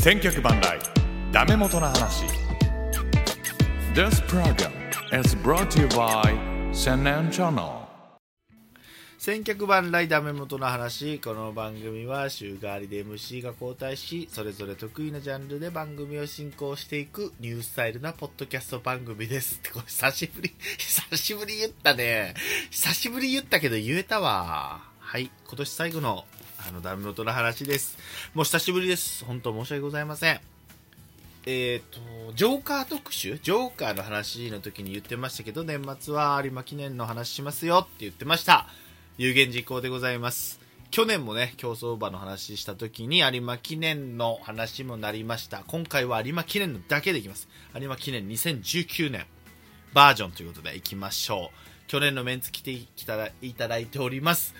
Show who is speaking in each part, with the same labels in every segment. Speaker 1: 千脚万来ダメ元の話 This program is brought to you by Senan Channel
Speaker 2: 千客万来ダメ元の話この番組は週替わりで MC が交代しそれぞれ得意なジャンルで番組を進行していくニュースタイルなポッドキャスト番組ですってこれ久しぶり久しぶり言ったね久しぶり言ったけど言えたわはい今年最後のあのダメ元の話ですもう久しぶりです本当申し訳ございませんえー、とジョーカー特集ジョーカーの話の時に言ってましたけど年末は有馬記念の話しますよって言ってました有言実行でございます去年もね競走馬の話した時に有馬記念の話もなりました今回は有馬記念のだけでいきます有馬記念2019年バージョンということでいきましょう去年のメンツ来ていただいただいております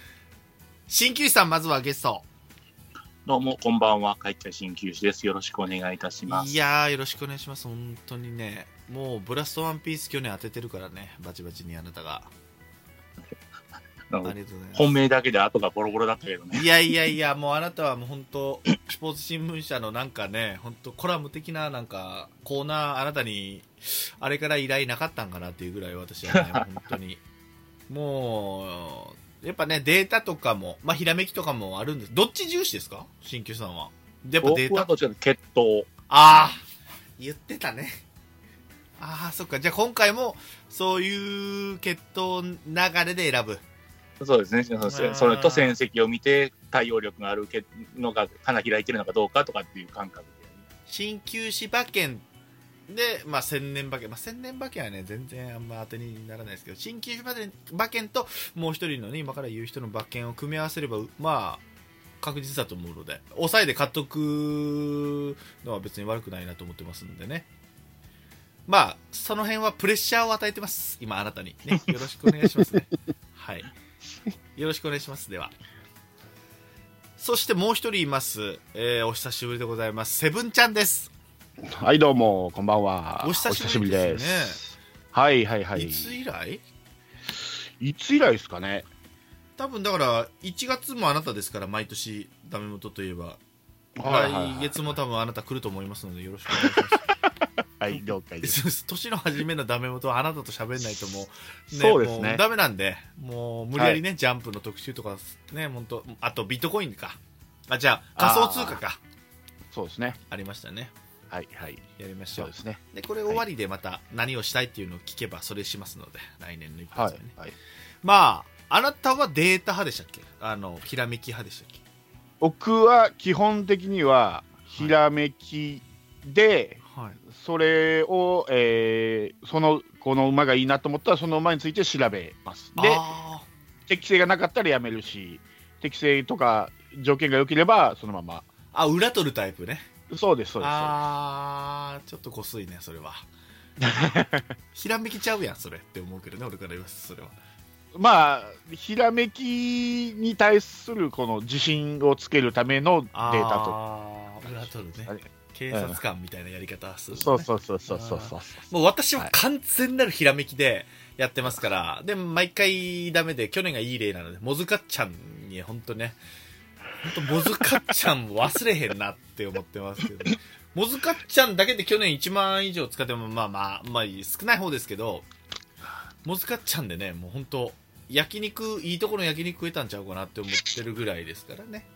Speaker 2: 鍼灸師さんまずはゲスト
Speaker 3: どうも、こんばんは。会計鍼灸師です。よろしくお願いいたします。
Speaker 2: いやーよろしくお願いします本当にねもうブラストワンピース去年当ててるからねバチバチにあなたがあ
Speaker 3: あ
Speaker 2: りが
Speaker 3: の
Speaker 2: とうございます
Speaker 3: 本命だけで後がボロボロだったけどね。
Speaker 2: いやいやいや、もうあなたはもう本当、 スポーツ新聞社のなんかね、本当コラム的ななんかコーナー、あなたにあれから依頼なかったんかなっていうぐらい私はね、本当に。もう、やっぱね、データとかも、まあ、ひらめきとかもあるんです。どっち重視ですか新旧さんは。やっぱデー
Speaker 3: 僕は
Speaker 2: タ
Speaker 3: どっちかというと血糖。
Speaker 2: ああ言ってたね。ああ、そっか。じゃあ今回も、そういう血統流れで選ぶ。
Speaker 3: そうですね。その
Speaker 2: ー
Speaker 3: それと戦績を見て、対応力があるけのが、花開いてるのかどうかとかっていう感覚
Speaker 2: 鍼灸師馬券で、まあ、千年馬券、まあ、千年馬券はね全然あんま当てにならないですけど鍼灸師馬券馬券ともう一人のね今から言う人の馬券を組み合わせればうまあ確実だと思うので抑えで買っとくのは別に悪くないなと思ってますんでねまあその辺はプレッシャーを与えてます今あなたに、ね、よろしくお願いしま すねはいよろしくお願いしますではそしてもう一人います、えーお久しぶりでございますセブンちゃんです
Speaker 4: はい、どうも、こんばんは。
Speaker 2: お久しぶりです
Speaker 4: お久し
Speaker 2: ね
Speaker 4: ぶりですはい、はい、はいい。
Speaker 2: つ以来
Speaker 4: いつ以来ですかね。
Speaker 2: 多分だから1月もあなたですから毎年ダメ元といえば、
Speaker 4: はいはいはい
Speaker 2: 来月も多分あなた来ると思いますのでよろしくお願いしま
Speaker 4: はい、了解ですす。
Speaker 2: そうです年の初めのダメ元はあなたと喋んないともう,、
Speaker 4: そうです
Speaker 2: も
Speaker 4: ね
Speaker 2: う。ダメなんでもう無理やりね、ジャンプの特集とかね本当あとビットコインかあじゃあ仮想通貨か
Speaker 4: そうですね。
Speaker 2: ありましたね
Speaker 4: はい、はい。
Speaker 2: やりまし
Speaker 4: そ
Speaker 2: ょ
Speaker 4: う
Speaker 2: う
Speaker 4: ですね。
Speaker 2: でこれ終わりでまた何をしたいっていうのを聞けばそれしますので来年の一
Speaker 4: はい
Speaker 2: 発目ね、、
Speaker 4: はい。
Speaker 2: まああなたはデータ派でしたっけあのひらめき派でしたっけ
Speaker 4: 僕は基本的には、ひらめきで、
Speaker 2: はい
Speaker 4: それを、えーその、この馬がいいなと思ったら、その馬について調べます。で、
Speaker 2: あ
Speaker 4: 適性がなかったらやめるし、適性とか条件が良ければ、そのまま。
Speaker 2: ーあ裏取るタイプね
Speaker 4: そうです、そうです。
Speaker 2: ああちょっとこすいねそれ はひらめきちゃうやんそれって思うけどね俺から言いますそれは
Speaker 4: まあ、ひらめきに対するこの自信をつけるためのデータ
Speaker 2: あー裏取る
Speaker 4: あ
Speaker 2: ね
Speaker 4: れ
Speaker 2: 警察官みたいなやり方す
Speaker 4: と。
Speaker 2: る、ね
Speaker 4: そうそうそうそうそうそう。
Speaker 2: もう私は完全なるひらめきでやってますから、で毎回ダメで去年がいい例なのでもずかっちゃんに本当ね本当もずかっちゃん忘れへんなって思ってますけど、ね、もずかっちゃんだけで去年1万以上使ってもまあまあまあ少ない方ですけどもずかっちゃんでねもう本当焼肉いいところの焼肉食えたんちゃうかなって思ってるぐらいですからね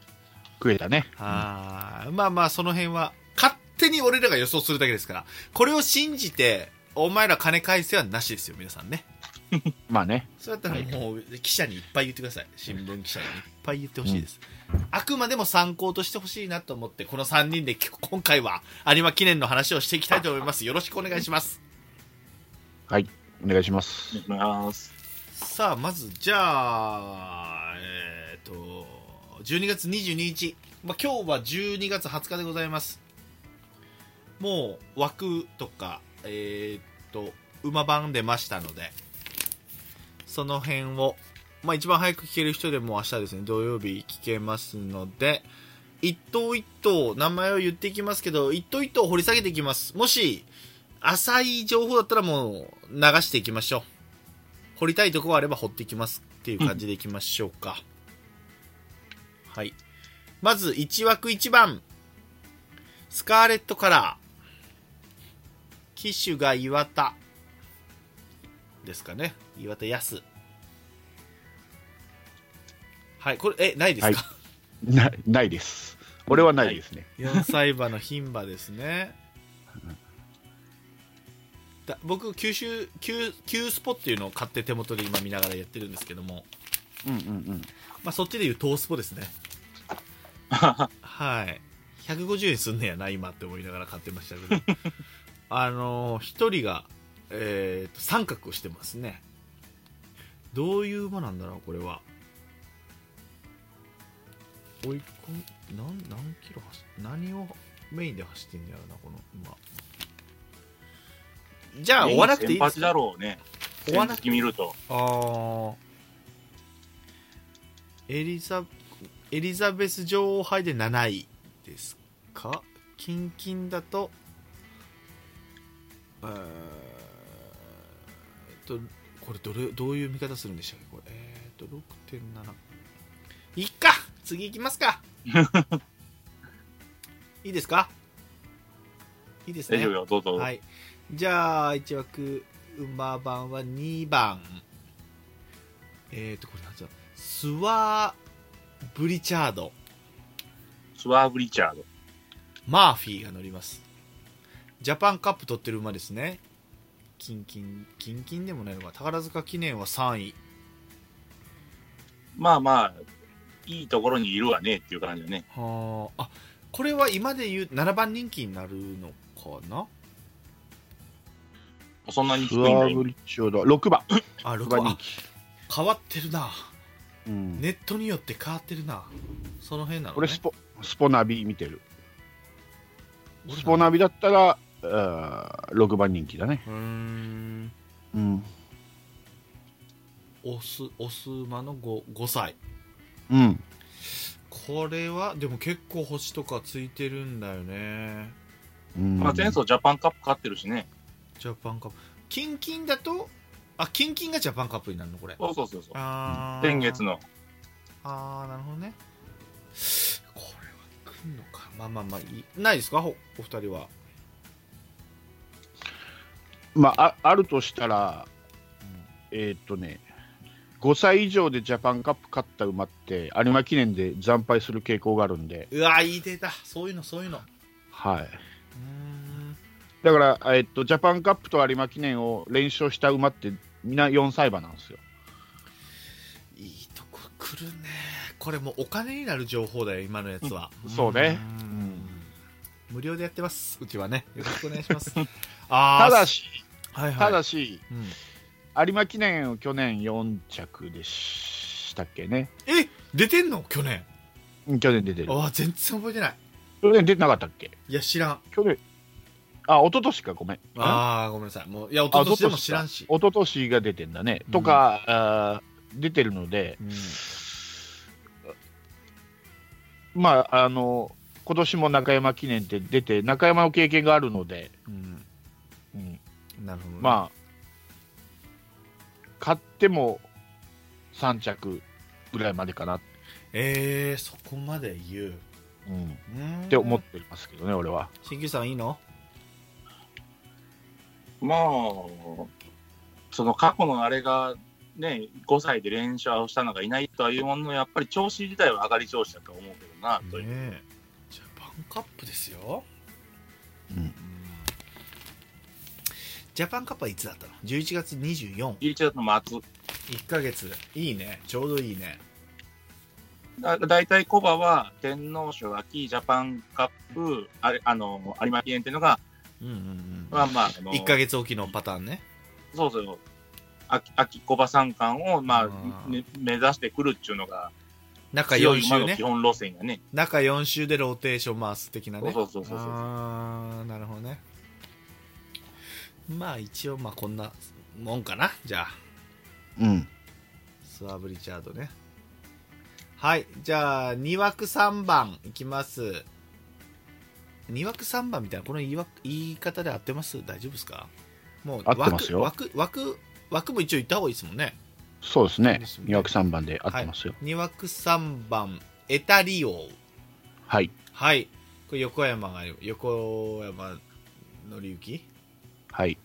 Speaker 4: 食えたね。
Speaker 2: あーまあまあその辺は勝手に俺らが予想するだけですからこれを信じてお前ら金返せはなしですよ皆さんね
Speaker 4: まあね。
Speaker 2: そうやったらもう記者にいっぱい言ってください新聞記者にいっぱい言ってほしいです、あくまでも参考としてほしいなと思ってこの3人で今回は有馬記念の話をしていきたいと思いますよろしくお願いします
Speaker 4: はい。お願いします。
Speaker 3: お願いします。
Speaker 2: さあまずじゃあえっ、と12月22日、まあ、今日は12月20日でございますもう枠とかえっ、と馬番出ましたのでその辺を、まあ、一番早く聞ける人でも明日ですね土曜日聞けますので一頭一頭名前を言っていきますけど一頭一頭掘り下げていきますもし浅い情報だったらもう流していきましょう掘りたいとこがあれば掘っていきますっていう感じでいきましょうか、はいまず1枠1番スカーレットカラー。機種が岩田。ですかね。岩田康。はい、これ、え、ないですか、
Speaker 4: なないです。俺はないですね。
Speaker 2: 四歳馬の牝馬ですねだ僕九州九九スポっていうのを買って手元で今見ながらやってるんですけども、
Speaker 4: うんうんうん。
Speaker 2: まあ、そっちでいう東スポですねはい150円すんねやな今って思いながら買ってましたけどあのー一人が、えーと三角をしてますねどういう馬なんだろうこれは追い込んなん何キロ走っ何をメインで走ってんのやろなこの馬じゃあ追わなくていいで
Speaker 3: 先
Speaker 2: す
Speaker 3: 発だ
Speaker 2: か
Speaker 3: ろうね。
Speaker 2: 追わなく
Speaker 3: 先発見ると。
Speaker 2: あーエリザエリザベス女王杯で7位ですかキンキンだとえーっとこれどれどういう見方するんでしたっけこれえーっと6.7いっか次行きます かいいですかいいですね
Speaker 3: 大丈夫よ、どうぞ。
Speaker 2: はい、じゃあ1枠馬番は2番えっ、ー、とこれなんつうのスワーブリチャード
Speaker 3: スワーブリチャード。
Speaker 2: マーフィーが乗りますジャパンカップ取ってる馬ですねキンキンキンキンでもないのか宝塚記念は3位
Speaker 3: まあまあ、いいところにいるわねっていう感じだね。
Speaker 2: はああこれは今で言う7番人気になるのかな
Speaker 3: そんなに
Speaker 4: ス
Speaker 3: 低いんだ
Speaker 4: ワー
Speaker 3: 今
Speaker 4: ブリッチョード、6番。
Speaker 2: あ
Speaker 4: 6
Speaker 2: 6
Speaker 4: 番人
Speaker 2: 番あ
Speaker 4: 気。
Speaker 2: 変わってるな
Speaker 4: うん
Speaker 2: ネットによって変わってるなその辺なの、ね、
Speaker 4: 俺スポ、スポナビ見てる。
Speaker 2: 俺
Speaker 4: スポナビだったら、あー6番人気だね。
Speaker 2: うーん
Speaker 4: うん。
Speaker 2: オスオス馬の 5, 5歳
Speaker 4: うん。
Speaker 2: これはでも結構星とかついてるんだよね
Speaker 4: うん
Speaker 3: まあ、前走ジャパンカップ勝ってるしね。
Speaker 2: ジャパンカップキンキンだとあキンキンがジャパンカップになるのこれ
Speaker 3: そうそうそうそう。
Speaker 2: あー
Speaker 3: 先月の。
Speaker 2: あーなるほどねこれは来んのかまあまあまあいいないですかおお二人は
Speaker 4: まあ、ああるとしたら、えーっとね、5歳以上でジャパンカップ勝った馬って、有馬記念で惨敗する傾向があるんで、
Speaker 2: うわいいデータそういうのそういうのう
Speaker 4: はい、
Speaker 2: ーん
Speaker 4: だから、えーっと、ジャパンカップと有馬記念を連勝した馬って、みんな4歳馬なんですよ。
Speaker 2: いいとこ来るねこれもうお金になる情報だよ今のやつは、
Speaker 4: うんそうね
Speaker 2: うん無料でやってますうちはねよろしくお願いします
Speaker 4: た
Speaker 2: あー
Speaker 4: だし、
Speaker 2: はいはい、
Speaker 4: ただし、
Speaker 2: うん、
Speaker 4: 有馬記念を去年4着でしたっけね、
Speaker 2: え出てんの去年
Speaker 4: うん去年出てる。
Speaker 2: ああ全然覚えてない
Speaker 4: 去年出てなかったっけ
Speaker 2: いや知らん
Speaker 4: 去年、あ、一昨年か、ごめん。
Speaker 2: ああごめんなさいもういや一昨年でも知らんし
Speaker 4: 一昨年が出てんだね、
Speaker 2: うん
Speaker 4: とかあー出てるので、
Speaker 2: うん
Speaker 4: まああの今年も中山記念って出て中山の経験があるので、
Speaker 2: うん
Speaker 4: うん
Speaker 2: なるほど、ね、あ
Speaker 4: まあ買っても3着ぐらいまでかな、
Speaker 2: えー、そこまで言う
Speaker 4: うん、
Speaker 2: うーん
Speaker 4: って思ってますけどね俺は
Speaker 2: 新旧さんいいの
Speaker 3: まあ、その過去のあれが、ね、5歳で連勝したのがいないとはいうものの、やっぱり調子自体は上がり調子だと思うけどな、という。
Speaker 2: えジャパンカップですよ、
Speaker 4: うん
Speaker 2: ジャパンカップはいつだったの11月241
Speaker 3: 11月の末、
Speaker 2: ヶ月いいねちょうどいいね
Speaker 3: だだいたいコバは天皇賞秋ジャパンカップ、あれあの有馬記念っていうのが、
Speaker 2: うんうんうん
Speaker 3: まあまあ、あの
Speaker 2: 1ヶ月おきのパターンね
Speaker 3: そうそう、秋秋コバ三冠を、まあ
Speaker 2: うん
Speaker 3: ね目指してくるっていうのが、
Speaker 2: 中
Speaker 3: 強
Speaker 2: 4
Speaker 3: い馬
Speaker 2: 週
Speaker 3: の
Speaker 2: ね
Speaker 3: 基本路線がね。
Speaker 2: 中4週でローテーション回す的な
Speaker 3: そう
Speaker 2: ね
Speaker 3: そうそうそうそう。
Speaker 2: あーなるほどねまあ一応まあこんなもんかなじゃあ
Speaker 4: うん
Speaker 2: スワブリチャードねはいじゃあ2枠3番いきます2枠3番みたいなこの言いわ言い方で合ってます大丈夫ですかもう
Speaker 4: 合ってますよ
Speaker 2: 枠枠枠枠も一応言った方がいいですもんね
Speaker 4: そうですね
Speaker 2: ですね
Speaker 4: 2枠3番で合ってますよ
Speaker 2: 2枠3番エタリオ
Speaker 4: はい、
Speaker 2: はいこれ横山が横山紀之
Speaker 4: はい。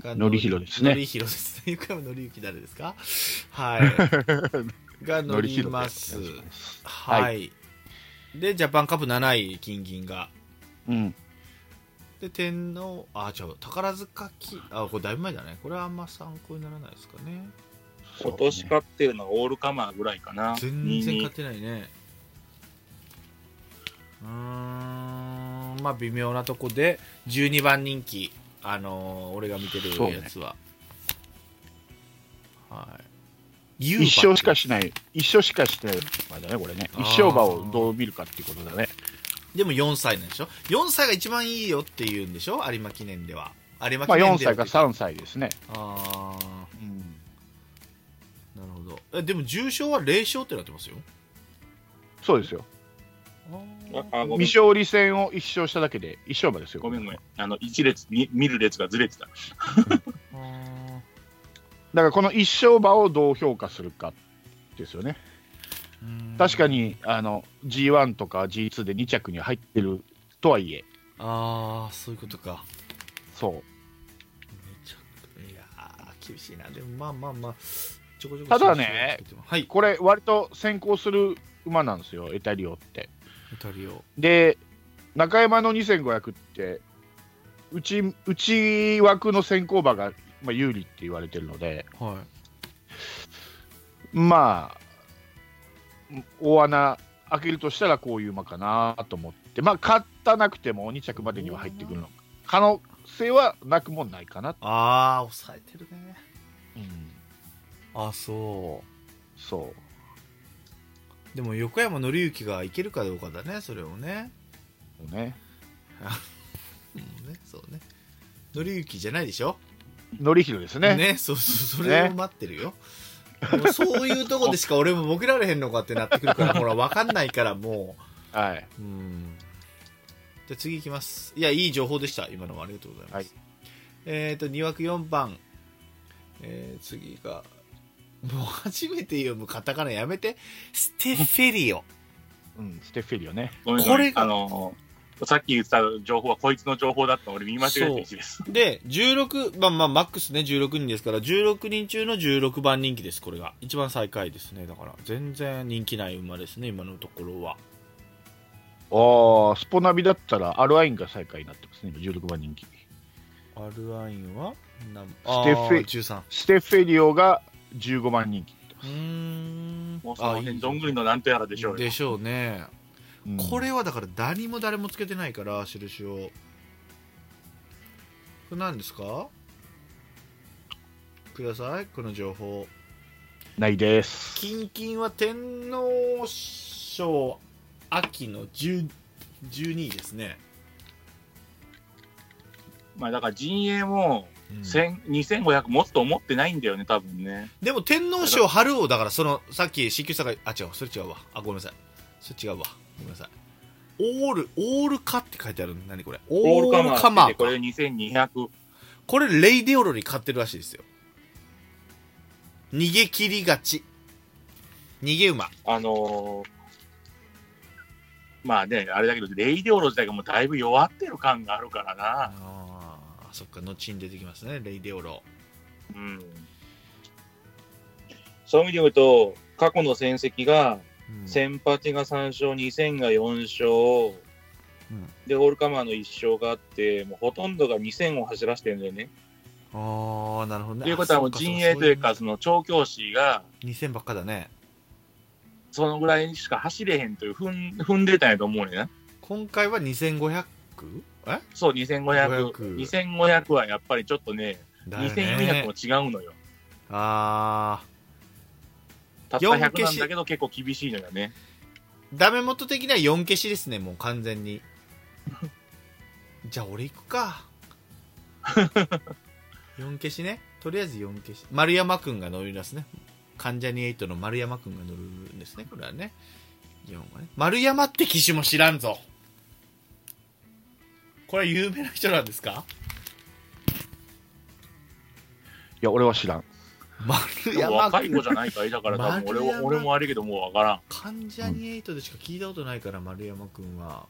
Speaker 2: が
Speaker 4: 典弘ですね
Speaker 2: 典弘ですね。 横山紀之誰ですかはい。 が乗ります
Speaker 4: の。りひろでお願いします
Speaker 2: はい、
Speaker 4: は
Speaker 2: で、ジャパンカップ7位、金銀が。
Speaker 4: うん。
Speaker 2: で、天皇、あ、違う、宝塚き、あ、これだいぶ前だね。これはあんま参考にならないですかね。
Speaker 4: そう
Speaker 3: 今年買ってるのはオールカマーぐらいかな。
Speaker 2: 全然
Speaker 3: 22
Speaker 2: 勝てないね。うーん、まあ微妙なとこで、12番人気、あのー俺が見てるやつは。はい。ユーバ
Speaker 4: 一勝しかしない、一勝しかしてないまだね、これね。
Speaker 2: あー
Speaker 4: 一勝馬をどう見るかっていうことだね。
Speaker 2: でも4歳なんでしょ ?4 歳が一番いいよって言うんでしょ有馬記念では。有馬記
Speaker 4: まあ、
Speaker 2: 念では
Speaker 4: 4歳か3歳ですね。
Speaker 2: ああ
Speaker 4: うん。
Speaker 2: なるほどえでも重賞は0勝ってなってますよ
Speaker 4: そうですよ。
Speaker 3: あごめん
Speaker 4: 未勝利戦を一勝しただけで、一勝馬ですよ。
Speaker 3: ごめんごめん。あの、一列、み見る列がずれてた。
Speaker 2: あ
Speaker 4: だからこの一勝馬をどう評価するかですよね。確か
Speaker 2: に
Speaker 4: に、あの、G1 とか G2 で2着に入ってるとはいえ、
Speaker 2: ああそういうことか
Speaker 4: そう。
Speaker 2: めちゃくいやー厳しいなでもまあまあまあちょこちょこ
Speaker 4: ただね
Speaker 2: はい
Speaker 4: これ割と先行する馬なんですよエタリオって
Speaker 2: イタリオ
Speaker 4: で中山の2500ってうち内枠の先行馬が、まあ、有利って言われてるので
Speaker 2: はい
Speaker 4: まあ大穴開けるとしたらこういう馬かなと思ってまあ勝ったなくても2着までには入ってくるの可能性はなくもないかな、
Speaker 2: ああ抑えてるね
Speaker 4: うん、
Speaker 2: あそ
Speaker 4: そう
Speaker 2: でも横山紀之がいけるかどうかだねそれをね
Speaker 4: うね
Speaker 2: うんねそうね紀之じゃないでしょ
Speaker 4: 典弘ですね
Speaker 2: ねそうそうそれを待ってるよ、もうそういうとこでしか俺もボケられへんのかってなってくるからほら分かんないからも
Speaker 4: はい、
Speaker 2: ううんじゃあ次いきますいやいい情報でした今のはありがとうございます、
Speaker 4: はい
Speaker 2: えっ、と2枠4番、えー次がもう初めて読むカタカナやめてステフェリオ
Speaker 4: うん、ステッフェリオね
Speaker 3: ごめんご
Speaker 2: こ
Speaker 3: め
Speaker 2: れ
Speaker 3: ん。あのー、さっき言ってた情報はこいつの情報だった。俺見間違えて1です。
Speaker 2: で16まあまあマックスね16人ですから16人中の16番人気ですこれが一番最下位ですねだから全然人気ない馬ですね今のところは
Speaker 4: ああ、スポナビだったら、アルアインが最下位になってますね、今16番人気。
Speaker 2: アルアインは何
Speaker 4: ステフェ
Speaker 2: 13
Speaker 4: ステフェリオが15番人気。
Speaker 2: うーん
Speaker 3: もうその辺、どんぐり
Speaker 2: の
Speaker 3: のなんとやらでしょうよ。
Speaker 2: でしょうね、
Speaker 4: うん
Speaker 2: これはだから何も誰もつけてないから印をこれ何ですかくださいこの情報
Speaker 4: ないです。
Speaker 2: キンキンは天皇賞秋の10 12位ですね、
Speaker 3: まあだから陣営も、
Speaker 2: うん
Speaker 3: 千2500持つと思ってないんだよね、多分ね。
Speaker 2: でも天皇賞春王だからそのさっき CQ さんがあ違うそれ違うわあごめんなさいそれ違うわごめんなさいオールオールカって書いてある何これ
Speaker 3: オールカマーって言って
Speaker 2: こ
Speaker 3: こ
Speaker 2: れ
Speaker 3: れ2200。
Speaker 2: これレイデオロに勝ってるらしいですよ逃げ切り勝ち逃げ馬
Speaker 3: あのーまあね、あれだけど、レイデオロ自体がもうだいぶ弱ってる感があるからな。
Speaker 2: ああそっか後に出てきますねレイデオロ
Speaker 3: うん。そういう意味で言うと、過去の戦績が、
Speaker 2: うん
Speaker 3: 先発が3勝、2000が4勝、
Speaker 2: うん
Speaker 3: で、オールカマーの1勝があって、もうほとんどが2000を走らせてるんだよね。
Speaker 2: ああなるほどね
Speaker 3: ということは、もう陣営というか、その調教師が、
Speaker 2: 2000ばっかだね
Speaker 3: そのぐらいしか走れへんという踏ん踏んでたんやと思うねんな。
Speaker 2: 今回は2500え
Speaker 3: そう、2500。
Speaker 2: 500
Speaker 3: 2500はやっぱりちょっとね、
Speaker 2: だよ
Speaker 3: 2400
Speaker 2: ね
Speaker 3: も違うのよ。
Speaker 2: ああ
Speaker 3: たった
Speaker 2: 4
Speaker 3: 100
Speaker 2: 消
Speaker 3: な
Speaker 2: し
Speaker 3: んだけど結構厳しいのよね。
Speaker 2: ダメ元的には4消しですねもう完全にじゃあ俺行くか4消しねとりあえず4消し丸山くんが乗りますね関ジャニエイトの丸山くんが乗るんですねこれはね4はね丸山って騎手も知らんぞこれは有名な人なんですか
Speaker 4: いや、俺は知らん。
Speaker 2: 丸
Speaker 3: でも
Speaker 2: 山
Speaker 3: 若
Speaker 2: く
Speaker 3: い子
Speaker 2: ん
Speaker 3: じゃないから、だから多分俺
Speaker 2: 丸
Speaker 3: は
Speaker 2: 山
Speaker 3: 俺も悪いけどもうわからん。
Speaker 2: 関ジャニエイトでしか聞いたことないから丸山くんは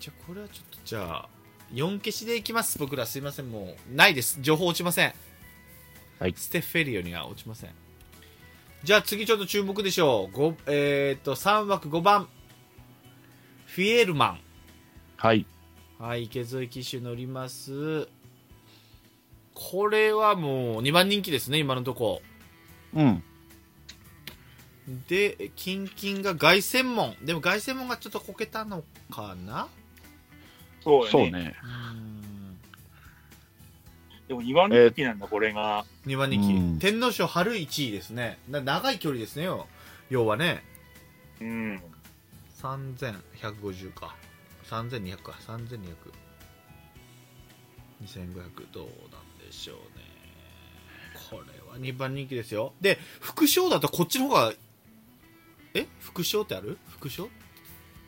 Speaker 2: じゃあこれはちょっとじゃあ4消しでいきます僕らすいませんもうないです情報落ちません
Speaker 4: はい
Speaker 2: ステッフェリオには落ちませんじゃあ次ちょっと注目でしょうごえー、と3枠5番フィエルマ
Speaker 4: はい。
Speaker 2: ンはい池添騎手乗りますこれはもう2番人気ですね今のとこ
Speaker 4: うん。
Speaker 2: でキンキンが凱旋門でも凱旋門がちょっとこけたのかな
Speaker 3: そうや
Speaker 4: そう
Speaker 3: ね。
Speaker 4: ね。
Speaker 2: うん
Speaker 3: でも2番人気なんだ、これが。
Speaker 2: 2番人気、
Speaker 4: うん
Speaker 2: 天皇賞春1位ですねな長い距離ですねよ要はね
Speaker 3: うん。
Speaker 2: 3150か3200か32002500200どうなんでしょうねこれは2番人気ですよで副賞だとこっちの方がえ副賞ってある副賞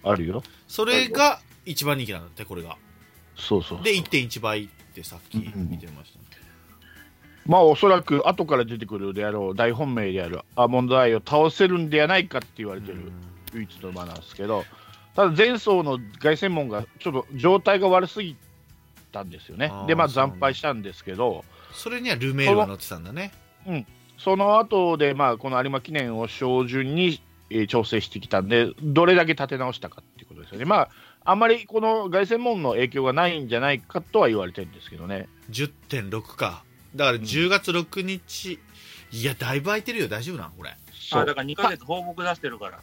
Speaker 4: あるよ。
Speaker 2: それが1番人気なんだってこれが
Speaker 4: そうそう。
Speaker 2: で1.1倍ってさっき見てました、ね
Speaker 4: まあおそらく後から出てくるであろう大本命であるアーモンドアイを倒せるんではないかって言われてる唯一の馬なんですけど、ただ前走の凱旋門がちょっと状態が悪すぎたんですよね
Speaker 2: あー。
Speaker 4: でまあ
Speaker 2: そうなん
Speaker 4: 惨敗したんですけど、
Speaker 2: それにはルメールが乗ってたんだね
Speaker 4: その後でまあこの有馬記念を照準にえー調整してきたんで、どれだけ立て直したかっていうことですよね。まああんまりこの凱旋門の影響がないんじゃないかとは言われてるんですけどね。
Speaker 2: 10.6かだから10月6日、いやだいぶ空いてるよ大丈夫なんこれ
Speaker 4: そ
Speaker 3: あだ
Speaker 4: う。
Speaker 3: から2ヶ月放牧出してるから。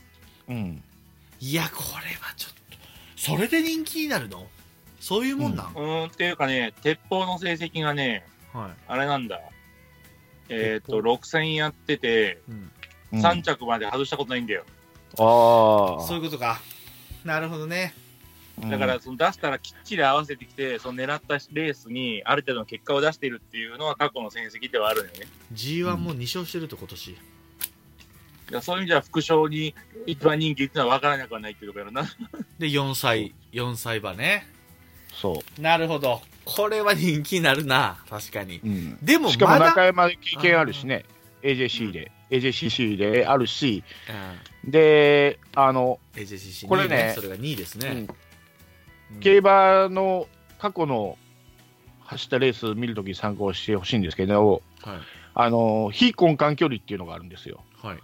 Speaker 4: うん。
Speaker 2: いやこれはちょっとそれで人気になるのそういうもんなん、
Speaker 3: うーん、っていうかね、鉄砲の成績がね、
Speaker 2: はい、
Speaker 3: あれなんだ。えっ、
Speaker 2: 鉄砲
Speaker 3: と、6戦やってて、
Speaker 2: うん、
Speaker 4: うん
Speaker 3: 3着まで外したことないんだよ。
Speaker 4: あ
Speaker 2: そういうことかなるほどね
Speaker 4: あ。
Speaker 3: だから、その出したらきっちり合わせてきて、その狙ったレースにある程度の結果を出しているっていうのは過去の成績ではあるんだよね。
Speaker 2: g 1も2勝してると今年、
Speaker 3: だからそういう意味では副賞に一番人気っていうのは分からなくはないっていうところやろな。
Speaker 2: で4歳4歳馬ね
Speaker 4: そ
Speaker 2: なるほどこれは人気になるな確かに
Speaker 4: う、うん、
Speaker 2: でも
Speaker 4: しかも
Speaker 2: まだ
Speaker 4: 中山経験あるしね AJC で、AJCC であるしであの、
Speaker 2: うん AJCC
Speaker 4: これね
Speaker 2: それが2位ですね、うん
Speaker 4: 競馬の過去の走ったレース見るとき参考してほしいんですけど
Speaker 2: はい
Speaker 4: あの非根幹距離っていうのがあるんですよ
Speaker 2: はい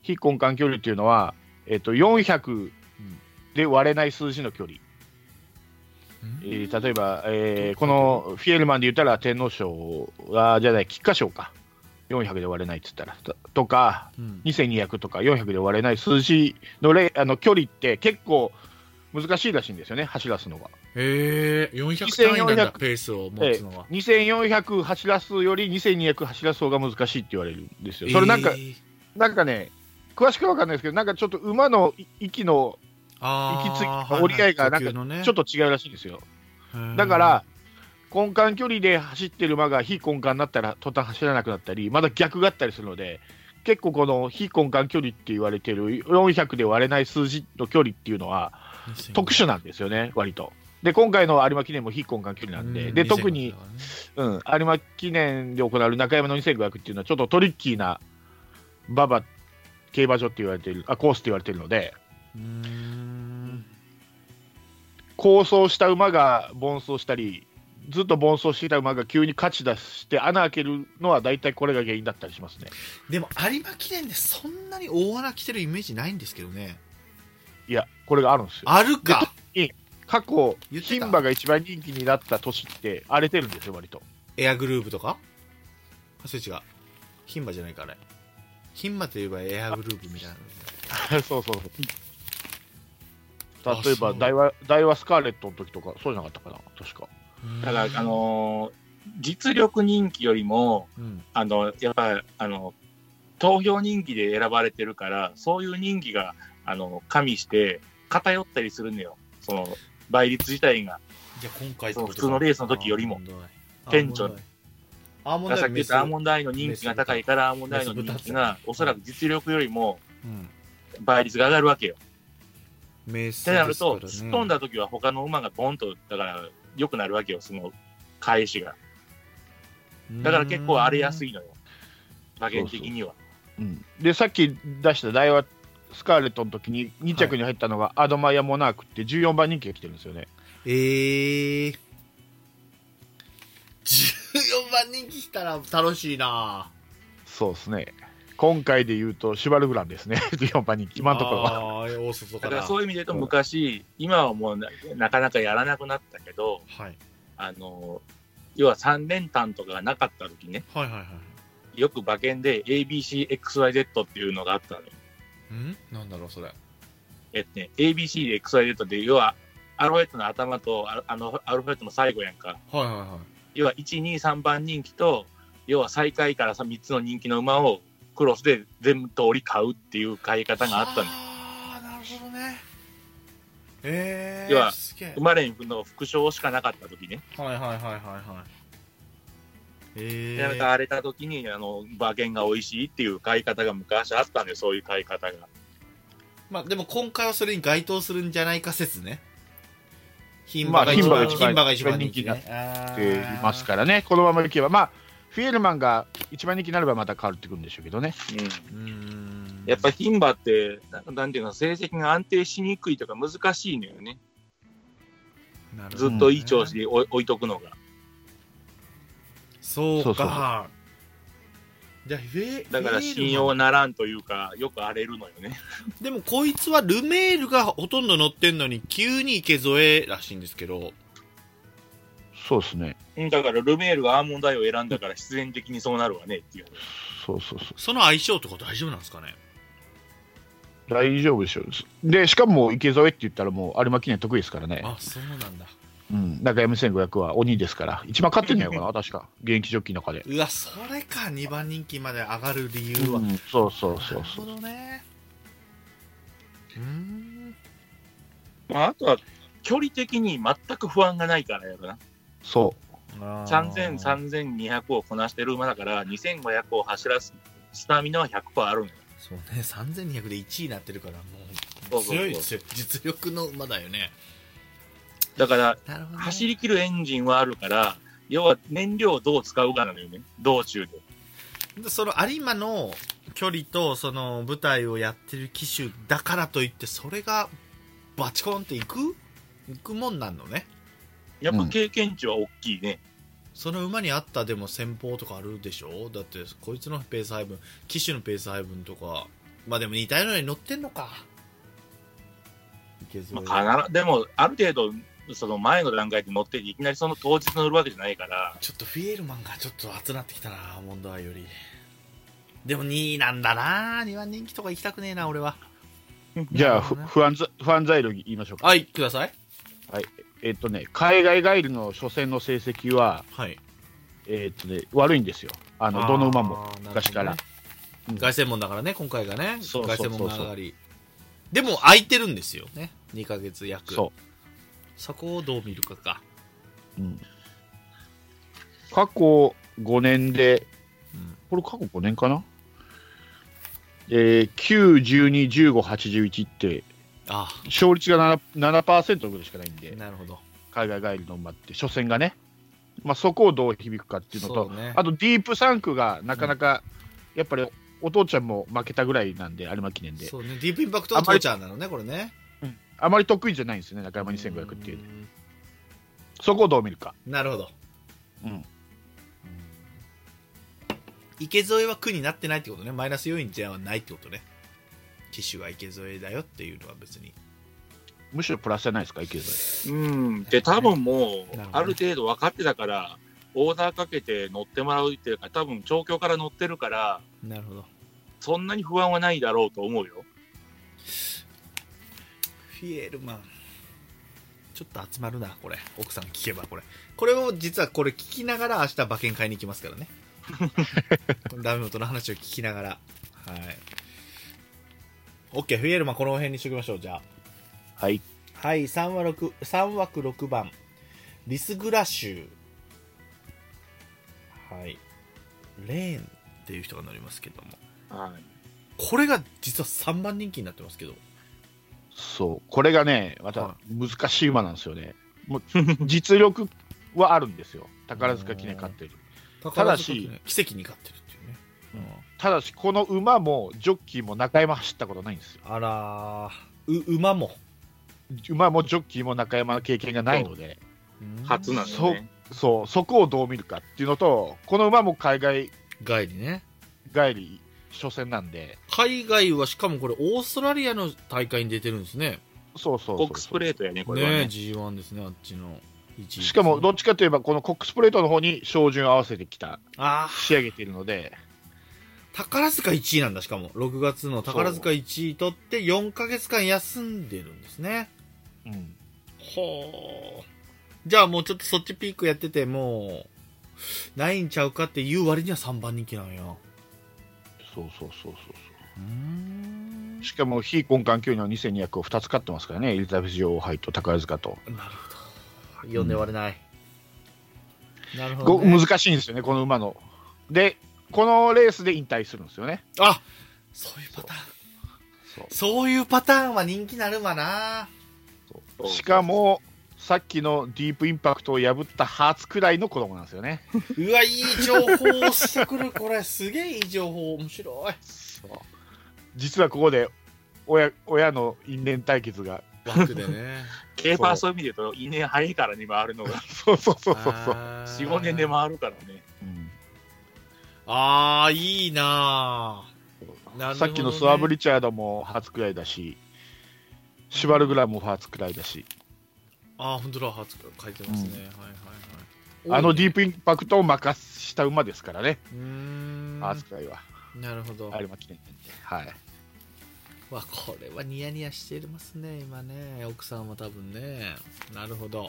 Speaker 4: 非根幹距離っていうのは、えっと、400で割れない数字の距離、えー例えば、えーこのフィエルマンで言ったら天皇賞あーじゃない菊花賞か400で割れないって言ったらととか
Speaker 2: うん
Speaker 4: 2200とか400で割れない数字のレあの距離って結構難しいらしいんですよね、走らすのが。
Speaker 2: へえ400単位なんだ
Speaker 4: 2400
Speaker 2: ペースを持つのは、
Speaker 4: 2400走らすより2200走らす方が難しいって言われるんですよ。それなんか、
Speaker 2: えー
Speaker 4: なんかね、詳しくは分かんないですけど、なんかちょっと馬のい息の
Speaker 2: あー
Speaker 4: 息つい
Speaker 2: はいはい
Speaker 4: 折り合いがなんか
Speaker 2: 呼吸のね
Speaker 4: ちょっと違うらしいんですよ。
Speaker 2: へー
Speaker 4: だから、根幹距離で走ってる馬が非根幹になったら途端走らなくなったりまだ逆があったりするので結構この非根幹距離って言われてる400で割れない数字の距離っていうのは特殊なんですよね、割と。で、今回の有馬記念も非根幹距離なんで、で、特に、、うん、有馬記念で行われる中山の2500っていうのは、ちょっとトリッキーな馬場競馬場って言われてる、あ、コースって言われてるので、
Speaker 2: うん
Speaker 4: 構想した馬が奔走したり、ずっと奔走していた馬が急に勝ち出して穴開けるのは大体これが原因だったりしますね。
Speaker 2: でも有馬記念でそんなに大穴来てるイメージないんですけどね
Speaker 4: いや、これがあるんですよ。
Speaker 2: あるか
Speaker 4: 過去、
Speaker 2: 言ってた
Speaker 4: 牝馬が一番人気になった年って荒れてるんですよ、割と。
Speaker 2: エアグルーヴとかあそれ違う牝馬じゃないかあれ牝馬といえばエアグルーヴみたいな
Speaker 4: そうそう
Speaker 2: あ
Speaker 4: 例えば
Speaker 2: そう
Speaker 4: ダイワ、ダイワスカーレットの時とか、そうじゃなかったかな、確か。
Speaker 3: だから、あ、のー実力人気よりも、
Speaker 2: うん
Speaker 3: あの、やっぱり、あの、投票人気で選ばれてるから、そういう人気が、あの、加味して、偏ったりするんだよ。その、倍率自体が。
Speaker 2: じゃあ今回って
Speaker 3: そ
Speaker 2: こ
Speaker 3: の
Speaker 2: と
Speaker 3: 普
Speaker 2: か
Speaker 3: 通のレースの時よりも
Speaker 2: アーモンドアイ
Speaker 3: 顕著に
Speaker 2: アーモンドアイ
Speaker 3: さっき言ったアーモ
Speaker 2: ン
Speaker 3: ンドアイの人気が高いから、アーモンドアイの人気が、おそらく実力よりも
Speaker 2: ドうん
Speaker 3: 倍率が上がるわけよ。
Speaker 2: メス
Speaker 3: ってなると、
Speaker 2: です
Speaker 3: 突
Speaker 2: か
Speaker 3: っ
Speaker 2: らね
Speaker 3: 込んだ時は他の馬がボンと、だから、良くなるわけよ、その、返しが。だから結構荒れやすいのよ。馬券的には。
Speaker 4: うん、で、さっき出したダイワスカーレットの時に2着に入ったのがアドマイア・モナークって14番人気が来てるんですよね。
Speaker 2: ええー。14番人気来たら楽しいな
Speaker 4: そうですね。今回で言うと、シュバルグランですね。14番人 気、今のところは。
Speaker 2: あー大外から
Speaker 3: だからそういう意味で言うと昔、今はもうななかなかやらなくなったけど、
Speaker 2: はい、
Speaker 3: あの、要は3連単とかがなかった時ね、
Speaker 2: はいはいは
Speaker 3: よく馬券で ABCXYZ っていうのがあったのよ。
Speaker 2: いんなんだろうそれ
Speaker 3: えっとね、ABC で XYZ で、要はアルファベットの頭とああのアルファベットの最後やんか。
Speaker 2: はいはいは
Speaker 3: 要は1、2、3番人気と、要は最下位からさ3つの人気の馬をクロスで全部通り買うっていう買い
Speaker 2: い
Speaker 3: 方があったのよ。
Speaker 2: ああなるほどねええー、
Speaker 3: 要は
Speaker 2: すげえ
Speaker 3: 馬連の副賞しかなかった時ね。
Speaker 2: はいはいはいはいはいえ
Speaker 3: なんか
Speaker 2: ー、
Speaker 3: 荒れた時にあの馬券が美味しいっていう買い方が昔あったんでそういう買い方が。
Speaker 2: まあでも今回はそれに該当するんじゃないか説ね牝馬が
Speaker 3: まあ
Speaker 2: 一番
Speaker 3: 牝馬が
Speaker 2: 牝
Speaker 3: 一
Speaker 4: 番
Speaker 2: 馬が一番人気ね
Speaker 4: っていますからね、このままいけば、まあ、フィエルマンが一番人気になればまた変わってくるんでしょうけどね、
Speaker 3: うん
Speaker 2: うーん
Speaker 3: やっぱ牝馬って、ななんていうの、成績が安定しにくいとか難しいのよね。
Speaker 2: なるほど
Speaker 3: ず
Speaker 2: ね
Speaker 3: っといい調子で置い置いとくのが。
Speaker 2: そうか
Speaker 4: そうそう
Speaker 2: じゃあフェ
Speaker 3: だから信用ならんというか、よく荒れるのよね。
Speaker 2: でもこいつはルメールがほとんど乗ってんのに急に池添えらしいんですけど
Speaker 4: そうですね、
Speaker 3: うんだからルメールがアーモンドアイを選んだから必然的にそうなるわねっていう。
Speaker 4: そうそうそ
Speaker 2: その相性とか大丈夫なんですかね
Speaker 4: う、大丈夫でしょう、でしかも池添って言ったら、もう有馬記念得意ですからね、
Speaker 2: あそうなんだ
Speaker 4: うん、中山1500は鬼ですから、一番勝ってんじゃないかな、確か、現役ジョッキーの中で。
Speaker 2: うわそれか2番人気まで上がる理由は、
Speaker 4: うんそうそうそうそう
Speaker 2: なるほどねうーん
Speaker 3: まあ、あとは、距離的に全く不安がないからやろな。
Speaker 4: そ
Speaker 3: 3000、3200をこなしてる馬だから、2500を走らすスタミナは100%あるのよ。
Speaker 2: そうね3200で1位になってるから
Speaker 3: そ
Speaker 2: も
Speaker 3: う
Speaker 2: う
Speaker 3: そうそう
Speaker 2: 強いですよ実力の馬だよね
Speaker 3: だから、
Speaker 2: なるほど、ね、
Speaker 3: 走り切るエンジンはあるから、要は燃料をどう使うかなのよね。道中で。
Speaker 2: でその有馬の距離とその舞台をやってる機種だからといってそれがバチコンっていくいくもんなんのね
Speaker 3: やっぱ経験値は大きいね。
Speaker 2: その馬に合ったでも戦法とかあるでしょだってこいつのペース配分機種のペース配分とかまあでも似たようなのに乗ってんのかいけず
Speaker 3: まあ、必ずでも、ある程度、その前の段階で乗って、いきなりその当日乗るわけじゃないから、
Speaker 2: ちょっとフィエルマンがちょっと熱なってきたなアーモンドアイよりでも2位なんだな2番人気とか行きたくねえな俺は
Speaker 4: う。じゃあ、ふ不安ざ不安材料言いましょうか。
Speaker 2: はいください
Speaker 4: えっとね、海外ガイルの初戦の成績は、
Speaker 2: はい
Speaker 4: えっとね、悪いんですよ。あの、どの馬も。
Speaker 2: あー
Speaker 4: 昔から
Speaker 2: なるほどね凱旋門だからね今回がね
Speaker 4: そうそうそうそう
Speaker 2: 凱旋門が上がりでも空いてるんですよね2ヶ月約
Speaker 4: そう。
Speaker 2: そこをどう見るかか、
Speaker 4: うん過去5年で、
Speaker 2: うん
Speaker 4: これ過去5年かな、えー、9、12、15、81って、
Speaker 2: あ
Speaker 4: 勝率が 7%, 7ぐらいしかないん
Speaker 2: あ
Speaker 4: で、
Speaker 2: なるほど
Speaker 4: 海外帰りの馬って、初戦がね、まあ、そこをどう響くかっていうのと、
Speaker 2: そうね
Speaker 4: あとディープサンクがなかなか、やっぱりお父ちゃんも負けたぐらいなんで、有馬記念で、
Speaker 2: そうねディープインパクトは
Speaker 4: あんまり
Speaker 2: 父ちゃんなのねこれね
Speaker 4: あまり得意じゃないんですよね、中山2500っていう
Speaker 2: う、ん
Speaker 4: そこをどう見るか。
Speaker 2: なるほど
Speaker 4: うん
Speaker 2: 池添は苦になってないってことねマイナス要因じゃないってことね機種は池添だよっていうのは別に
Speaker 4: むしろプラスじゃないですか、池添。
Speaker 3: うん、で、多分もう
Speaker 2: なるほどね、
Speaker 3: ある程度分かってたから、オーダーかけて乗ってもらうっていうか、多分調教から乗ってるから、
Speaker 2: なるほど
Speaker 3: そんなに不安はないだろうと思うよ。
Speaker 2: フィエルマンちょっと集まるなこれ奥さん聞けばこれこれを実はこれ聞きながら明日馬券買いに行きますからね このダメ元の話を聞きながらはい OK フィエルマンこの辺にしときましょうじゃあ
Speaker 4: はい、
Speaker 2: はい3枠 ,3 枠6番リスグラシュはいレーンっていう人が乗りますけども
Speaker 3: はい。
Speaker 2: これが実は3番人気になってますけど
Speaker 4: そう、これがね、ま
Speaker 2: は
Speaker 4: た難しい馬なんですよね。も う実力はあるんですよ、宝塚記念勝ってる。ただし
Speaker 2: 宝塚記念奇跡に勝ってるっていうね、うん
Speaker 4: ただし、この馬もジョッキーも中山走ったことないんですよ。
Speaker 2: あらーう馬も
Speaker 4: 馬もジョッキーも中山の経験がないので、
Speaker 3: 初なんのよね。
Speaker 4: そうそこをどう見るかっていうのと、この馬も海外
Speaker 2: 外にね
Speaker 4: 帰り初戦なんで、
Speaker 2: 海外はしかもこれオーストラリアの大会に出てるんですね
Speaker 4: そうそうそ
Speaker 3: コ
Speaker 4: う
Speaker 3: ックスプレートやね、これは
Speaker 2: ね
Speaker 3: ね。
Speaker 2: G1 ですねあっちの一位
Speaker 4: しかもどっちかといえば、このコックスプレートの方に照準を合わせてきた、
Speaker 2: ああ
Speaker 4: 仕上げているので、
Speaker 2: 宝塚1位なんだしかも6月の宝塚1位取って4ヶ月間休んでるんですね
Speaker 4: うん、
Speaker 2: ほうじゃあもうちょっとそっちピークやっててもうないんちゃうかっていう割には3番人気なんや
Speaker 4: そうそうそうそうそう
Speaker 2: ーん
Speaker 4: う、しかも非根幹距離の2200を2つ勝ってますからね、エリザベス女王杯と宝塚と、
Speaker 2: なるほど読んで終われない、なるほ
Speaker 4: ご
Speaker 2: ど、ね、
Speaker 4: 難しいんですよね、この馬の。で、このレースで引退するんですよね。
Speaker 2: あそういうパターン
Speaker 4: そう
Speaker 2: そういうパターンは人気なるわな
Speaker 3: そう
Speaker 4: しかも、さっきのディープインパクトを破った初くらいの子供なんですよね。
Speaker 2: うわいい情報をしてくるこれすげえいい情報面白い
Speaker 4: 実はここで親親の因縁対決が。
Speaker 2: 枠でね
Speaker 3: 競馬はそういう意味で言うと、因縁早いからね、回るのが。
Speaker 4: そうそうそうそうそう。
Speaker 2: あー
Speaker 3: 4、5年で回るからね。
Speaker 4: うん
Speaker 2: ああいいなあなるほ
Speaker 4: さ
Speaker 2: どね
Speaker 4: っきのスワブ・リチャードも初くらいだし、シュバルグラムも初くらいだし、
Speaker 2: ああ本当だ初書いてますね、
Speaker 4: うん
Speaker 2: はいはいはい
Speaker 4: あのディ
Speaker 2: ー
Speaker 4: ープインパクトを任した馬ですからね、
Speaker 2: うーん
Speaker 4: 初くらいは。
Speaker 2: なるほど、
Speaker 4: 有馬記念で。はい。
Speaker 2: わこれはニヤニヤしてますね今ね奥さんは多分ねなるほど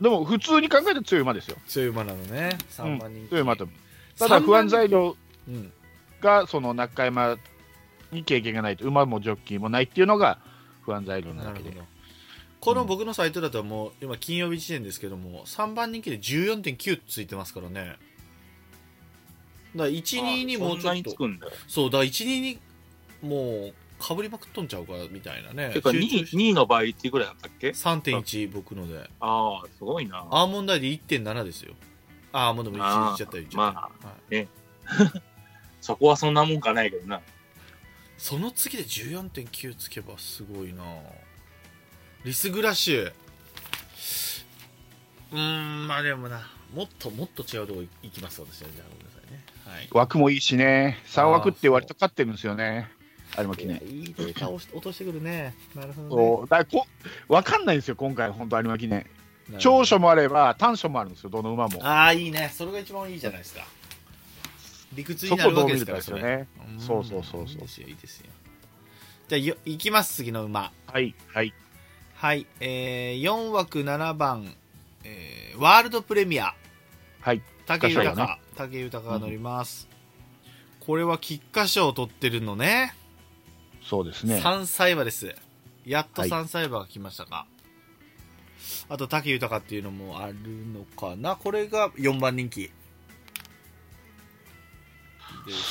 Speaker 4: でも普通に考えたら強い馬ですよ。
Speaker 2: 強い馬なのね3番人気、
Speaker 4: 強い馬と。ただ不安材料
Speaker 2: うん
Speaker 4: がその中山に経験がないと馬もジョッキーもないっていうのが不安材料な
Speaker 2: な
Speaker 4: だ
Speaker 2: る
Speaker 4: け
Speaker 2: ほど
Speaker 4: で
Speaker 2: この僕のサイトだともう今金曜日時点ですけども3番人気で14.9ついてますからねだから12にもうち
Speaker 3: そん
Speaker 2: ょ
Speaker 3: な
Speaker 2: っ
Speaker 3: に
Speaker 2: と
Speaker 3: つくんだよ。
Speaker 2: そうだ12にもうかぶりまくっとんちゃうかみたいなね
Speaker 3: てか2位、2位の倍ってぐらいだったっけ
Speaker 2: 3.1僕ので
Speaker 3: ああ、すごいな。
Speaker 2: アーモンドアイで1.7ですよあーアーモンドも1言っちゃった言っちゃった、
Speaker 3: ま
Speaker 2: はい
Speaker 3: そこはそんなもんかないけどな。
Speaker 2: その次で14.9つけばすごいなリスグラッシュうーんまあでもなもっともっと違うとこ行きます私はじゃあごめんなさいねはい
Speaker 4: 枠もいいしね3枠って割と勝ってるんですよね有馬記念
Speaker 2: いいデータを落としてくるねなるほど、ね
Speaker 4: そうだからこ分かんないんですよ今回本当有馬記念
Speaker 2: なるほど、
Speaker 4: 長所もあれば短所もあるんですよどの馬も
Speaker 2: ああいいねそれが一番いいじゃないですか理屈
Speaker 4: そ
Speaker 2: にな
Speaker 4: こを
Speaker 2: る
Speaker 4: ど
Speaker 2: わ
Speaker 4: う
Speaker 2: け
Speaker 4: 見
Speaker 2: です
Speaker 4: る
Speaker 2: か
Speaker 4: からですよね
Speaker 2: ん
Speaker 4: そうそうそうそう
Speaker 2: いいですよいいですよじゃあよ行きます次の馬
Speaker 4: はいはい
Speaker 2: はい、えー、4枠7番、えーワールドプレミア
Speaker 4: はい
Speaker 2: 武
Speaker 4: 菊花賞
Speaker 2: 豊武豊が乗ります、これは菊花賞を取ってるのね
Speaker 4: そうですね
Speaker 2: 3歳馬ですやっと
Speaker 4: はい
Speaker 2: 3歳馬が来ましたか、あと武豊っていうのもあるのかなこれが4番人気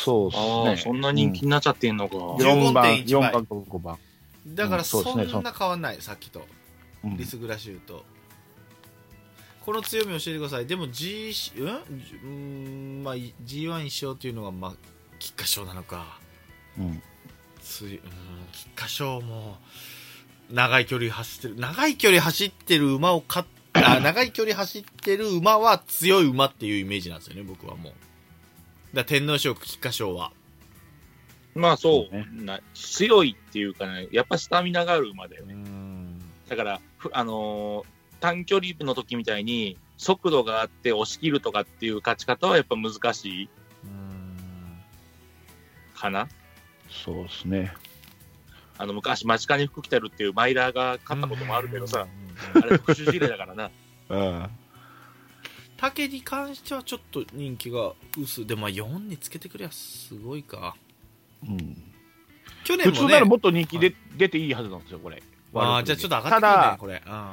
Speaker 4: そう
Speaker 3: ああ、
Speaker 4: です
Speaker 3: そ
Speaker 4: ね
Speaker 3: んな人気になっちゃってんのか。
Speaker 2: ん
Speaker 4: 4番
Speaker 2: 15.1
Speaker 4: 4
Speaker 2: 倍
Speaker 4: 番5番
Speaker 2: だから
Speaker 4: うんそ
Speaker 2: そう
Speaker 4: ですね
Speaker 2: んな変わんない、さっきと
Speaker 4: うん
Speaker 2: リスグラシューと、この強み教えてくださいでも G、うんうーんまあ、い G1 一勝というのが、まあ、菊花賞なのか
Speaker 4: うん
Speaker 2: ついうん菊花賞も長い距離走ってる長い距離走ってる馬を勝っ あ長い距離走ってる馬は強い馬っていうイメージなんですよね僕はもうだから天皇賞菊花賞は
Speaker 3: まあそう、な強いっていうかね、やっぱスタミナがある馬だよね。だから、ふあのー短距離の時みたいに、速度があって押し切るとかっていう勝ち方はやっぱ難しいかな。
Speaker 4: そうですね
Speaker 3: あの昔、街金服着てるっていうマイラーが勝ったこともあるけどさ、
Speaker 2: うん
Speaker 3: あれ特殊事例だから な。
Speaker 4: うん
Speaker 2: 竹に関してはちょっと人気が薄でまあ4につけてくりゃすごいか
Speaker 4: うん
Speaker 2: 去年
Speaker 4: 普
Speaker 2: もね
Speaker 4: 通ならもっと人気で出ていいはずなんですよこれ
Speaker 2: あーじゃあちょっと上がってくる
Speaker 4: た
Speaker 2: ね
Speaker 4: だ
Speaker 2: これ、うん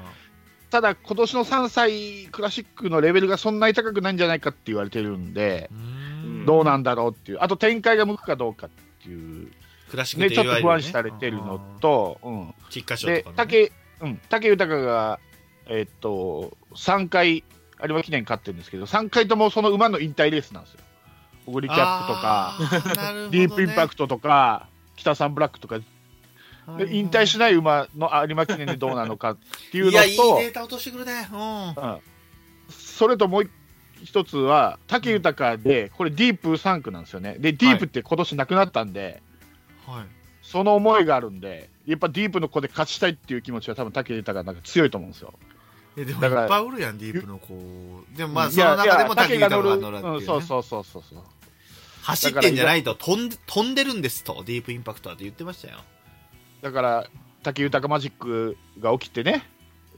Speaker 4: ただ今年の3歳クラシックのレベルがそんなに高くないんじゃないかって言われてるんで、
Speaker 2: うん
Speaker 4: どうなんだろうっていうあと展開が向くかどうかっていう、
Speaker 2: クラシック
Speaker 4: ね、
Speaker 2: で
Speaker 4: ちょっ
Speaker 2: いわ
Speaker 4: と
Speaker 2: ゆるね
Speaker 4: 不安視されてるのと、うん、
Speaker 2: うん菊花賞
Speaker 4: で
Speaker 2: とかのね
Speaker 4: 武,、うん、武豊が、えっと3回有馬記念勝ってるんですけど3回ともその馬の引退レースなんですよ。オグリキャップとか
Speaker 2: あーなるほどね
Speaker 4: ディープインパクトとか北サンブラックとか
Speaker 2: はいはい
Speaker 4: で引退しない馬の有馬記念でどうなのかっていうの
Speaker 2: い
Speaker 4: と
Speaker 2: や、いいデータ落としてくるね。うん。
Speaker 4: それともう一つは、武豊で、これ、ディープ3区なんですよね。で、ディープって今年なくなったんで、
Speaker 2: はい。
Speaker 4: その思いがあるんで、やっぱディープの子で勝ちたいっていう気持ちは、多分武豊がなんか強いと思うんですよ。
Speaker 2: えでもい
Speaker 4: だ
Speaker 2: っ
Speaker 4: から
Speaker 2: ぱいおるやん、ディープの子。でもまあ、
Speaker 4: い
Speaker 2: その
Speaker 4: や
Speaker 2: 中でも
Speaker 4: いや
Speaker 2: 竹豊が
Speaker 4: 武
Speaker 2: 乗るっていう
Speaker 4: う
Speaker 2: ね
Speaker 4: ん、そうそうそうそうそう。
Speaker 2: 走ってんじゃないと飛んで飛んでるんですとディープインパクトはって言ってましたよ
Speaker 4: だから、武豊マジックが起きてね、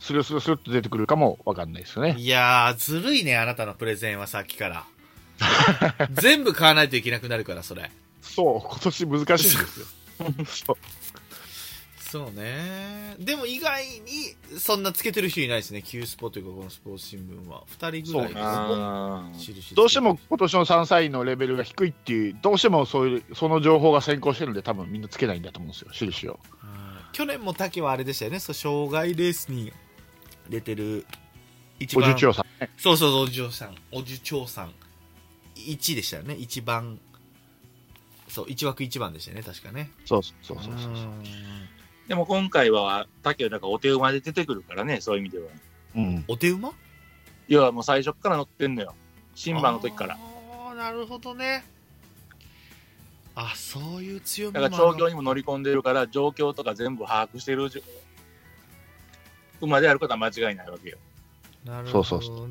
Speaker 4: スルスルスルっと出てくるかもわかんないですよね。
Speaker 2: いやーずるいねあなたのプレゼンはさっきから 全部買わないといけなくなるからそれ
Speaker 4: そう、今年難しいんですよ。そう
Speaker 2: そうねでも意外にそんなつけてる人いないですね Q スポというかこのスポーツ新聞は2人ぐらい
Speaker 4: そう
Speaker 3: あー
Speaker 2: 印
Speaker 4: どうしても今年の3歳のレベルが低いっていう、どうしてもそういうその情報が先行してるんで、多分みんなつけないんだと思うんですよ、印を。
Speaker 2: うん去年も竹はあれでしたよねそう障害レースに出てる一
Speaker 4: お
Speaker 2: 番
Speaker 4: 重長さん。
Speaker 2: そうそうそう、おじょうさん、おじょうさん、1でしたよね、一番、そう、一枠一番でしたよね、確かね。
Speaker 4: そうそうそうそうそう。
Speaker 3: でも今回は、竹なんかお手馬で出てくるからね、そういう意味では。
Speaker 4: うん、
Speaker 2: お手馬
Speaker 3: いや、もう最初っから乗ってんのよ。新馬の時から。。
Speaker 2: あーなるほどね。あ、そういう強み
Speaker 3: だから
Speaker 2: ある
Speaker 3: 調教にも乗り込んでるから、状況とか全部把握してるじ馬であることは間違いないわけよ。
Speaker 2: なるほどね。
Speaker 4: そうそ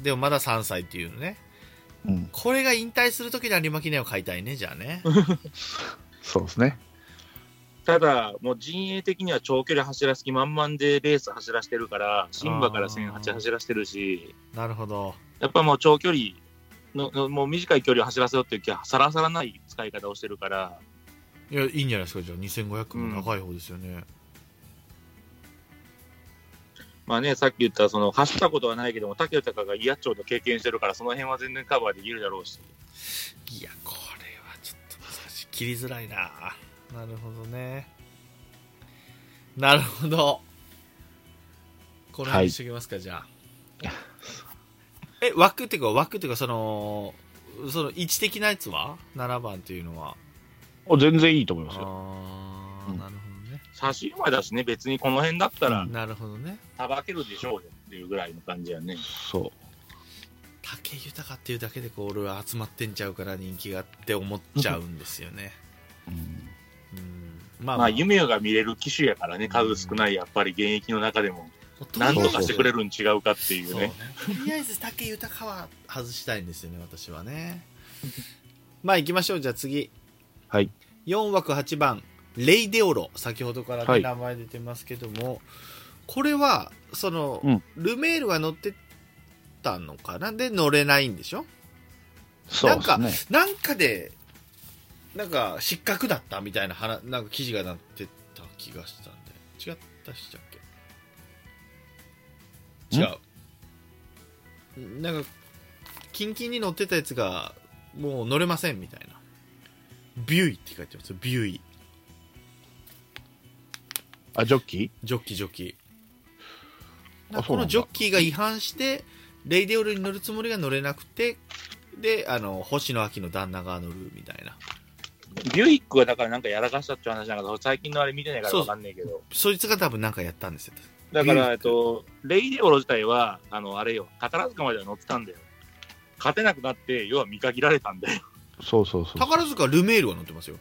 Speaker 4: う
Speaker 2: でもまだ3歳っていうのね。
Speaker 4: うん、
Speaker 2: これが引退する時に有馬記念を買いたいね、じゃあね。
Speaker 4: そうですね。
Speaker 3: ただ、もう陣営的には長距離走らす気満々でレース走らしてるから、新馬から1008走らしてるし、
Speaker 2: なるほど。
Speaker 3: やっぱもう長距離の、のもう短い距離を走らせようっていう気はさらさらない使い方をしてるから、
Speaker 2: いや、いいんじゃないですか、じゃあ2500も高い方ですよね。
Speaker 3: まあね、さっき言った、その走ったことはないけども、竹豊が嫌長と経験してるから、その辺は全然カバーできるだろうし、
Speaker 2: いや、これはちょっと難しい。切りづらいな。なるほどね。なるほど。この辺にしときますか、じゃあ。え、枠っていうか、枠っていうか、その、その位置的なやつは ?7 番っていうのは。
Speaker 4: お全然いいと思いますよ。
Speaker 2: ああ、
Speaker 4: うん
Speaker 2: なるほどね。
Speaker 3: 差し馬だしね、別にこの辺だったら、
Speaker 2: なるほどね。
Speaker 3: さばけるでしょうよっていうぐらいの感じやね。
Speaker 4: そう。
Speaker 2: 竹豊っていうだけで、こう、俺は集まってんちゃうから人気があって思っちゃうんですよね。
Speaker 4: うん
Speaker 2: うん。ま
Speaker 3: まあ、夢が見れる機種やからね、数少ない、やっぱり現役の中でも、なんとかしてくれるん違うかっていうね。
Speaker 2: そうねとりあえず武豊は外したいんですよね私はねまあ行きましょうじゃあ次
Speaker 4: はい
Speaker 2: 4枠8番レイデオロ先ほどから、ね
Speaker 4: はい
Speaker 2: 名前出てますけどもこれはその、
Speaker 4: うん
Speaker 2: ルメールが乗ってたのかなで乗れないんでしょ
Speaker 4: そうです
Speaker 2: なん
Speaker 4: ね。
Speaker 2: なんかでなんか失格だったみたいな話なんか記事がなってた気がしたんで違ったっしたっけ違うなんかキンキンに乗ってたやつがもう乗れませんみたいなビューイって書いてますよビューイ
Speaker 4: あ、ジョッキ
Speaker 2: ジョッキジョッキ
Speaker 4: あそ
Speaker 2: こ
Speaker 4: うなんだ
Speaker 2: のジョッキーが違反してレイデオルに乗るつもりが乗れなくてであの星野秋の旦那が乗るみたいな
Speaker 3: ビュイックはだからなんかやらかしたっていう話なんか最近のあれ見てないからわかんないけど。
Speaker 2: そいつが多分なんかやったんですよ
Speaker 3: だか
Speaker 2: ビュイ
Speaker 3: ら、えっと、レイデオロ自体は、あの、あれよ、宝塚までは乗ってたんだよ。勝てなくなって、要は見限られたんだよ。
Speaker 4: そうそうそう。
Speaker 2: 宝塚ルメールは乗ってますよ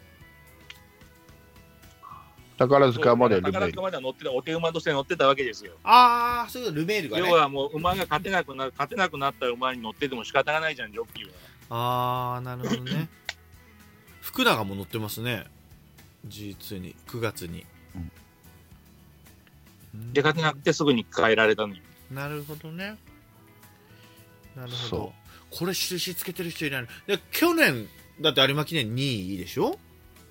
Speaker 4: 宝塚までルメ
Speaker 3: 宝
Speaker 4: ール
Speaker 3: 塚。までは乗ってた、お手馬として乗ってたわけですよ。
Speaker 2: ああそういうルメールがね
Speaker 3: 要はもう、馬が勝てなくな、勝てなくなった馬に乗ってても仕方がないじゃん、ジョッキーは。
Speaker 2: ああなるほどね福永も乗ってますね G2 に9月に、
Speaker 4: うん
Speaker 2: うん
Speaker 3: で、勝てなくてすぐに変えられたのよ。
Speaker 2: なるほどねなるほ
Speaker 4: そ
Speaker 2: どこれ印つけてる人いないので去年だって有馬記念2位でしょ、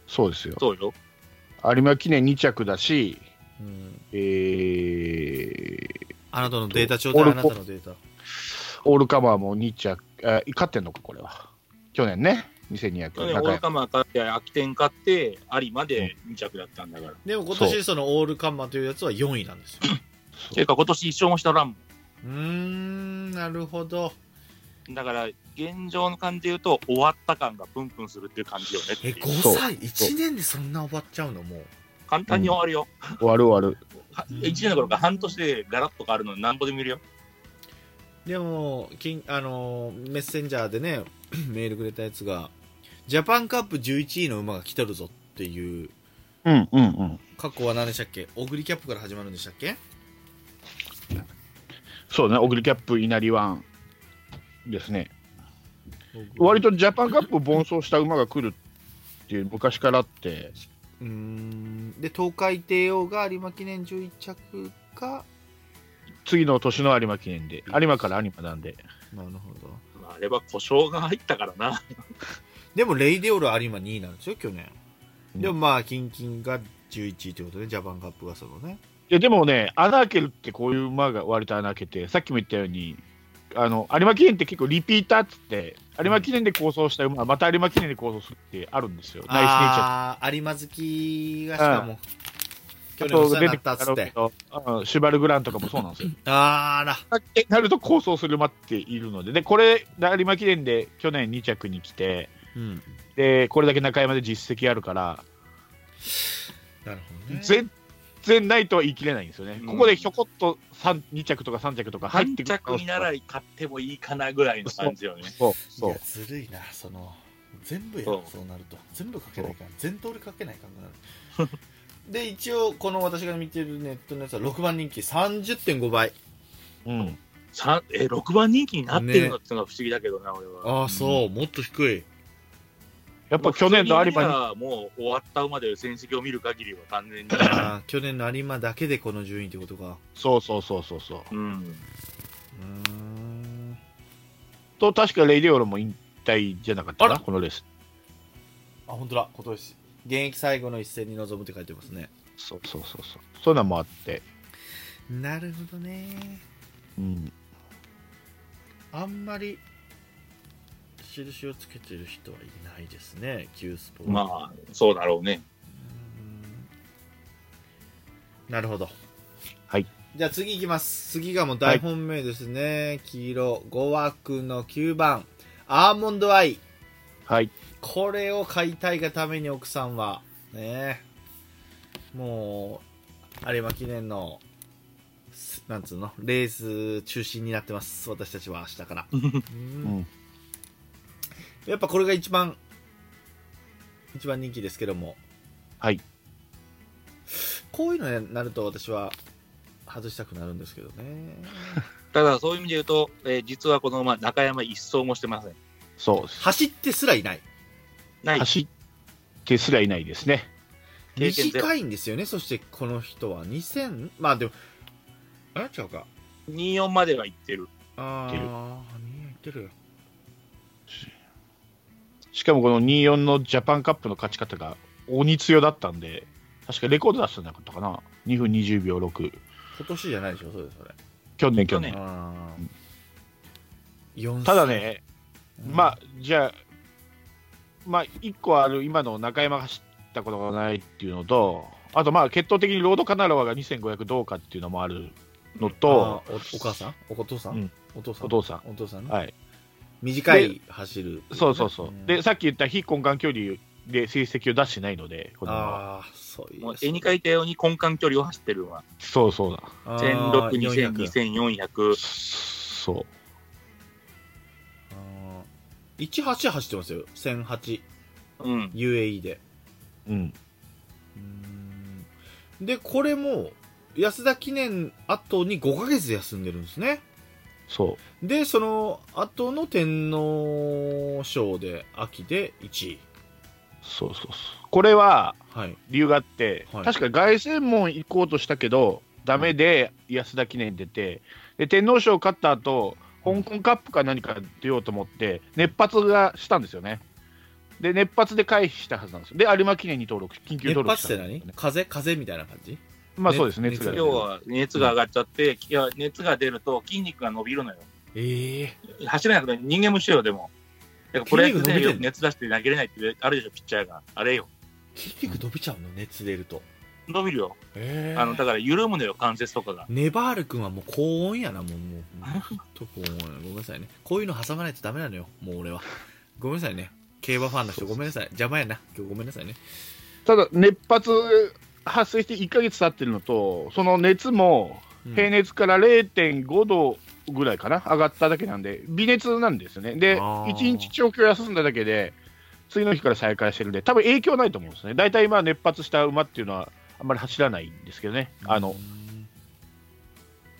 Speaker 4: そうですよ。
Speaker 3: そうよ。
Speaker 4: 有馬記念2着だし、
Speaker 2: うん、
Speaker 4: えー、
Speaker 2: あなたのデータちょうだい
Speaker 4: オ
Speaker 2: あ
Speaker 4: ル
Speaker 2: な
Speaker 4: コ
Speaker 2: たのデータ
Speaker 4: オールカマーも2着、あ勝ってんのか、これは。去年ね、
Speaker 3: 去
Speaker 4: 2200。
Speaker 3: 年、オール
Speaker 4: 中
Speaker 3: カマー勝って、空き店買って、有馬で2着だったんだから。
Speaker 2: でも今年そのオールカンマというやつは4位なんですよ
Speaker 3: ていうか、今年一勝もしたらんも
Speaker 2: うーんなるほど
Speaker 3: ん。だから、現状の感じで言うと、終わった感がプンプンするっていう感じよねって
Speaker 2: え
Speaker 3: いう。
Speaker 2: 5
Speaker 4: そう
Speaker 2: 歳1年でそんな終わっちゃうのもう
Speaker 3: 簡単に終わるよ。
Speaker 4: 終わる終わる。
Speaker 3: は1年の頃から半年でガラッと変わるのなんぼで見るよ。
Speaker 2: でも、きんあのーメッセンジャーでね、 メールくれたやつが、ジャパンカップ11位の馬が来てるぞっていう、
Speaker 4: うんうんうん。
Speaker 2: 過去は何でしたっけオグリキャップから始まるんでしたっけ
Speaker 4: そうね、オグリキャップ、稲荷ワンですね。割とジャパンカップを奔走した馬が来るっていう昔からあって、
Speaker 2: うーんで東海帝王が有馬記念11着か
Speaker 4: 次の年の有馬記念で、有馬から有馬なんで、
Speaker 2: なるほど
Speaker 3: まあ、あれは故障が入ったからな。
Speaker 2: でもレイデオールは有馬2位なんですよ去年、でもまあキンキンが11位ということでジャパンカップがそのね
Speaker 4: いやでもね、穴開けるってこういう馬が割と穴開けて、さっきも言ったように、あの有馬記念って結構リピーターっつって、有馬記念で構想した馬、また有馬記念で構想するってあるんですよ、ナイスネイチャー
Speaker 2: ああ有馬好きがしかも去年お世話になったっつって
Speaker 4: あと出てくるだろうけどうんシュバルグランとかもそうなんですよ。
Speaker 2: あら
Speaker 4: ってなると構想する馬っているので、でこれ、有馬記念で去年2着に来て、
Speaker 2: うん
Speaker 4: でこれだけ中山で実績あるから、
Speaker 2: なるほどね
Speaker 4: 全然ないとは言い切れないんですよね、
Speaker 3: うん
Speaker 4: ここでひょこっと三2着とか3着とか入っ
Speaker 3: 半
Speaker 4: てくる
Speaker 3: 着見習い買ってもいいかなぐらいの感じよね。
Speaker 4: そう
Speaker 2: い
Speaker 4: そ
Speaker 2: や
Speaker 4: う
Speaker 2: ずるいなその全部や
Speaker 3: そう
Speaker 2: そうなると全部かけないから全通りかけないからなる で一応この私が見てるネットのやつは6番人気30.5倍
Speaker 4: うん、
Speaker 3: さんえ6番人気になってるのってのが不思議だけどな、俺は。
Speaker 2: ああそう、もっと低い
Speaker 4: やっぱ去年の有
Speaker 3: 普通に見
Speaker 4: 馬に、
Speaker 3: りゃもう終わった馬で戦績を見る限りは完全に。
Speaker 2: あー去年の有馬だけでこの順位ってことか
Speaker 4: そうそうそうそうそう、
Speaker 3: うん。
Speaker 2: うーん
Speaker 4: と確かレイディオロも引退じゃなかった
Speaker 2: あ
Speaker 4: な、
Speaker 2: ら
Speaker 4: このレース。
Speaker 2: あ本当だ今年現役最後の一戦に臨むって書いてますね
Speaker 4: そうそうそうそう、そういうのもあって、
Speaker 2: なるほどね
Speaker 4: うん、
Speaker 2: あんまり印をつけてる人はいないですね Q スポーツ
Speaker 3: まあ、そうだろうね。
Speaker 2: なるほど。
Speaker 4: はい。
Speaker 2: じゃあ次いきます。次がもう大本命ですね。黄色、5枠の9番、アーモンドアイ。
Speaker 4: はい、
Speaker 2: これを買いたいがために奥さんは、ねえもう、有馬記念の、すなんつうの、レース中心になってます。私たちは明日から。う
Speaker 4: うん
Speaker 2: んやっぱこれが一番、一番人気ですけども。
Speaker 4: はい。
Speaker 2: こういうのになると私は外したくなるんですけどね。
Speaker 3: ただ、そういう意味で言うと、えー実はこの馬、中山一走もしてません。
Speaker 4: そう、
Speaker 2: 走ってすらいない。
Speaker 3: ない。
Speaker 4: 走ってすらいないですね。
Speaker 3: 経験ゼロ
Speaker 2: 短いんですよね。そしてこの人は2000、まあでも、あれ違うか。
Speaker 3: 24までは行ってる。
Speaker 2: あ
Speaker 4: いってる
Speaker 2: あ、見えてるよ。
Speaker 4: しかもこの24のジャパンカップの勝ち方が鬼強だったんで、確かレコード出してなかったかな、2分20秒6、
Speaker 2: 今年じゃないでしょ、それそれ。
Speaker 4: 去年、去
Speaker 3: 去
Speaker 4: 年
Speaker 3: 年。
Speaker 2: あ
Speaker 4: うん
Speaker 2: ー
Speaker 4: ただ、ね、
Speaker 2: うん
Speaker 4: まあ、じゃあ、まあ、1個ある今の中山が走ったことがないっていうのと、あと、まあ、決闘的にロードカナロアが2500どうかっていうのもあるのと、
Speaker 2: あーおお母さんおお父さん、
Speaker 4: うん
Speaker 2: お父さん
Speaker 4: お父さ
Speaker 2: お父さん
Speaker 4: ん、
Speaker 2: ね、
Speaker 4: はい、
Speaker 2: 短い走る、
Speaker 4: そうそうそう、
Speaker 2: ん
Speaker 4: で、さっき言った非根幹距離で成績を出してないので、この馬は
Speaker 2: ああそういう
Speaker 3: もう絵に描いたように根幹距離を走ってる馬。
Speaker 4: そうそうだ、
Speaker 2: あー
Speaker 3: 1600、2000、
Speaker 2: 400
Speaker 3: 2400。
Speaker 4: そう、
Speaker 2: あー18走ってますよ1008
Speaker 3: うん。
Speaker 2: UAE で
Speaker 4: うん、
Speaker 2: うんでこれも安田記念後に5ヶ月で休んでるんですね
Speaker 4: そう。
Speaker 2: でその後の天皇賞で秋で1位
Speaker 4: そうそうそうこれは
Speaker 2: はい
Speaker 4: 理由があって、
Speaker 2: はい
Speaker 4: 確か凱旋門行こうとしたけど、ダメで安田記念出て、で天皇賞勝った後香港カップか何か出ようと思って、熱発がしたんですよね。で、熱発で回避したはずなんですよ。で、有馬記念に登録、緊急
Speaker 2: 熱
Speaker 4: 登録
Speaker 2: 発
Speaker 4: し
Speaker 2: った
Speaker 4: ん
Speaker 2: て
Speaker 4: ですよね、
Speaker 2: 何風風みたいな感じ
Speaker 4: まあそうですね、熱が
Speaker 2: 熱
Speaker 4: 出
Speaker 2: 量
Speaker 4: る
Speaker 3: 要は熱が上がっちゃって、いや熱が出ると筋肉が伸びるのよ。
Speaker 2: ええ
Speaker 3: 走れなくて人間も一緒よ、でも。だからプロ野球
Speaker 2: 筋肉伸びてん
Speaker 3: で
Speaker 2: の
Speaker 3: 熱出して投げれないってあるでしょ、ピッチャーが。あれよ。
Speaker 2: 筋肉伸びちゃうの熱出ると
Speaker 3: 伸びるよ。
Speaker 2: え
Speaker 3: あの、だから緩むのよ、関節とかが。
Speaker 2: ネバール君はもう高温やなもうもうほんと高温やなごめんなさいねこういうの挟まないとダメなのよもう俺はごめんなさいね競馬ファンの人ごめんなさい邪魔やな今日ごめんなさいね
Speaker 4: ただ、熱発発生して1ヶ月経ってるのと、その熱も
Speaker 2: うん
Speaker 4: 平熱から0.5度ぐらいかな、上がっただけなんで、微熱なんですよね。で、
Speaker 2: あー
Speaker 4: 1日長距離休んだだけで、次の日から再開してるんで、多分影響ないと思うんですね。大体今、熱発した馬っていうのは、あんまり走らないんですけどね、あの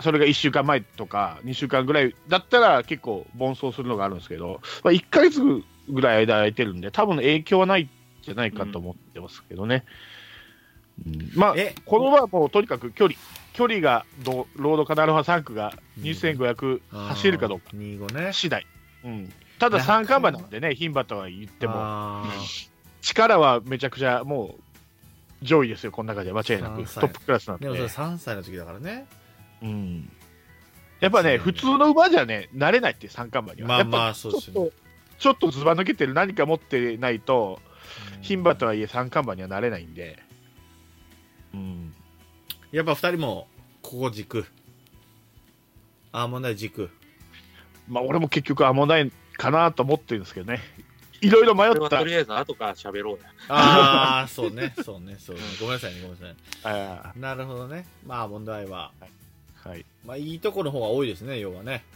Speaker 4: それが1週間前とか2週間ぐらいだったら結構奔走するのがあるんですけど、まあ、1ヶ月ぐらい間空いてるんで多分影響はないんじゃないかと思ってますけどね、うんまあ
Speaker 2: え
Speaker 4: この馬はもうとにかく距離距離がどうロードカナルファ3区が2500走れるかどうか
Speaker 2: うん25ね
Speaker 4: 次第、うん、ただ
Speaker 2: なかなか
Speaker 4: 三冠馬なんでね牝馬とは言っても
Speaker 2: あ
Speaker 4: 力はめちゃくちゃもう上位ですよこの中で間違いなく
Speaker 2: 三歳
Speaker 4: トップクラスなん
Speaker 2: ーでもそれ
Speaker 4: で。
Speaker 2: 3歳の時だからね
Speaker 4: うんやっぱね、
Speaker 2: そう
Speaker 4: 普
Speaker 2: ね
Speaker 4: 通の馬じゃね、慣れないって、三冠馬には。
Speaker 2: まあま
Speaker 4: やっ
Speaker 2: あ
Speaker 4: ぱ
Speaker 2: そう
Speaker 4: ちょっ
Speaker 2: ですよね
Speaker 4: と、ちょっとずば抜けてる何か持ってないと、牝馬とはいえ三冠馬にはなれないんで、うん、
Speaker 2: やっぱ2人もここ軸アーモンダイ 軸
Speaker 4: まあ俺も結局、アモナイかなと思ってるんですけどね、いろいろ迷
Speaker 3: それ
Speaker 4: っ
Speaker 3: は
Speaker 4: た
Speaker 3: と、りあえず後から喋ろうや。
Speaker 2: ああそうねそうねそうねごめんなさいねごめんなさい
Speaker 4: あ
Speaker 2: なるほどねまあアーモンダイは
Speaker 4: ーはい、
Speaker 2: まあいいとこの方が多いですね要はね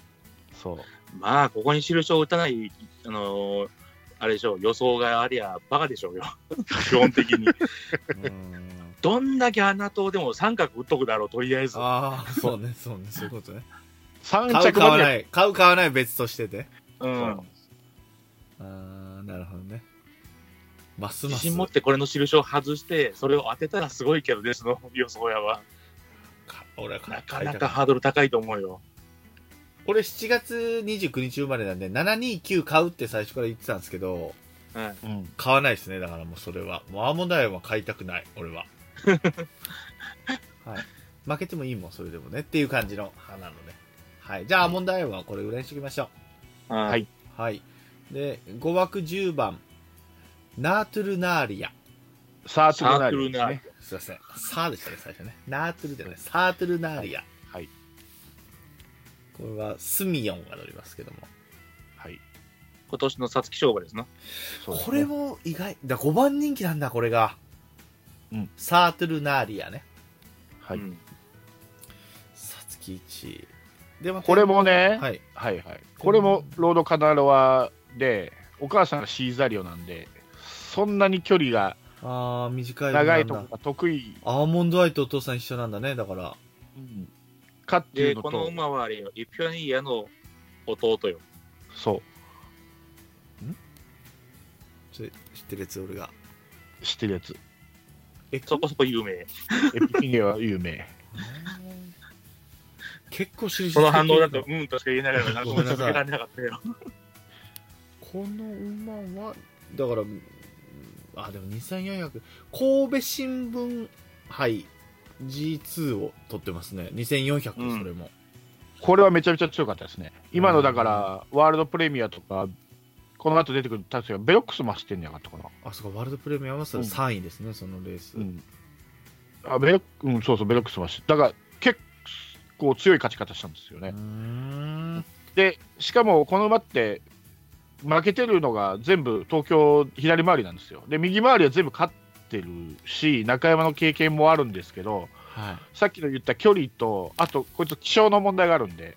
Speaker 4: そう、
Speaker 3: まあ、ここに印を打たない、あのーあれでしょう、予想がありゃバカでし ょうよ。基本的に。
Speaker 2: うん
Speaker 3: どんだけ穴党でも三角打っとくだろう、とりあえず。
Speaker 2: ああそうねそうねそういう ことね
Speaker 4: 三
Speaker 2: 買う
Speaker 4: 着
Speaker 2: 買わ
Speaker 4: まで
Speaker 2: な
Speaker 4: や、
Speaker 2: い買う買わない別としてて
Speaker 3: う
Speaker 4: そ
Speaker 3: ん
Speaker 4: う。
Speaker 2: ああなるほどねますま
Speaker 3: 自
Speaker 2: す
Speaker 3: 信持ってこれの印を外して、それを当てたらすごいけどね、その予想やは。
Speaker 2: か俺は買
Speaker 3: ないか
Speaker 2: 買い
Speaker 3: な
Speaker 2: た
Speaker 3: か
Speaker 2: か
Speaker 3: ハードル高いと思うよ。
Speaker 2: 俺7月29日生まれなんで729買うって最初から言ってたんですけど
Speaker 3: うん。
Speaker 4: うん、。
Speaker 2: 買わないですねだからもうそれはもうアーモンドアイは買いたくない俺 ははい負けてもいいもんそれでもねっていう感じの派なので、はい、じゃあアーモンドアイはこれぐらいにしておきましょ
Speaker 3: はい
Speaker 2: うはいで5枠10番ナートゥルナーリア
Speaker 4: サート
Speaker 3: サ
Speaker 4: ゥ
Speaker 3: ーク
Speaker 4: ル
Speaker 3: ル
Speaker 4: ナー
Speaker 3: な
Speaker 4: リですね、
Speaker 2: すいませんサーでしたね最初ねナートゥルじゃないサートゥルナーリア
Speaker 4: はい
Speaker 2: これはスミヨンが乗りますけども
Speaker 4: はい、
Speaker 3: 今年の皐月賞馬ですな。、
Speaker 4: そうです
Speaker 2: こ
Speaker 4: ね
Speaker 2: れも意外だ5番人気なんだこれが、
Speaker 4: うん
Speaker 2: サートゥルナーリアね
Speaker 4: はいう
Speaker 3: ん
Speaker 2: さつき1でも
Speaker 4: これもね、
Speaker 2: はい
Speaker 4: はいはい、これもロードカナロワで、お母さんがシーザリオなんで、そんなに距離が
Speaker 2: ああ短いのなんだ
Speaker 4: 長いとこが得意
Speaker 2: アーモンドアイとお父さん一緒なんだねだから
Speaker 4: かってい
Speaker 3: で、
Speaker 4: うの
Speaker 3: この
Speaker 4: と、
Speaker 3: 馬はあれよ、エピファニーヤの弟よ。
Speaker 4: そ
Speaker 2: それ知ってるやつ俺 が
Speaker 4: う、知ってるやつ、
Speaker 2: え
Speaker 3: そこそこ 有名。
Speaker 4: エピピネは有名。
Speaker 2: 結構知り
Speaker 3: その反応だと、うんとしか言えないから、なんか続けられなかったよ。
Speaker 2: この馬はだからうんあでも2400神戸新聞杯 G2 を取ってますね2400、
Speaker 3: うん
Speaker 2: それも
Speaker 4: これはめちゃめちゃ強かったですね。今のだから、ワールドプレミアとか、この後出てくる、確かベロックスも走ってんじゃなかったかな。
Speaker 2: あそうかワールドプレミアムはそれ
Speaker 4: うん
Speaker 2: 3位ですね、そのレース、
Speaker 4: うん、あベロックうん、そうそう、ベロックスも走って、だから結構強い勝ち方したんですよね。
Speaker 2: うーん
Speaker 4: で、しかもこの馬って、負けてるのが全部東京左回りなんですよ。で、右回りは全部勝ってるし、中山の経験もあるんですけど、
Speaker 2: はい
Speaker 4: さっきの言った距離と、あと、こいつ、気象の問題があるんで、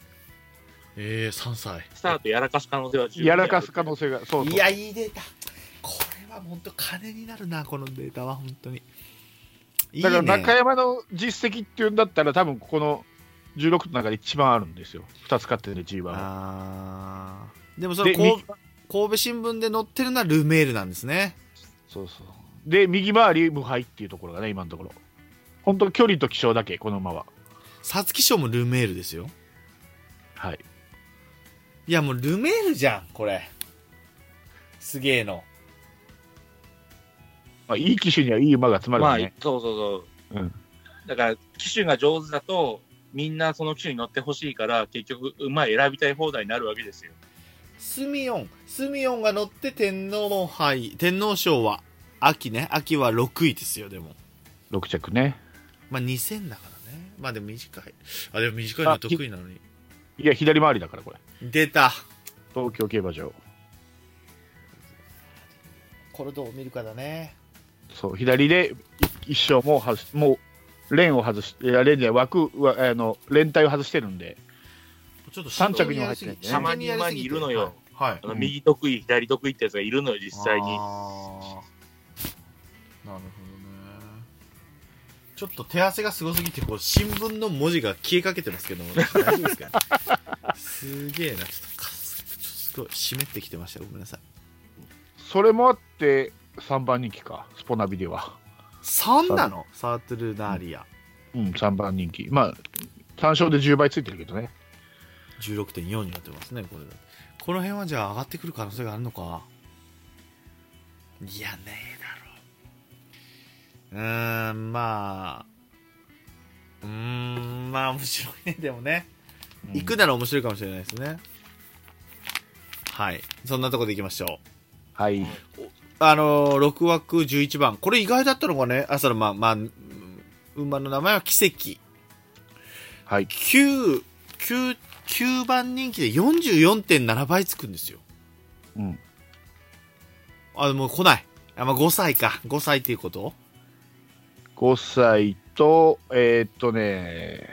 Speaker 2: えー、3歳
Speaker 3: スタートやらかす可能性は十分
Speaker 4: やらかす可能性が、そうそう
Speaker 2: いやいいデータこれは本当金になるなこのデータは本当にいいね
Speaker 4: だから中山の実績っていうんだったら、多分ここの16の中で一番あるんですよ、2つ勝ってる G1 は。
Speaker 2: あーでもそ
Speaker 4: で
Speaker 2: のこ
Speaker 4: 右
Speaker 2: う神戸新聞で載ってるのはルメールなんですね
Speaker 4: そうそうで右回り無敗っていうところがね、今のところ。本当、距離と気象だけ、この馬は。
Speaker 2: 皐月賞もルメールですよ
Speaker 4: はい、
Speaker 2: いやもうルメールじゃんこれすげえの
Speaker 4: まあ、いい機種にはいい馬が集まるん
Speaker 3: まあ、
Speaker 4: でね。
Speaker 3: そうそうそう。
Speaker 4: うん
Speaker 3: だから、機種が上手だと、みんなその機種に乗ってほしいから、結局、馬選びたい放題になるわけですよ。
Speaker 2: スミヨンスミヨンが乗って天皇杯天皇賞は秋ね秋は6位ですよでも
Speaker 4: 6着ね。
Speaker 2: まあ2000だからねまあでも短いあでも短いのは得意なのに
Speaker 4: いや、左回りだから、これ。
Speaker 2: 出た
Speaker 4: 東京競馬場。
Speaker 2: これどう見るかだね
Speaker 4: そう、左でい一生もう外し、もう、レーンを外し、いやレーンじゃない枠、わあの、連帯を外してるんで、
Speaker 2: ちょっと
Speaker 4: 三着には入ってない
Speaker 3: たまに馬にいるのよ。
Speaker 2: はい。
Speaker 3: あの
Speaker 4: うん
Speaker 3: 右得意、左得意ってやつがいるのよ、実際に。
Speaker 2: あーなるほどねちょっと手汗がすごすぎてこう新聞の文字が消えかけてますけども 大丈夫ですか、ね、すげえなちょっとかすちょっとすごい湿ってきてましたごめんなさい
Speaker 4: それもあって、3番人気か、スポナビでは。
Speaker 2: 3なのサートルナーリア
Speaker 4: うん、3番人気。まあ、3勝で10倍ついてるけどね。
Speaker 2: 16.4になってますねこれだこの辺はじゃあ上がってくる可能性があるのかいやねえだろううーんまあうーんまあ面白いねでもね
Speaker 4: うん
Speaker 2: 行くなら面白いかもしれないですね、はいそんなとこでいきましょう
Speaker 4: はい。
Speaker 2: あのー、6枠11番これ意外だったのがねあそのまあまあうん馬の名前は奇跡
Speaker 4: はい。
Speaker 2: 9 9 9番人気で44.7倍つくんですよ
Speaker 4: うん。
Speaker 2: あ、もう来ない。あ、まあ、5歳か。5歳っていうこと
Speaker 4: 5歳と、えーっとね、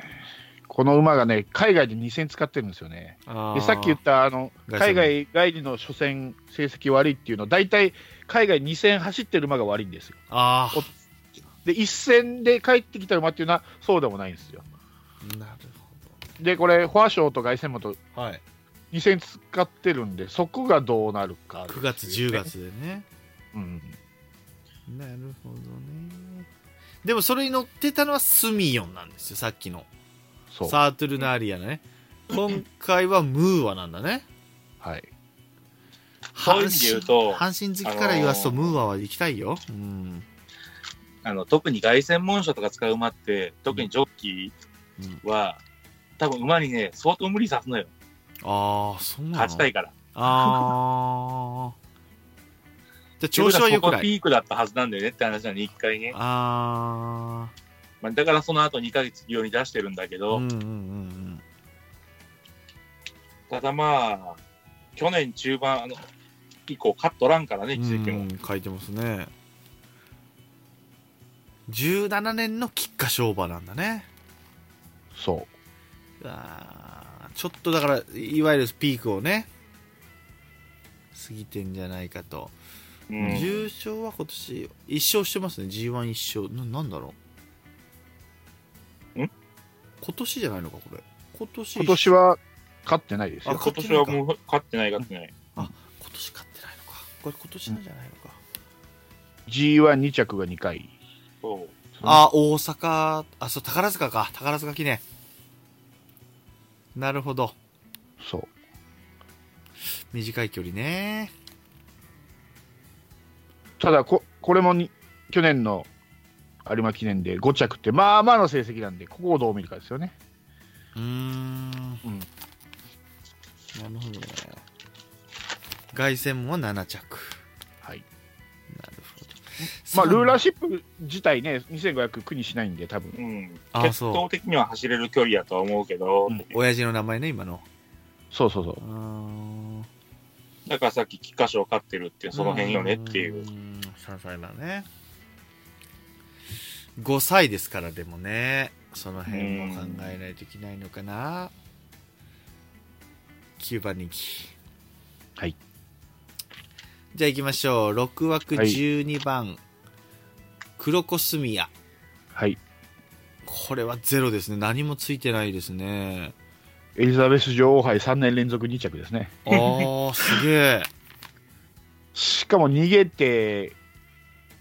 Speaker 4: この馬がね、海外で2戦使ってるんですよね。でさっき言ったあの
Speaker 2: 外戦
Speaker 4: 海外帰りの初戦成績悪いっていうのは大体海外2戦走ってる馬が悪いんですよ
Speaker 2: あ
Speaker 4: おで1戦で帰ってきた馬っていうのはそうでもないんですよ
Speaker 2: あ。なる
Speaker 4: でこれフォア賞と凱旋門と
Speaker 2: ほど。はい。
Speaker 4: 2戦使ってるんでそこがどうなるかです
Speaker 2: 9
Speaker 4: よね、
Speaker 2: 月、10月でね。
Speaker 4: うん
Speaker 2: なるほどね。でもそれに乗ってたのはスミヨンなんですよ、さっきの。
Speaker 4: そう
Speaker 2: サートゥルナーリアのね。今回はムーアなんだね。
Speaker 4: はい
Speaker 3: そういう意味で言うと
Speaker 2: 阪神好きから言わすと、
Speaker 3: あのー
Speaker 2: ムーアは行きたいよ。うん。
Speaker 3: あの特に凱旋門賞とか使う馬って、特にジョッキーは、多分馬にね、相当無理さすのよ。
Speaker 2: ああ、そうなの
Speaker 3: 勝ちたいから。
Speaker 2: ああ。じゃあ調子は良
Speaker 3: だ
Speaker 2: く
Speaker 3: から
Speaker 2: な
Speaker 3: ここ
Speaker 2: い。
Speaker 3: ピークだったはずなんだよねって話なの、一回ね。
Speaker 2: ああ。
Speaker 3: まあ、だからその後2ヶ月用に出してるんだけど、
Speaker 2: うんうんうんうん
Speaker 3: ただまあ、去年中盤あの以降、カットランからね、奇跡
Speaker 2: う
Speaker 3: も。
Speaker 2: ん書いてますね17年の菊花賞馬なんだね
Speaker 4: そう
Speaker 2: あーちょっとだからいわゆるピークをね過ぎてんじゃないかと、
Speaker 3: うん
Speaker 2: 重賞は今年1勝してますね g 1一勝ななんだろうん今年じゃないのかこれ今年
Speaker 4: 今年は勝ってないです
Speaker 2: あ
Speaker 4: よ
Speaker 3: 今年はもう勝ってない、勝ってない。
Speaker 2: 今年勝ってないのかこれ今年なんじゃないのか、
Speaker 4: g 1 2着が2回
Speaker 3: そう
Speaker 2: あ、大阪、あ、そう、宝塚か。宝塚記念。なるほど。
Speaker 4: そう
Speaker 2: 短い距離ね。
Speaker 4: ただこ、これもに去年の有馬記念で5着って、まあまあの成績なんで、ここをどう見るかですよね。
Speaker 2: うーん。な
Speaker 4: うん
Speaker 2: るほどね。凱旋門は7着。
Speaker 4: はい
Speaker 2: なるほど。
Speaker 4: まあ、ルーラー
Speaker 2: ー
Speaker 4: シップ自体ね、2500苦にしないんで、多分
Speaker 3: うん、
Speaker 2: あ
Speaker 3: 決
Speaker 2: そう
Speaker 3: 闘的には走れる距離やとは思うけど、
Speaker 4: うん
Speaker 2: 親父の名前ね、今の。
Speaker 4: そうそうそう
Speaker 2: う、ーん。
Speaker 3: だからさっき、菊花賞勝ってるって、その辺よねっていうう。
Speaker 2: ーん。3歳だね。5歳ですから、でもね。その辺も考えないといけないのかな。9番人気。
Speaker 4: はい。
Speaker 2: じゃあ行きましょう。6枠12番、クロコスミア。
Speaker 4: はい、
Speaker 2: これはゼロですね。何もついてないですね。
Speaker 4: エリザベス女王杯3年連続2着ですね。
Speaker 2: あー、すげえ。
Speaker 4: しかも逃げて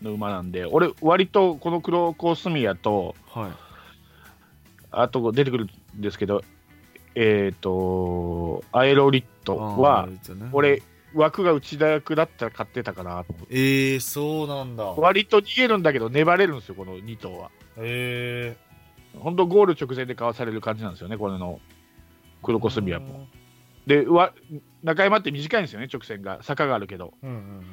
Speaker 4: の馬なんで、俺、割とこの黒コースミヤと、
Speaker 2: はい。
Speaker 4: あと出てくるんですけど、えっ、と、アエロリット
Speaker 2: あ
Speaker 4: は
Speaker 2: ー、、
Speaker 4: 俺、枠が内田役だったら買ってたかなと思って。
Speaker 2: えー、そうなんだ。
Speaker 4: 割と逃げるんだけど粘れるんですよ、この2頭は。
Speaker 2: えー。
Speaker 4: 本当ゴール直前でかわされる感じなんですよね、これの黒コスミアも。で、わ中山って短いんですよね、直線が。坂があるけど、
Speaker 2: うんうんうん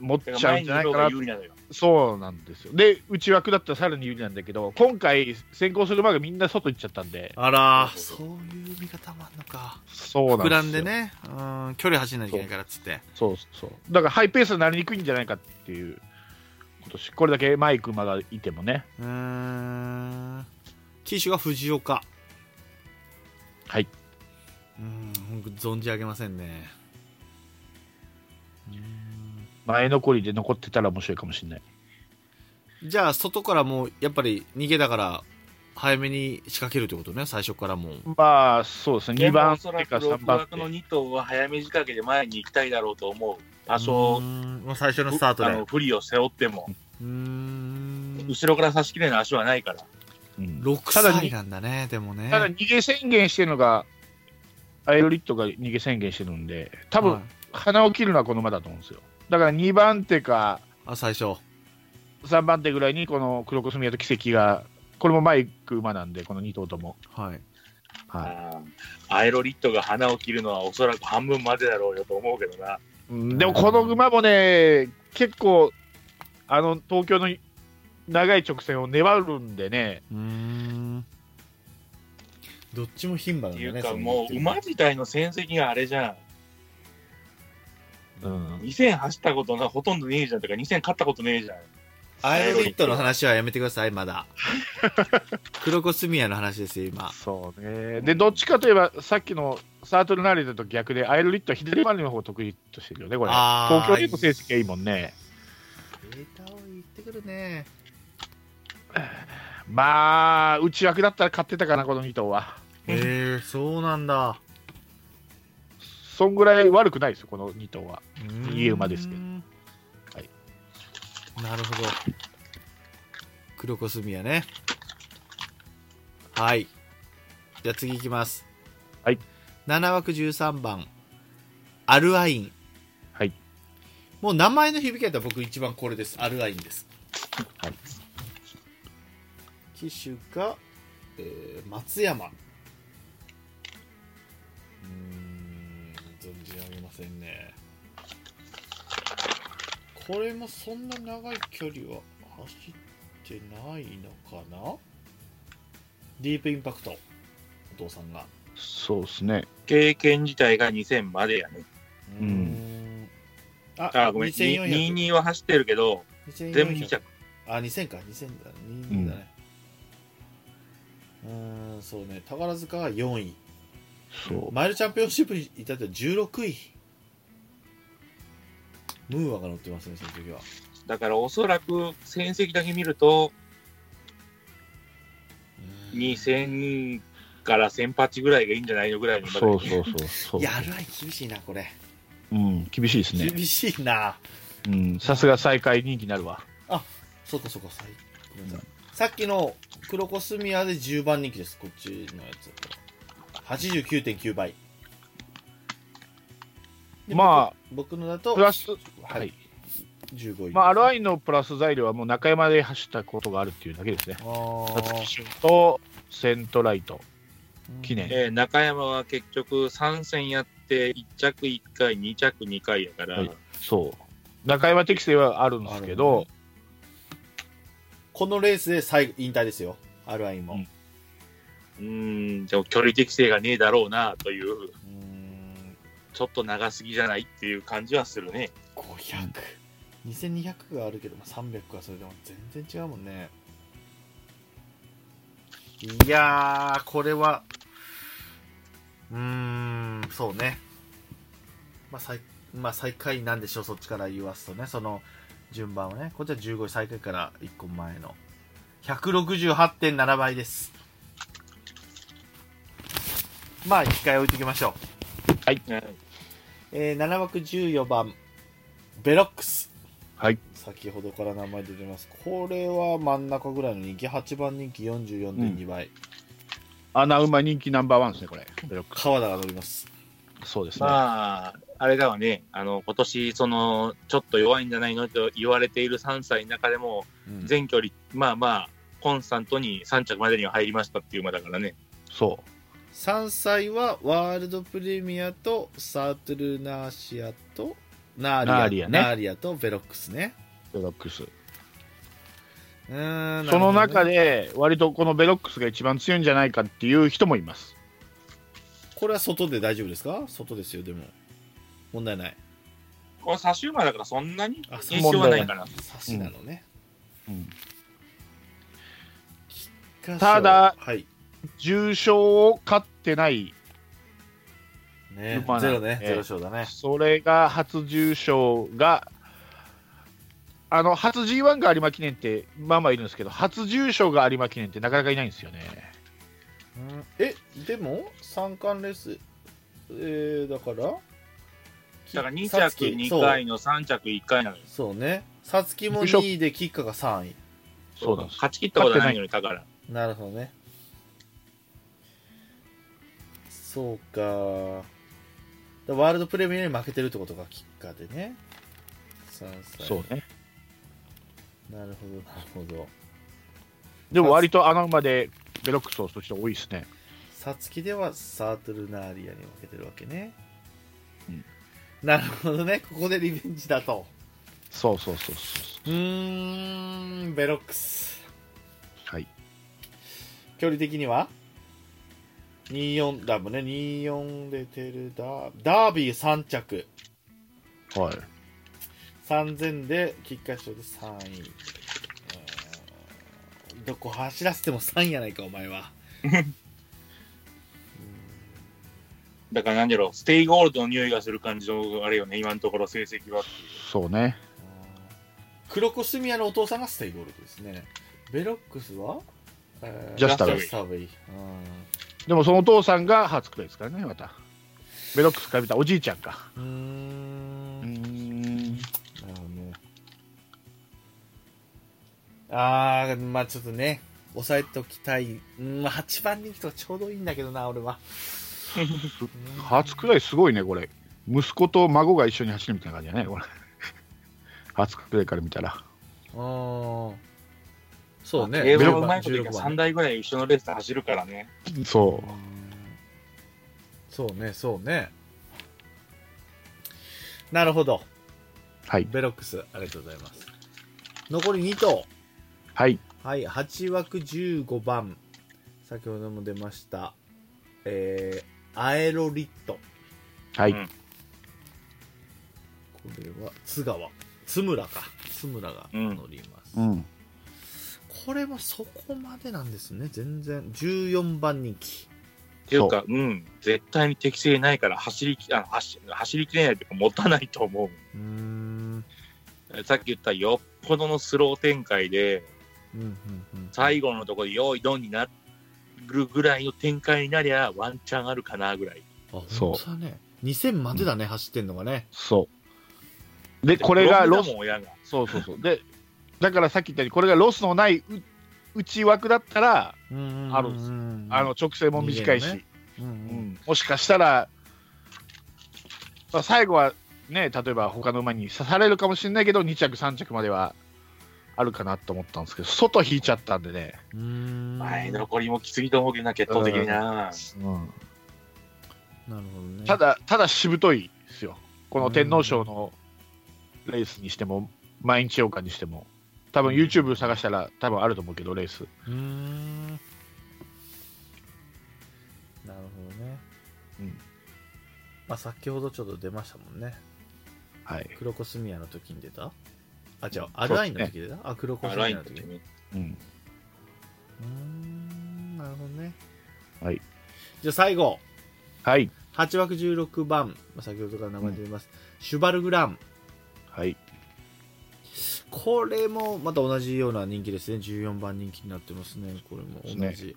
Speaker 4: 持っ
Speaker 3: だから
Speaker 4: ちゃう
Speaker 3: 前
Speaker 4: ん
Speaker 3: に
Speaker 4: じゃない
Speaker 3: 行
Speaker 4: か
Speaker 3: く
Speaker 4: な
Speaker 3: が有利なのよ。
Speaker 4: そうなんですよ。で、内枠だったらさらに有利なんだけど、今回、先行する馬がみんな外行っちゃったんで、
Speaker 2: あらーそういう見方もあんのか
Speaker 4: そうなん
Speaker 2: 膨
Speaker 4: ですよ。
Speaker 2: らんで。ねうん距離走んなきゃいけないからっつって
Speaker 4: そうそう。だからハイペースになりにくいんじゃないかっていうことしこれだけマイク馬がいてもね
Speaker 2: うーん騎手が藤岡
Speaker 4: はい、
Speaker 2: うーん僕存じ上げませんね
Speaker 4: 前残りで残ってたら面白いかもしれない
Speaker 2: じゃあ外からもうやっぱり逃げだから早めに仕掛けるってことね最初からもう
Speaker 4: まあそうですね2番
Speaker 3: お
Speaker 4: 手
Speaker 3: そらく
Speaker 4: か3
Speaker 3: 6
Speaker 4: 番
Speaker 3: 枠
Speaker 4: 手
Speaker 3: の2頭は早め仕掛けで前に行きたいだろうと思う。多少、
Speaker 2: うーんもう最初のスタートで
Speaker 3: あの不利を背負っても、
Speaker 2: うーん
Speaker 3: 後ろから差し切れない足はないから。
Speaker 4: うん
Speaker 2: 6
Speaker 4: ただ
Speaker 2: 歳なんだねでもね
Speaker 4: ただ逃げ宣言してるのがアイロリットが逃げ宣言してるんで多
Speaker 2: は
Speaker 4: 分
Speaker 2: い
Speaker 4: 鼻を切るのはこの馬だと思うんですよだから2番手か
Speaker 2: あ最初
Speaker 4: 3番手ぐらいにこの黒コスミヤと奇跡がこれもマイク馬なんでこの2頭とも、
Speaker 2: はい
Speaker 4: は
Speaker 3: アイロリットが花を切るのはおそらく半分までだろうよと思うけどな。
Speaker 4: いうんでもこの馬もね結構あの東京の長い直線を粘るんでね
Speaker 2: うーんどっちも牝馬な
Speaker 3: っ
Speaker 2: ん
Speaker 3: て
Speaker 2: だ
Speaker 3: い
Speaker 2: ね
Speaker 3: うかもう馬
Speaker 2: い
Speaker 3: 自体の戦績があれじゃ
Speaker 4: うん
Speaker 3: ん。2000走ったことなほとんどねえじゃんとか2000勝ったことねえじゃん。
Speaker 2: アイロリットの話はやめてくださいま だ黒コスミヤの話ですよ今
Speaker 4: そうね。で、どっちかといえば、さっきのサートルナーレと逆で、アイルリットは左回りの方を得意としてるよね、これ。
Speaker 2: あー
Speaker 4: 東京での成績がいいもんね。
Speaker 2: データを言ってくるね
Speaker 4: まあ、内枠だったら勝ってたかな、この2頭は。
Speaker 2: えー、そうなんだ
Speaker 4: そんぐらい悪くないですよ、この2頭は。いい馬ですけど
Speaker 2: うーん
Speaker 4: はい
Speaker 2: なるほど黒コスミヤねはいじゃあ次いきます
Speaker 4: はい
Speaker 2: 7枠13番アルアイン
Speaker 4: はい
Speaker 2: もう名前の響きだったら僕一番これですアルアインです
Speaker 4: はい
Speaker 2: 騎手が、えー松山うーん存じ上げませんねこれもそんな長い距離は走ってないのかなディープインパクトお父さんが
Speaker 4: そうですね。
Speaker 3: 経験自体が2000までやね。
Speaker 4: うん
Speaker 2: んあ
Speaker 3: あ、ごめん。
Speaker 2: 2400
Speaker 3: 22は走ってるけど、
Speaker 2: 2400
Speaker 3: 全部2着。
Speaker 2: あ2000か2000だ22だねうーんそうね宝塚は4位
Speaker 4: そう。
Speaker 2: マイルチャンピオンシップに至っては16位ムーアが乗ってますねその時は
Speaker 3: だからおそらく戦績だけ見ると、
Speaker 2: うーん
Speaker 3: 2000から1008ぐらいがいいんじゃないのぐらいの馬だ
Speaker 4: そ
Speaker 3: よ
Speaker 4: う
Speaker 3: ね
Speaker 4: そうそうそう。
Speaker 2: いやあるあい厳しいなこれ
Speaker 4: うん、厳しいですね。
Speaker 2: 厳しいな
Speaker 4: うん、さすが最下位人気になるわ。
Speaker 2: そうかそうかさいごめんなさいさっきの黒コスミアで10番人気ですこっちのやつ89.9倍で
Speaker 4: まあ
Speaker 2: 僕僕のだと
Speaker 4: プラス、
Speaker 2: はい
Speaker 4: はい。
Speaker 2: 15位
Speaker 4: まあ、アルアインのプラス材料はもう中山で走ったことがあるっていうだけですね。
Speaker 2: あー
Speaker 4: 辰巳とセントライト、記念。
Speaker 3: えー中山は結局3戦やって1着1回2着2回やから、
Speaker 4: はいそう。中山適性はあるんですけど、
Speaker 2: このレースで最後引退ですよ RI も
Speaker 4: う
Speaker 2: うん
Speaker 3: うーんでも距離適性がねえだろうなという
Speaker 2: ーん
Speaker 3: ちょっと長すぎじゃないっていう感じはするね
Speaker 2: 500200があるけど、まあ、300はそれでも全然違うもんねいやーこれはうーんそうねまあ最まあ最下位なんでしょうそっちから言わすとねその順番をねこっちは15位最下位から1個前の168.7倍ですまあ機会置いておきましょうえー7枠14番ベロックス
Speaker 4: はい
Speaker 2: 先ほどから名前出てますこれは真ん中ぐらいの人気8番人気44.2倍、
Speaker 4: 穴馬人気ナンバーワンですね、これ。ベロック
Speaker 2: 川田が乗ります
Speaker 4: そうですね。
Speaker 3: まああれだわねあの今年そのちょっと弱いんじゃないのと言われている3歳の中でも
Speaker 2: うん
Speaker 3: 全距離、まあまあコンスタントに3着までには入りましたっていう馬だからね
Speaker 4: そ
Speaker 2: 3歳はワールドプレミアとサートルナーシアとナーリア
Speaker 4: ナーリアね
Speaker 2: ナーリアとベロックスね
Speaker 4: う、ベロックス。
Speaker 2: うーん
Speaker 4: その中
Speaker 2: で
Speaker 4: で、割とこのベロックスが一番強いんじゃないかっていう人もいます。
Speaker 2: これは外で大丈夫ですか外ですよでも問題ない
Speaker 3: この差し馬だからそんなに
Speaker 2: あ
Speaker 3: 印象はないかな
Speaker 2: 差しなのね、
Speaker 4: ただ
Speaker 2: はい。
Speaker 4: 重賞を勝ってない、
Speaker 2: ね
Speaker 4: ルパン
Speaker 2: ゼロね。
Speaker 4: ええ
Speaker 2: ゼロ勝だね。
Speaker 4: それが初重賞が、あの初 G1 が有馬記念って、まあまあいるんですけど、初重賞が有馬記念ってなかなかいないんですよね。
Speaker 2: うんえ、でも、三冠レース、えー、だから
Speaker 3: だから2
Speaker 2: さつ
Speaker 3: 着
Speaker 2: き
Speaker 3: 2回の3着1回なんです。
Speaker 2: そうそうね。さつきも2位で、キッカが3位。
Speaker 4: そうなんです。
Speaker 3: 勝ち切ったことないのに、だから。
Speaker 2: なるほどね。そうか。だワールドプレミアに負けてるってことがキッカでね。3歳。
Speaker 4: そうね。
Speaker 2: なるほど、なるほど。
Speaker 4: でも割と穴馬でベロックスをする人多いですね。
Speaker 2: さつきではサートルナーリアに負けてるわけね。
Speaker 4: うん
Speaker 2: なるほどね。ここでリベンジだと。
Speaker 4: そうそうそうそう
Speaker 2: ーん、ベロックス。
Speaker 4: う。はい。
Speaker 2: 距離的には24ダブね24で出てるダーダービー3着
Speaker 4: はい。
Speaker 2: 3000で菊花賞で3位うーんどこ走らせても3位やないかお前は
Speaker 3: だから何やろ、ステイゴールドの匂いがする感じの、あれよね、今のところ成績は。
Speaker 4: そうね。
Speaker 2: 黒子スミヤのお父さんがステイゴールドですねベロックスは、えー
Speaker 4: ジャスタ
Speaker 3: ウェイ
Speaker 2: ジャスタウェイうん
Speaker 4: でもそのお父さんが初くらいですからね、また。ベロックスから見たおじいちゃんか。
Speaker 2: うーんなる
Speaker 4: ん。
Speaker 2: ほどねあーまあちょっとね抑えておきたい、うん、まあ8番人気とかちょうどいいんだけどな俺は
Speaker 4: 初くらいすごいね、これ。息子と孫が一緒に走るみたいな感じだね、これ。 初くらいから見たら。
Speaker 2: うんそうね
Speaker 3: 英
Speaker 2: ベ
Speaker 3: 語
Speaker 2: ロ
Speaker 3: うまいこと言
Speaker 2: 16
Speaker 3: う
Speaker 2: 番
Speaker 3: から3台ぐらい一緒のレースで走るからね。
Speaker 4: そ
Speaker 2: そうねそうねなるほど
Speaker 4: う。はい。
Speaker 2: ベロックスありがとうございます残り2頭
Speaker 4: はい。
Speaker 2: はい、8枠15番。先ほども出ました。えー、アエロリット。
Speaker 4: はい。
Speaker 3: うん
Speaker 2: これは津川。津村か。津村が
Speaker 3: うん
Speaker 2: 乗ります。
Speaker 4: うん。
Speaker 2: これもそこまでなんですね。全然。14番人気。
Speaker 3: っていうか、うん、絶対に適性ないから走りきあの走走りきれないというか、持たないと思
Speaker 2: うーん。
Speaker 3: う。さっき言ったよっぽどのスロー展開で、
Speaker 2: うん、うん、うん。
Speaker 3: 最後のところで用意ドンになるぐらいの展開になりゃ、ワンチャンあるかなぐらい。
Speaker 2: あ、
Speaker 4: そう
Speaker 2: 本当だね。2000までだね、走ってんのがね。
Speaker 4: そう。で、これが
Speaker 3: ロ
Speaker 4: ロ
Speaker 3: ス
Speaker 4: ス
Speaker 3: だもん、親が。
Speaker 4: そうそうそう。で、だからさっき言ったように、これがロスのないう内枠だったら、
Speaker 2: うん
Speaker 4: あるんです
Speaker 2: ん
Speaker 4: あの、直線も短いし、
Speaker 2: 逃げるうんうん、
Speaker 4: もしかしたら、まあ、最後はね、例えば他の馬に刺されるかもしれないけど、2着、3着まではあるかなと思ったんですけど、外引いちゃったんでね、
Speaker 2: うーん。
Speaker 3: 前残りもきついと思うけどな、決闘的に
Speaker 2: な
Speaker 3: な。
Speaker 2: るほどね。
Speaker 4: ただ、ただしぶといですよ、この天皇賞のレースにしても、毎日王冠にしても、多分 YouTube 探したら、多分あると思うけど、レース。
Speaker 2: うーんなるほどね、
Speaker 4: うん
Speaker 2: まあ、先ほどちょっと出ましたもんね
Speaker 4: はい
Speaker 2: クロコスミヤの時に出たあ違う
Speaker 4: そ
Speaker 2: ア
Speaker 4: うですね
Speaker 2: ルアインの時に出た、あクロコスミ
Speaker 3: ラ
Speaker 2: ヤ
Speaker 3: イン
Speaker 2: の
Speaker 3: の
Speaker 2: 時
Speaker 3: 時
Speaker 2: に
Speaker 3: に。
Speaker 4: うん、
Speaker 2: うーんなるほどね
Speaker 4: はい
Speaker 2: じゃあ最後
Speaker 4: はい、
Speaker 2: 8枠16番、まあ、先ほどから名前出てます、シュバルグラン
Speaker 4: はい、
Speaker 2: これもまた同じような人気ですね14番人気になってますねこれも同
Speaker 4: です
Speaker 2: じ、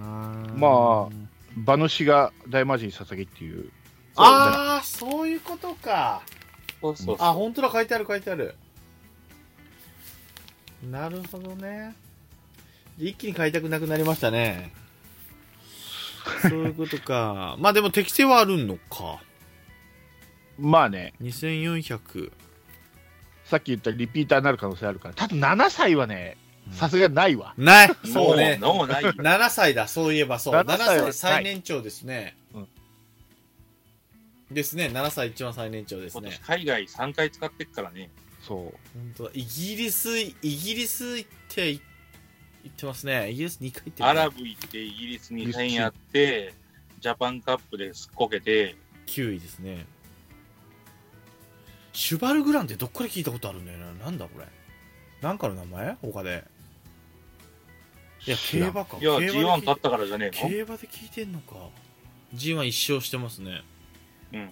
Speaker 2: あー
Speaker 4: まあ馬主が大魔神佐々木っていう、
Speaker 2: ああそういうことか
Speaker 3: そうそう
Speaker 2: あ本当だ書いてある書いてあるなるほどね一気に買いたくなくなりましたねそういうことか まあでも適性はあるのか
Speaker 4: まあね、
Speaker 2: 2400
Speaker 4: さっき言ったリピーターになる可能性あるから、ただ7歳はね、さすがにないわ。
Speaker 2: ない
Speaker 3: そ
Speaker 2: そうう
Speaker 3: ね
Speaker 2: ね。
Speaker 3: 脳ないよ。
Speaker 2: 7歳だそういえばそう7
Speaker 4: 7
Speaker 2: 歳
Speaker 4: 歳は
Speaker 2: 最年長ですね、
Speaker 4: うん
Speaker 2: ですね7歳一番最年長です
Speaker 3: 今年
Speaker 2: ね
Speaker 3: 海外3回使ってっからね。
Speaker 4: そう
Speaker 2: 本当だイギリスイギリス行ってい行ってますねイギリス2回行ってるね
Speaker 3: アラブ行ってイギリスに戦やって、ジャパンカップですっこけて、
Speaker 2: 9位ですねシュバルグランってどっから聞いたことあるんだよな。なんだこれ。なんかの名前他で。いや、競馬か。
Speaker 3: いや、
Speaker 2: 競馬で聞
Speaker 3: G1
Speaker 2: い
Speaker 3: 勝ったからじゃねえ
Speaker 2: 競馬で聞いてんのか。G1 一勝してますね。
Speaker 3: のうん。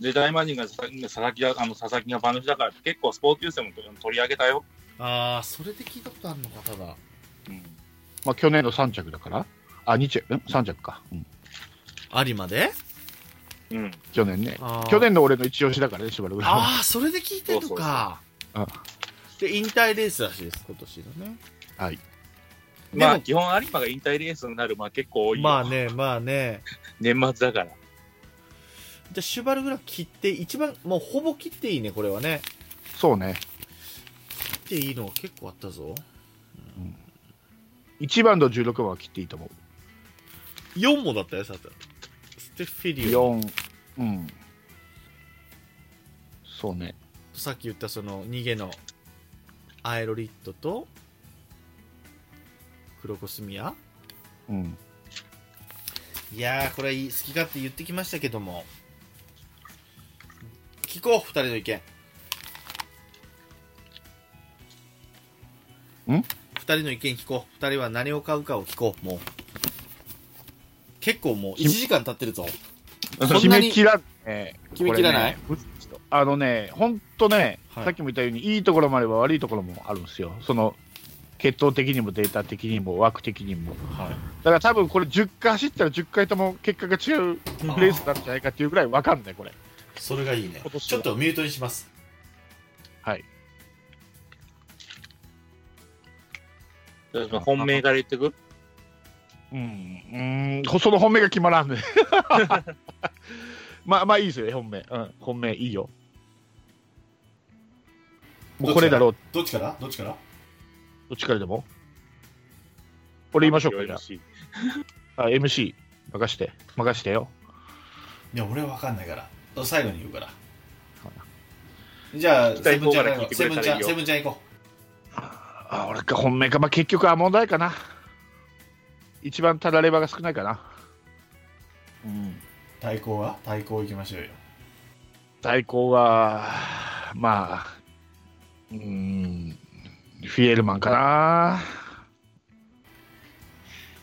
Speaker 3: で、大魔人が佐々木佐々木が、あの、佐々木が馬主だから、結構スポーツ優先も取り上げたよ。
Speaker 2: ああ、それで聞いたことあるのか、ただ。
Speaker 3: うん。
Speaker 4: まあ、去年の3着だから、あ、2着、ん ?3 着か、うん
Speaker 2: 有馬で
Speaker 3: うん。
Speaker 4: 去年ね。
Speaker 2: あー
Speaker 4: 去年の俺の一押しだからね、しばらく。
Speaker 2: ああ、それで聞いてんのか。
Speaker 4: そう
Speaker 2: で、引退レースらしいです、今年のね。
Speaker 4: はい。
Speaker 3: ま
Speaker 2: で
Speaker 3: あ、
Speaker 2: も
Speaker 3: 基本、有馬が引退レースになる、まあ結構多いよ。
Speaker 2: まあね、まあね。
Speaker 3: 年末だから。
Speaker 2: じゃあ、シュバルグラン切って、一番、もうほぼ切っていいね、これはね。
Speaker 4: そうね。
Speaker 2: 切っていいのが結構あったぞ。
Speaker 4: 1番と16番は切っていいと思
Speaker 2: 4もだったよ、さて。ステフィ
Speaker 4: う。
Speaker 2: リオン。
Speaker 4: 4、うん。そうね。
Speaker 2: さっき言ったその、逃げのアエロリットと、クロコスミア。
Speaker 4: うん。
Speaker 2: いやー、これはいい好き勝手言ってきましたけども。聞こう、二人の意見。
Speaker 4: ん
Speaker 2: 二人の意見聞こう。二人は何を買うかを聞こう、もう。結構もう、1時間経ってるぞ。こんなに
Speaker 4: 決めきら、ね、
Speaker 2: 決めきらない
Speaker 4: これねあのね、ほんとね、
Speaker 2: はい
Speaker 4: さっきも言ったように、いいところもあれば悪いところもあるんですよ。その、血統的にもデータ的にも枠的にも。
Speaker 2: はい。
Speaker 4: だから多分これ10回走ったら10回とも結果が違うレースなんじゃないかっていうぐらいわかんない、これ。
Speaker 2: それがいいね
Speaker 3: 今年は
Speaker 2: ちょっとミュートにします。
Speaker 4: はい。
Speaker 3: 本命から言ってく
Speaker 4: うん、うん、その本命が決まらんね。 まあまあいいですよね、本命。うん、本命いいよ。もうこれだろう、ど
Speaker 2: どっちからどっちから
Speaker 4: っちからでも。これ言いましょうか、じゃ
Speaker 3: MC
Speaker 4: あ。あ MC、任して、任してよ。
Speaker 2: いや、俺は分かんないから。最後に言うから。じゃあ、
Speaker 3: きた
Speaker 2: セ
Speaker 3: い
Speaker 2: ブン
Speaker 3: 方
Speaker 2: ちゃ
Speaker 3: か
Speaker 2: ん
Speaker 3: ら
Speaker 2: 行
Speaker 3: 聞
Speaker 2: こ。
Speaker 3: いうてく
Speaker 2: セ
Speaker 3: れ
Speaker 2: ブ
Speaker 3: た
Speaker 2: ンち
Speaker 3: らいい
Speaker 2: ゃん、
Speaker 3: よ
Speaker 2: セブンちゃん行こ
Speaker 4: あ、俺か、本命か。まあ結局、アモンダイかな。一番たらればが少ないかな。うん。
Speaker 2: う。対抗は対抗行きましょうよ。
Speaker 4: 対抗は、まあ、うーん、フィエルマンかな。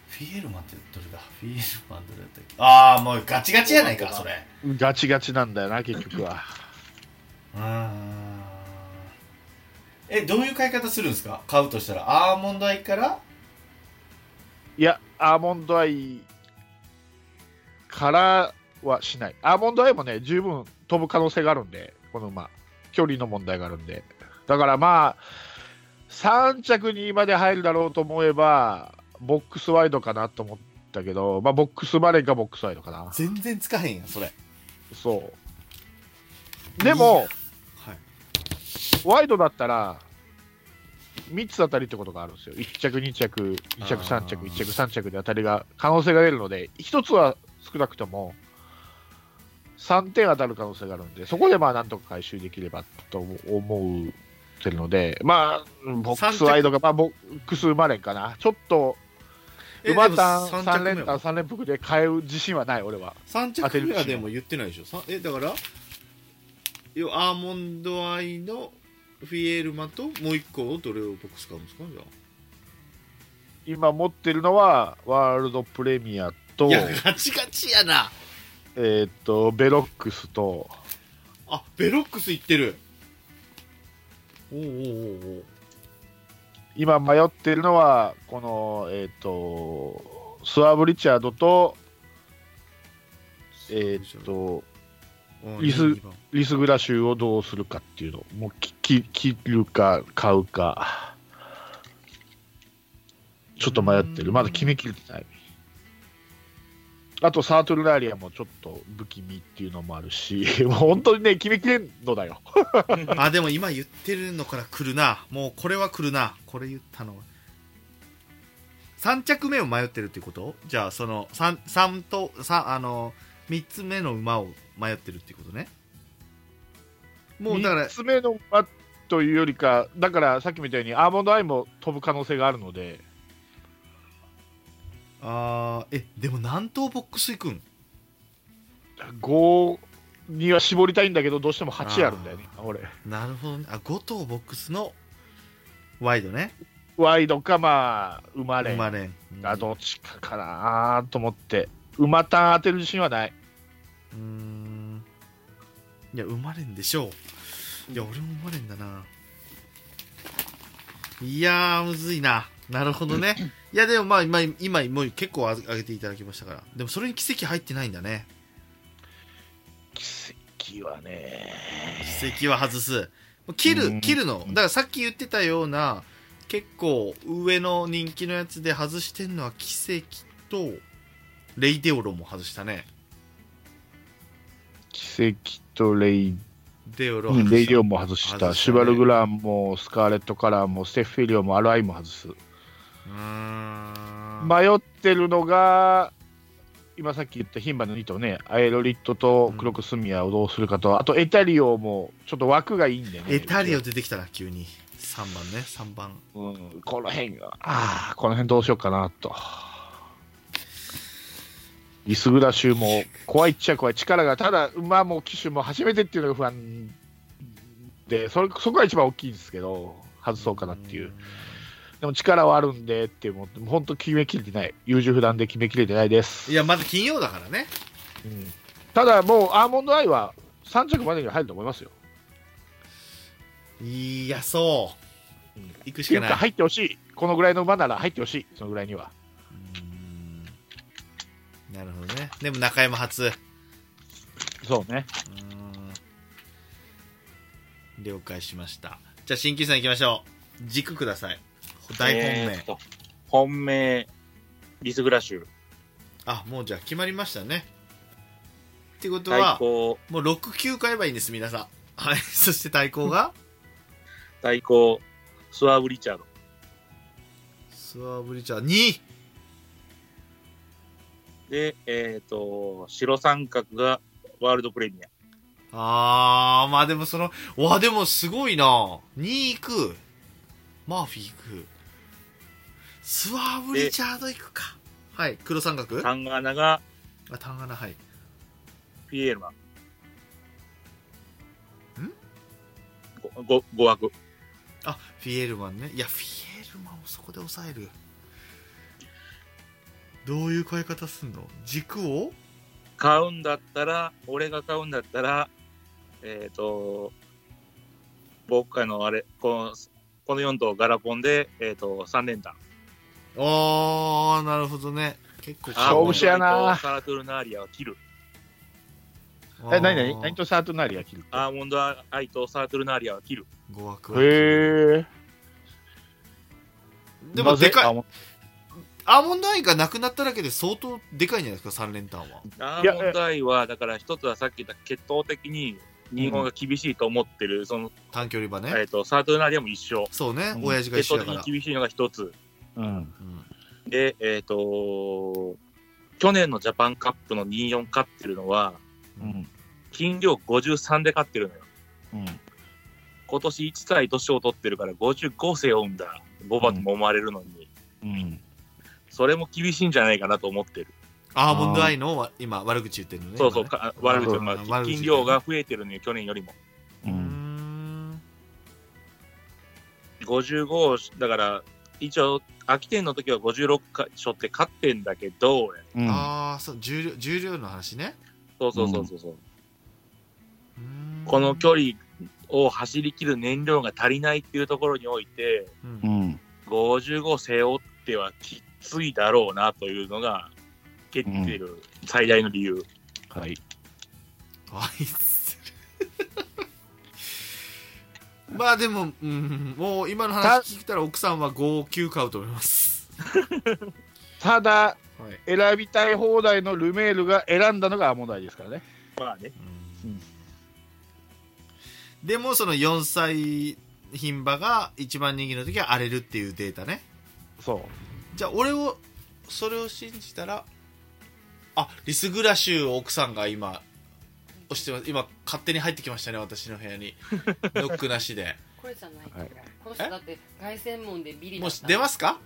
Speaker 2: フィエルマンってどれだフィエルマンどれだったっけああ、もうガチガチやないか、それ。
Speaker 4: ガチガチなんだよな、結局は。
Speaker 2: うーん。え、どういう買い方するんですか買うとしたら、アーモンドアイから
Speaker 4: いや、アーモンドアイからはしない。アーモンドアイもね、十分飛ぶ可能性があるんで、この馬。距離の問題があるんで。だからまあ、3着にまで入るだろうと思えば、ボックスワイドかなと思ったけど、まあ、ボックスバレーかボックスワイドかな。
Speaker 2: 全然つかへんやん、それ。
Speaker 4: そう。でも、
Speaker 2: はい。
Speaker 4: ワイドだったら、3つ当たりってことがあるんですよ。1着、2着、2着、3着、
Speaker 2: あ
Speaker 4: 1
Speaker 2: ー
Speaker 4: 着、3着で当たりが、可能性が出るので、1つは少なくとも、3点当たる可能性があるんで、そこでまあ、なんとか回収できればと思うてるので、まあ、うんボックスワイドが、まあ、ボックスマレンかな。ちょっと、
Speaker 2: え
Speaker 4: 馬単
Speaker 2: でも三着
Speaker 4: 3連
Speaker 2: 目
Speaker 4: 単
Speaker 2: は
Speaker 4: 3連複で買う自信はない、俺は。
Speaker 2: 3
Speaker 4: 当てる
Speaker 2: 着目はでも言ってないでしょさえだから要はアーモンドアイのフィエールマともう1個をどれをボックス買うんですかじゃ
Speaker 4: 今持ってるのは、ワールドプレミアと、
Speaker 2: あいやガチガチやな
Speaker 4: えーっと、ベロックスと、
Speaker 2: あベロックスいってるおうおうおうおう
Speaker 4: 今迷ってるのは、この、えっ、と、スワブ・リチャードと、えっ、と、
Speaker 2: うん
Speaker 4: リス
Speaker 2: 二番
Speaker 4: リス・グラシューをどうするかっていうの、もうきき切るか、買うか、ちょっと迷って
Speaker 2: う
Speaker 4: る、
Speaker 2: ん
Speaker 4: まだ決めきれてない。あと、サートルラーリアもちょっと不気味っていうのもあるし、 もう本当にね、決めきれんのだよ。
Speaker 2: あでも今言ってるのから来るなもうこれは来るなこれ言ったのは3着目を迷ってるってことじゃあその 3, 三と三あの3つ目の馬を迷ってるってことねもうだから
Speaker 4: 3つ目の馬というよりか、だからさっきみたいにアーモンドアイも飛ぶ可能性があるので、
Speaker 2: あーえでも何頭ボックス行くん
Speaker 4: 5には絞りたいんだけど、どうしても8あるんだよね、今俺。
Speaker 2: なるほどねあ5頭ボックスのワイドね
Speaker 4: ワイドか、まあ、馬連
Speaker 2: 馬連
Speaker 4: がどっちかかなと思って、馬単当てる自信はない。
Speaker 2: うーんいや生まれんでしょういや俺も生まれんだないやーむずいななるほどね いやでもまあ今今もう結構あ上げていただきましたからでもそれに奇跡入ってないんだね
Speaker 4: 奇跡はね、
Speaker 2: 奇跡は外す切
Speaker 4: う
Speaker 2: る
Speaker 4: ん
Speaker 2: 切るのだからさっき言ってたような結構上の人気のやつで外してんのは奇跡とレイデオロも外したね
Speaker 4: 奇跡とレイ
Speaker 2: デオロ
Speaker 4: うん
Speaker 2: 外した
Speaker 4: レイディオンも外し
Speaker 2: 外したね
Speaker 4: た、シュバルグランもスカーレットカラーもステッフィリオもアライも外す。
Speaker 2: うーん
Speaker 4: 迷ってるのが、今さっき言った牝馬の2頭ね、アエロリットとクロクスミアをどうするかと、あとエタリオもちょっと枠がいいんでね。
Speaker 2: エタリオ出てきたな急に3番ね3番
Speaker 4: うん、この辺が、ああ、この辺どうしようかなと。リスグラ州も怖いっちゃ怖い、力が、ただ馬も騎手も初めてっていうのが不安で、それそこが一番大きいですけど、外そうかなっていう。でも力はあるんでっていう、もう本当決めきれてない、優柔不断で決めきれてないです。
Speaker 2: いやまず金曜だからね
Speaker 4: うんただもう、アーモンドアイは3着までには入ると思いますよ。
Speaker 2: いやそう、
Speaker 4: うん
Speaker 2: 行く
Speaker 4: っ
Speaker 2: して
Speaker 4: い
Speaker 2: か
Speaker 4: う
Speaker 2: な
Speaker 4: か、
Speaker 2: い
Speaker 4: 入ってほしい、このぐらいの馬なら入ってほしい、そのぐらいには。
Speaker 2: うーんなるほどねでも中山初う
Speaker 4: そうね。
Speaker 2: ーん了解しましたじゃあ新旧さん行きましょう軸ください大本命、
Speaker 3: えーっと本命、リスグラシュ。
Speaker 2: あもうじゃあ決まりましたねってこと
Speaker 3: 対
Speaker 2: は
Speaker 3: 抗、
Speaker 2: もう69買えばいいんです皆さんはい そして対抗が
Speaker 3: 対抗、スワーブ・リチャード。
Speaker 2: スワーブリチャー2
Speaker 3: で、えっ、と、白三角がワールドプレミア。
Speaker 2: あー、まあでもその、わ、でもすごいな2行く。マーフィー行く。スワーブ・リチャード行くか。はい、黒三角あ、
Speaker 3: タンガーナが
Speaker 2: 単ガナ、はい。
Speaker 3: ピエールマン。んご、ご枠。
Speaker 2: あ、フィエルマンね。いや、フィエルマンをそこで抑える。どういう変え方すんの軸を
Speaker 3: 買うんだったら、俺が買うんだったら、えっ、と、僕あの、あれ、この、この4頭ガラポンで、えっ、と、3連単。
Speaker 2: あー、なるほどね。結構
Speaker 3: あ
Speaker 4: 勝負師やな
Speaker 3: アーモンドアイとサラトゥルナーリアは切る。
Speaker 4: え、なになに
Speaker 2: あ
Speaker 4: 何
Speaker 2: ー
Speaker 4: とサートナリア切る
Speaker 3: アーモンドアイとサラトゥルナーリアは切る。
Speaker 2: 語枠は
Speaker 4: へえ。
Speaker 2: でもでかい。
Speaker 4: い。
Speaker 2: アーモンドアイがなくなっただけで相当でかいんじゃないですか、3連単は。
Speaker 3: ア
Speaker 4: いや
Speaker 3: ーモンドアイは、だから一つはさっき言った血統的に日本が厳しいと思ってる、その、
Speaker 2: 短距離馬ね。
Speaker 3: えっ、と、サートゥルナーリアも一緒。
Speaker 2: そうね、
Speaker 4: うん
Speaker 2: 親父が
Speaker 3: 血
Speaker 2: 一緒
Speaker 3: 統
Speaker 2: だか
Speaker 3: 的
Speaker 2: ら
Speaker 3: に。厳しいのが一つ。
Speaker 4: うん。
Speaker 2: うん
Speaker 3: で、えっ、と、去年のジャパンカップの24勝ってるのは、
Speaker 4: うん。
Speaker 3: 金量53で勝ってるのよ。
Speaker 4: うん。
Speaker 3: 今年1歳年を取ってるから55世を産んだ。ボバとも思われるのに、
Speaker 4: うん。
Speaker 3: それも厳しいんじゃないかなと思ってる。
Speaker 2: アーモンドアイのわ今悪口言ってるのね。
Speaker 3: そうそう、
Speaker 2: 今ね
Speaker 3: か悪口、
Speaker 2: な
Speaker 3: ま
Speaker 2: るほど
Speaker 3: あ、金量が増えてるのよ、去年よりも。
Speaker 4: う
Speaker 2: うー
Speaker 4: ん。
Speaker 2: ん
Speaker 3: 55、だから、一応、秋天の時は56勝って勝ってんだけど、
Speaker 4: うん。
Speaker 2: ああ、そう重量、重量の話ね。
Speaker 3: そうそうそうそうそう、
Speaker 2: うーん
Speaker 3: この距離を走り切る燃料が足りないっていうところにおいて、
Speaker 2: うん
Speaker 4: うん。
Speaker 3: 55背負ってはきついだろうなというのが、蹴ってる最大の理由。
Speaker 4: はい。
Speaker 2: 愛する。まあでも、うん、もう今の話聞いたら奥さんは5、9買うと思います。
Speaker 4: ただ、
Speaker 2: はい。
Speaker 4: 選びたい放題のルメールが選んだのがアーモンドアイですからね。
Speaker 3: まあね、
Speaker 4: うん
Speaker 2: でもその4歳牝馬が一番人気の時は荒れるっていうデータね。
Speaker 4: そ
Speaker 2: じゃあ俺をそれを信じたらあリスグラシューを奥さんが今押してます今勝手に入ってきましたね私の部 屋にノックなしで
Speaker 5: これじゃないか
Speaker 4: はい
Speaker 5: この人だって凱旋門でビリだ
Speaker 2: も
Speaker 5: っ
Speaker 2: う
Speaker 5: た
Speaker 2: 出ますか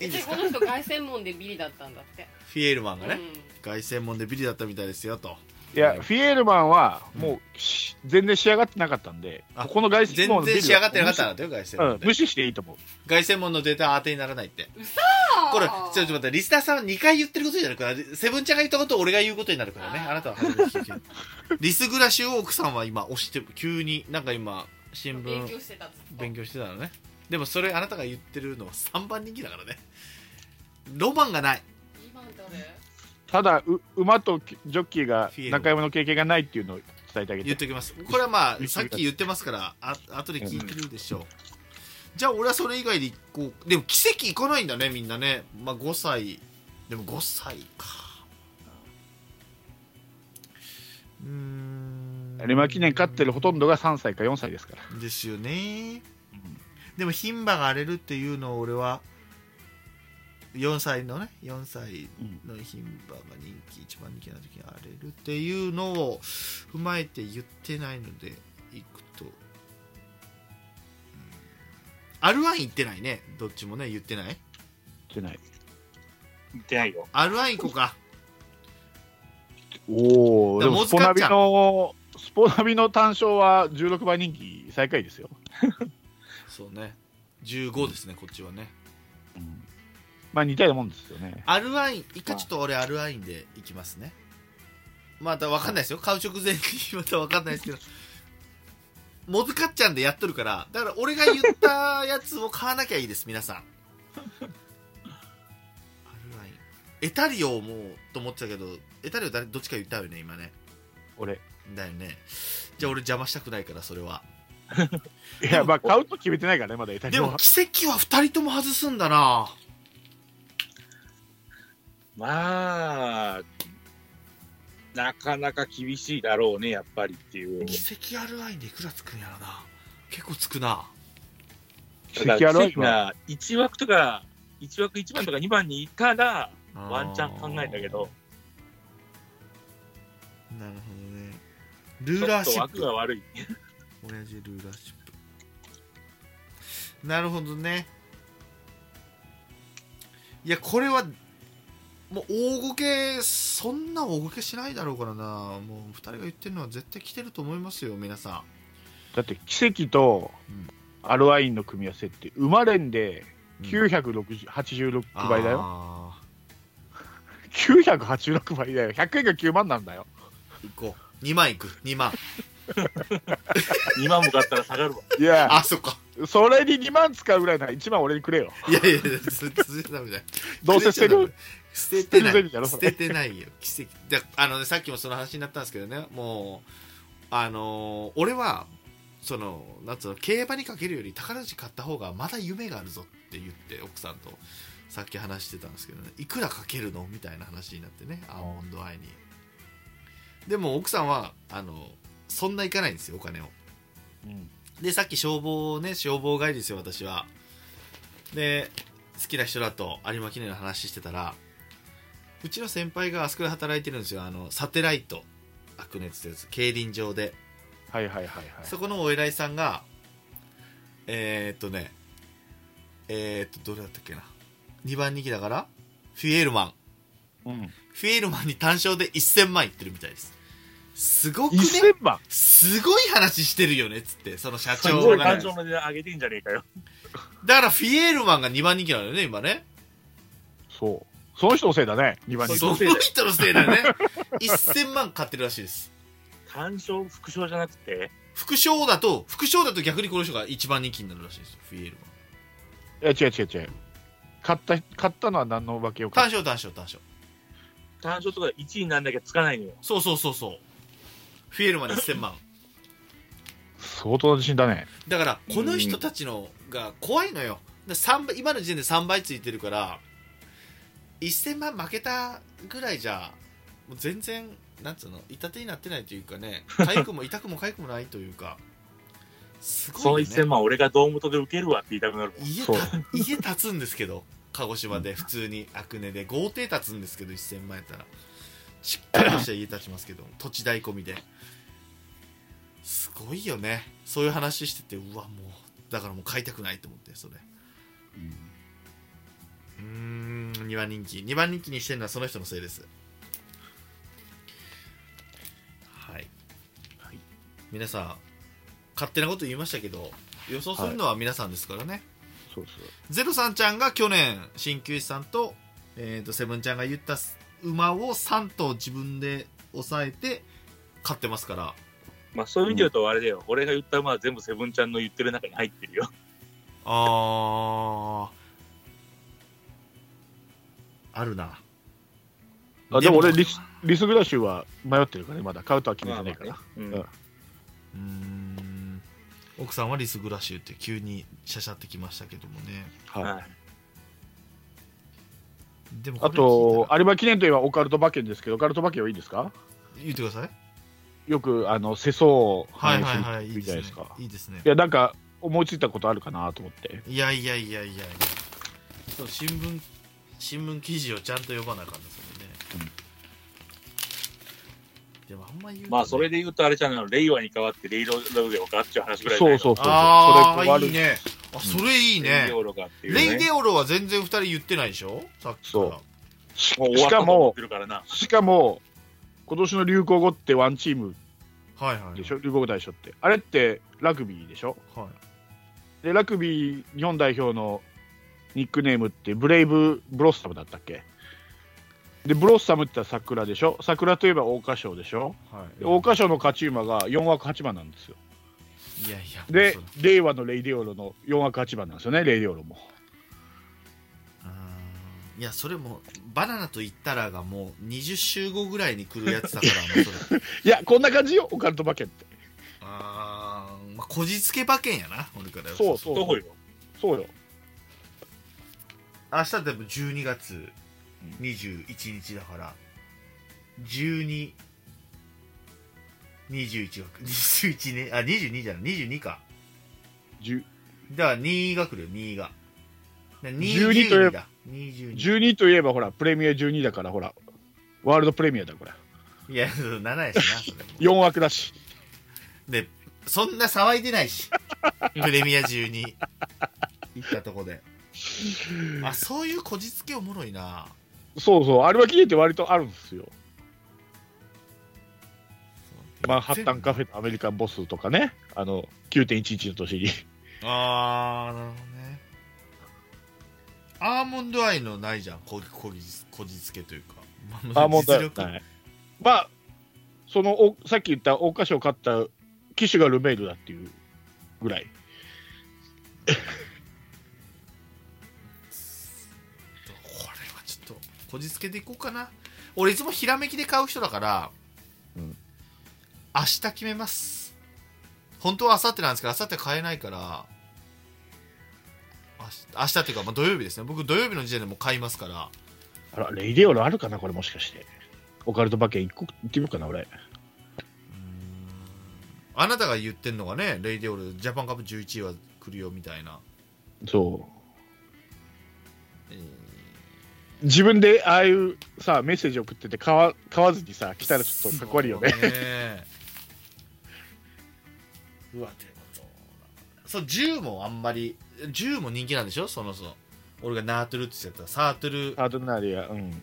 Speaker 2: い
Speaker 5: え
Speaker 2: いんですか
Speaker 5: この人凱旋門でビリだったんだって
Speaker 2: フィエールマンがね
Speaker 5: う
Speaker 2: 凱旋門でビリだったみたいですよと
Speaker 5: ん
Speaker 4: いや、フィエールマンはもうし全然仕上がってなかったんで、
Speaker 2: あ
Speaker 4: ここの外線
Speaker 2: 全然仕上がってなかったなという外線
Speaker 4: うん
Speaker 2: 門、
Speaker 4: 無視していいと思う。
Speaker 2: 凱旋門のデータは当てにならないって
Speaker 5: あー
Speaker 2: これちょっと待ってリスナーさんは2回言ってることじゃなくなるセブンちゃんが言ったことを俺が言うことになるからねあなたは初めて聞くリスグラシュオークさんは今押して急になんか今新
Speaker 5: 勉
Speaker 2: 聞
Speaker 5: 強してたずっと
Speaker 2: 勉強してたのねでもそれあなたが言ってるのは3番人気だからねロマンがない
Speaker 5: 今誰
Speaker 4: ただう、馬とジョッキーが中山の経験がないっていうのを伝えてあげ。
Speaker 2: 言ってときますこれはまあさっき言ってますからあ後で聞いてるでしょう、じゃあ俺はそれ以外で行こうでも奇跡行かないんだねみんなねまあ5歳でも5歳かうーん
Speaker 4: 有馬記念勝ってるほとんどが3歳か4歳ですから。
Speaker 2: ですよねでも牝馬が荒れるっていうのを俺は4歳のね4歳の牝馬が人気一番人気な時に荒れるっていうのを踏まえて言ってないのでいくと、うん、R1 言ってないねどっちもね言ってない
Speaker 4: 言ってない。
Speaker 3: 言ってないよ。
Speaker 2: R1 行こうか
Speaker 4: おお、
Speaker 2: だ
Speaker 4: で
Speaker 2: から
Speaker 4: も
Speaker 2: も
Speaker 4: ス
Speaker 2: ず
Speaker 4: ポ
Speaker 2: か
Speaker 4: ナ
Speaker 2: っち
Speaker 4: ビ
Speaker 2: ゃん
Speaker 4: の、スポナビの単勝は16番人気最下位ですよ。
Speaker 2: そうね15ですねこっちはね
Speaker 4: まあ似たようなもんですよね。
Speaker 2: R1 一回ちょっと俺 R1 で行きますねまたわかんないですよ買う直前にまたわかんないですけどもずかっちゃんでやっとるからだから俺が言ったやつを買わなきゃいいです皆さん R1 エタリオもと思ってたけどエタリオ誰どっちか言ったよね今ね
Speaker 4: 俺。
Speaker 2: だよねじゃあ俺邪魔したくないからそれはい
Speaker 4: や、まあ買うと決めてないからね、まだイタリ
Speaker 2: で
Speaker 4: ア
Speaker 2: も
Speaker 4: は。
Speaker 2: 奇跡は2人とも外すんだな
Speaker 3: まあ、なかなか厳しいだろうね、やっぱりっていう。
Speaker 2: 奇跡 R1 でいくらつくんやろな結構つくな
Speaker 4: 奇跡あるわ
Speaker 3: 奇跡な1枠とか、1枠1番とか2番にいたら、ワンチャン考えたけど、
Speaker 2: なるほどね。
Speaker 3: ち
Speaker 2: ルー
Speaker 3: ょ
Speaker 2: ラー
Speaker 3: っと
Speaker 2: シッ
Speaker 3: 枠
Speaker 2: プ
Speaker 3: が。悪い。
Speaker 2: 親父ルーラーシップ。なるほどね。いや、これは、もう大ごけ、そんな大ごけしないだろうからな。もう二人が言ってるのは絶対来てると思いますよ、皆さ
Speaker 4: だって奇跡と
Speaker 2: うん
Speaker 4: アルワインの組み合わせって、馬連で
Speaker 2: ん。
Speaker 4: 986倍だよ。
Speaker 2: よ。
Speaker 4: 986倍だよ。100円が9万なんだよ。
Speaker 2: 行こう。2万いく、2万。
Speaker 3: 2万も買ったら下 がるわ。
Speaker 4: いや、
Speaker 2: あ、そっか。
Speaker 4: それに2万使うぐらいなら1万俺にくれよ。
Speaker 2: いやいやいや、続いてたみたい。
Speaker 4: どうせ捨てる。
Speaker 2: 捨ててな
Speaker 4: 捨てる
Speaker 2: い
Speaker 4: 銭だろ
Speaker 2: 捨
Speaker 4: それ
Speaker 2: ててないよ奇跡であの、ね、さっきもその話になったんですけどねもうあのー俺はそのなんつうの競馬にかけるより宝くじ買った方がまだ夢があるぞって言って奥さんとさっき話してたんですけどねいくらかけるのみたいな話になってねアーモンドアイにでも奥さんはあのそんないかないんですよお金をでさっき消防ね消防帰りですよ私はで好きな人だと有馬記念の話してたらうちの先輩があそこで働いてるんですよあのサテライト悪熱ってやつ競輪場で、
Speaker 4: はいはいはいはい。
Speaker 2: そこのお偉いさんがえー、っとねえー、っとどれだったっけな2番人気だからフィエールマン
Speaker 4: うん、
Speaker 2: フィエールマンに単勝で1000万いってるみたいですすごくね
Speaker 4: 1000万
Speaker 2: すごい話してるよねっつってその社
Speaker 3: す
Speaker 2: 長
Speaker 3: ごい
Speaker 2: が、ね、
Speaker 3: 感情の値段上げてんじゃねえかよ。
Speaker 2: だからフィエールマンが2番人気なのよね今ね
Speaker 4: そう。その人のせいだね、2番
Speaker 3: そう
Speaker 4: 人
Speaker 2: その人のせいだよね1000万買ってるらしいです
Speaker 3: 単勝、副賞じゃなくて、
Speaker 2: 副賞だと副賞だと逆にこの人が一番人気になるらしいですよフィエールマン
Speaker 4: いや違う違う違う。買った、買ったのは何の化けを
Speaker 2: 単
Speaker 4: 買った
Speaker 2: 勝単勝単勝
Speaker 3: 単勝とか1位になんなきゃつかないのよ。
Speaker 2: そうそうそうそうフィエールマン1000万
Speaker 4: 相当な自信だね。
Speaker 2: だからこの人たちのが怖いのよだから3倍今の時点で3倍ついてるから1000万負けたぐらいじゃもう全然なんつうの痛手になってないというか ね痒くも痛くも痒くもないというかすごい
Speaker 3: そ
Speaker 2: よね
Speaker 3: の1000万俺が堂本で受けるわって言いたくなる。
Speaker 2: 家
Speaker 4: そう
Speaker 2: た 家建つんですけど鹿児島で普通に阿久根で豪邸建つんですけど1000万やったらしっかりとした家建ちますけど土地代込みですごいよねそういう話しててうわもうだからもう買いたくないと思ってそれうーん2番人気2番人気にしてるのはその人のせいです皆さん勝手なこと言いましたけど予想するのは皆さんですからね、
Speaker 4: そうそう
Speaker 2: ゼロさんちゃんが去年鍼灸師さんと,、えー、とセブンちゃんが言った馬を3頭自分で抑えて勝ってますから
Speaker 3: まあそういう意味で言うとあれだよ、俺が言った馬は全部セブンちゃんの言ってる中に入ってるよ。
Speaker 2: あーあるな
Speaker 4: あでも俺リス、リスグラシュは迷ってるからね、まだ買うとは決め
Speaker 3: ま
Speaker 4: て
Speaker 3: あ
Speaker 4: な
Speaker 3: ま
Speaker 4: いか
Speaker 3: あ
Speaker 4: ら。
Speaker 3: ねうん
Speaker 4: うん
Speaker 2: うーん奥さんはリスグラシュって急にシャシャってきましたけどもね
Speaker 4: はい
Speaker 3: はい
Speaker 2: でもこ
Speaker 4: あと、有
Speaker 2: れ聞いたら
Speaker 4: 馬記念といえばオカルト馬券ですけど、オカルト馬券はいいですか
Speaker 2: 言ってください
Speaker 4: よく、あの、世相を
Speaker 2: はい
Speaker 4: 反映
Speaker 2: はいはい
Speaker 4: す
Speaker 2: い
Speaker 4: る
Speaker 2: い
Speaker 4: じゃない
Speaker 2: で
Speaker 4: ですす
Speaker 2: ね
Speaker 4: か。
Speaker 2: いいですね
Speaker 4: いや、なんか、思いついたことあるかなと思って。
Speaker 2: いやいやいやいやいやそう新聞新聞記事をちゃんと読まなあかんですもんね、でもあんま言うとね
Speaker 3: まあそれで言うとあれじゃないの、令和に変わって令和ロでよかっていう話ぐらいだ
Speaker 4: そ
Speaker 3: よ
Speaker 4: うそうそうそう。
Speaker 2: あ
Speaker 4: それ
Speaker 2: あ
Speaker 4: 困る
Speaker 2: いい。ねあそれいいね、
Speaker 3: 令和ロかっていう、ね。
Speaker 2: レイデオロは全然2人言ってないでしょさっきから
Speaker 4: そう
Speaker 3: しもう終
Speaker 4: し
Speaker 3: わった
Speaker 4: か
Speaker 3: と思っ
Speaker 4: も
Speaker 3: て、るからな。
Speaker 4: しかも、今年の流行語ってワンチーム
Speaker 2: はいはい
Speaker 4: でしょ、流行語大賞って。あれってラグビーでしょ
Speaker 2: はい
Speaker 4: で、ラグビー日本代表のニックネームって、ブレイブ・ブロッサムだったっけで、ブロッサムって言ったら桜でしょ桜といえば桜花賞でしょ
Speaker 2: は
Speaker 4: で
Speaker 2: い
Speaker 4: 桜花賞の勝ち馬が4枠8番なんですよ。
Speaker 2: いやいや
Speaker 4: で
Speaker 2: そうだ、
Speaker 4: 令和のレイディオロの4枠8番なんですよね、レイディオロも。
Speaker 2: うーんいやそれもバナナと言ったらがもう20週後ぐらいに来るやつだからもう それ
Speaker 4: いや、こんな感じよ、オカルト馬券って。
Speaker 2: あー、まあこじつけ馬券やな俺から
Speaker 4: そうそう
Speaker 3: どこよ。
Speaker 4: そうよ。
Speaker 2: 明日でも12月21日だから1221枠21ねあ22じゃない22か
Speaker 4: 10
Speaker 2: だから2が来るよ2が
Speaker 4: 12といえ
Speaker 2: ば22
Speaker 4: 12といえば、ほら、プレミア12だから、ほら、ワールドプレミアだ、これ。
Speaker 2: いや7やしなそれも
Speaker 4: 4枠だし。
Speaker 2: でそんな騒いでな いしプレミア中に行ったとこであそういうこじつけおもろいな
Speaker 4: そうそう、アルバ記念って割とあるんですよ。マンハッタンカフェのアメリカンボスとかね、あの、9.11の年に。
Speaker 2: あーなるほどねアーモンドアイのないじゃんここぎこじつけというか
Speaker 4: あ、もうだ
Speaker 2: 実
Speaker 4: よ。
Speaker 2: 力
Speaker 4: はいまあ、そのお、さっき言った、桜花賞勝った騎手がルメールだっていうぐらい。
Speaker 2: これはちょっとこじつけていこうかな俺いつもひらめきで買う人だから、
Speaker 4: うん
Speaker 2: 明日決めます本当は明後日なんですけど明後日買えないから明日明日っていうか、まあ、土曜日ですね僕土曜日の時点でもう買いますから
Speaker 4: あら、レイディオロあるかな、これもしかして。オカルト馬券一個行ってみようかな、俺。
Speaker 2: あなたが言ってんのがねレイディオールジャパンカップ11位は来るよみたいな、
Speaker 4: そ
Speaker 2: えー
Speaker 4: う。自分でああいうさ、メッセージ送ってて買わ買わずにさ、来たらちょっとかっこ悪いよね。
Speaker 2: そうねうわでもそうだそう銃もあんまり銃も人気なんでしょそのそう俺がナートゥルって言ってたサートゥル
Speaker 4: アートナリア、うん。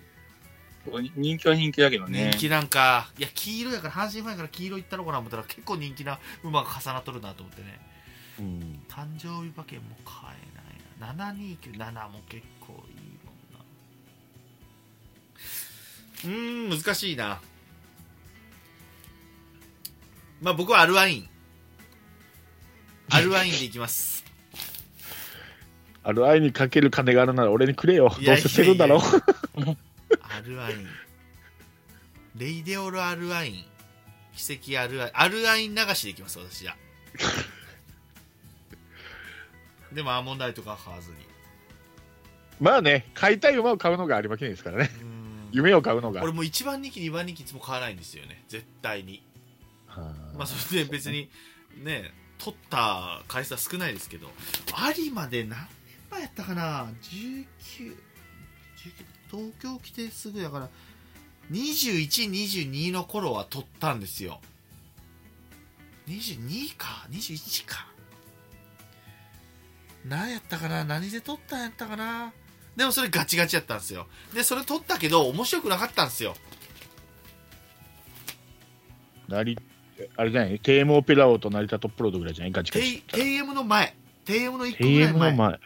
Speaker 3: 人気は人気だけどね
Speaker 2: 人。気なんか、いや黄色やから阪神ファンやから黄色いったのかな思ったら結構人気な馬が重なっとるなと思ってね
Speaker 4: うん、
Speaker 2: 誕生日馬券も買えないな7297も結構いいもんなうーん難しいなまあ僕はアルワインアルワインでいきます
Speaker 4: ある愛にかける金があるなら俺にくれよ。
Speaker 2: い
Speaker 4: ど
Speaker 2: や
Speaker 4: うせ捨てるんだろう
Speaker 2: い。 アルワインレイデオルアルワイン奇跡アルワインアルワイン流しでいきます私 じゃでもアーモンドアイとかは買わずに
Speaker 4: まあね、買いたい馬を買うのがありまけですからね。
Speaker 2: うーん
Speaker 4: 夢を買うのが。
Speaker 2: 俺もう1番人気2番人気いつも買わないんですよね絶対にまあそれで別にね取った回数は少ないですけど有馬で何年前やったかな19 19東京来てすぐやから2122の頃は取ったんですよ22か21か何やったかな何で取ったんやったかなでもそれガチガチやったんですよでそれ取ったけど面白くなかったんですよ
Speaker 4: なり、あれじゃない ?KMO ペラオと成田トップロードぐらいじゃないガチガチ
Speaker 2: T- TM の前 TM の1個ぐら
Speaker 4: ?TM
Speaker 2: い
Speaker 4: の
Speaker 2: 前 TM の前
Speaker 4: 前。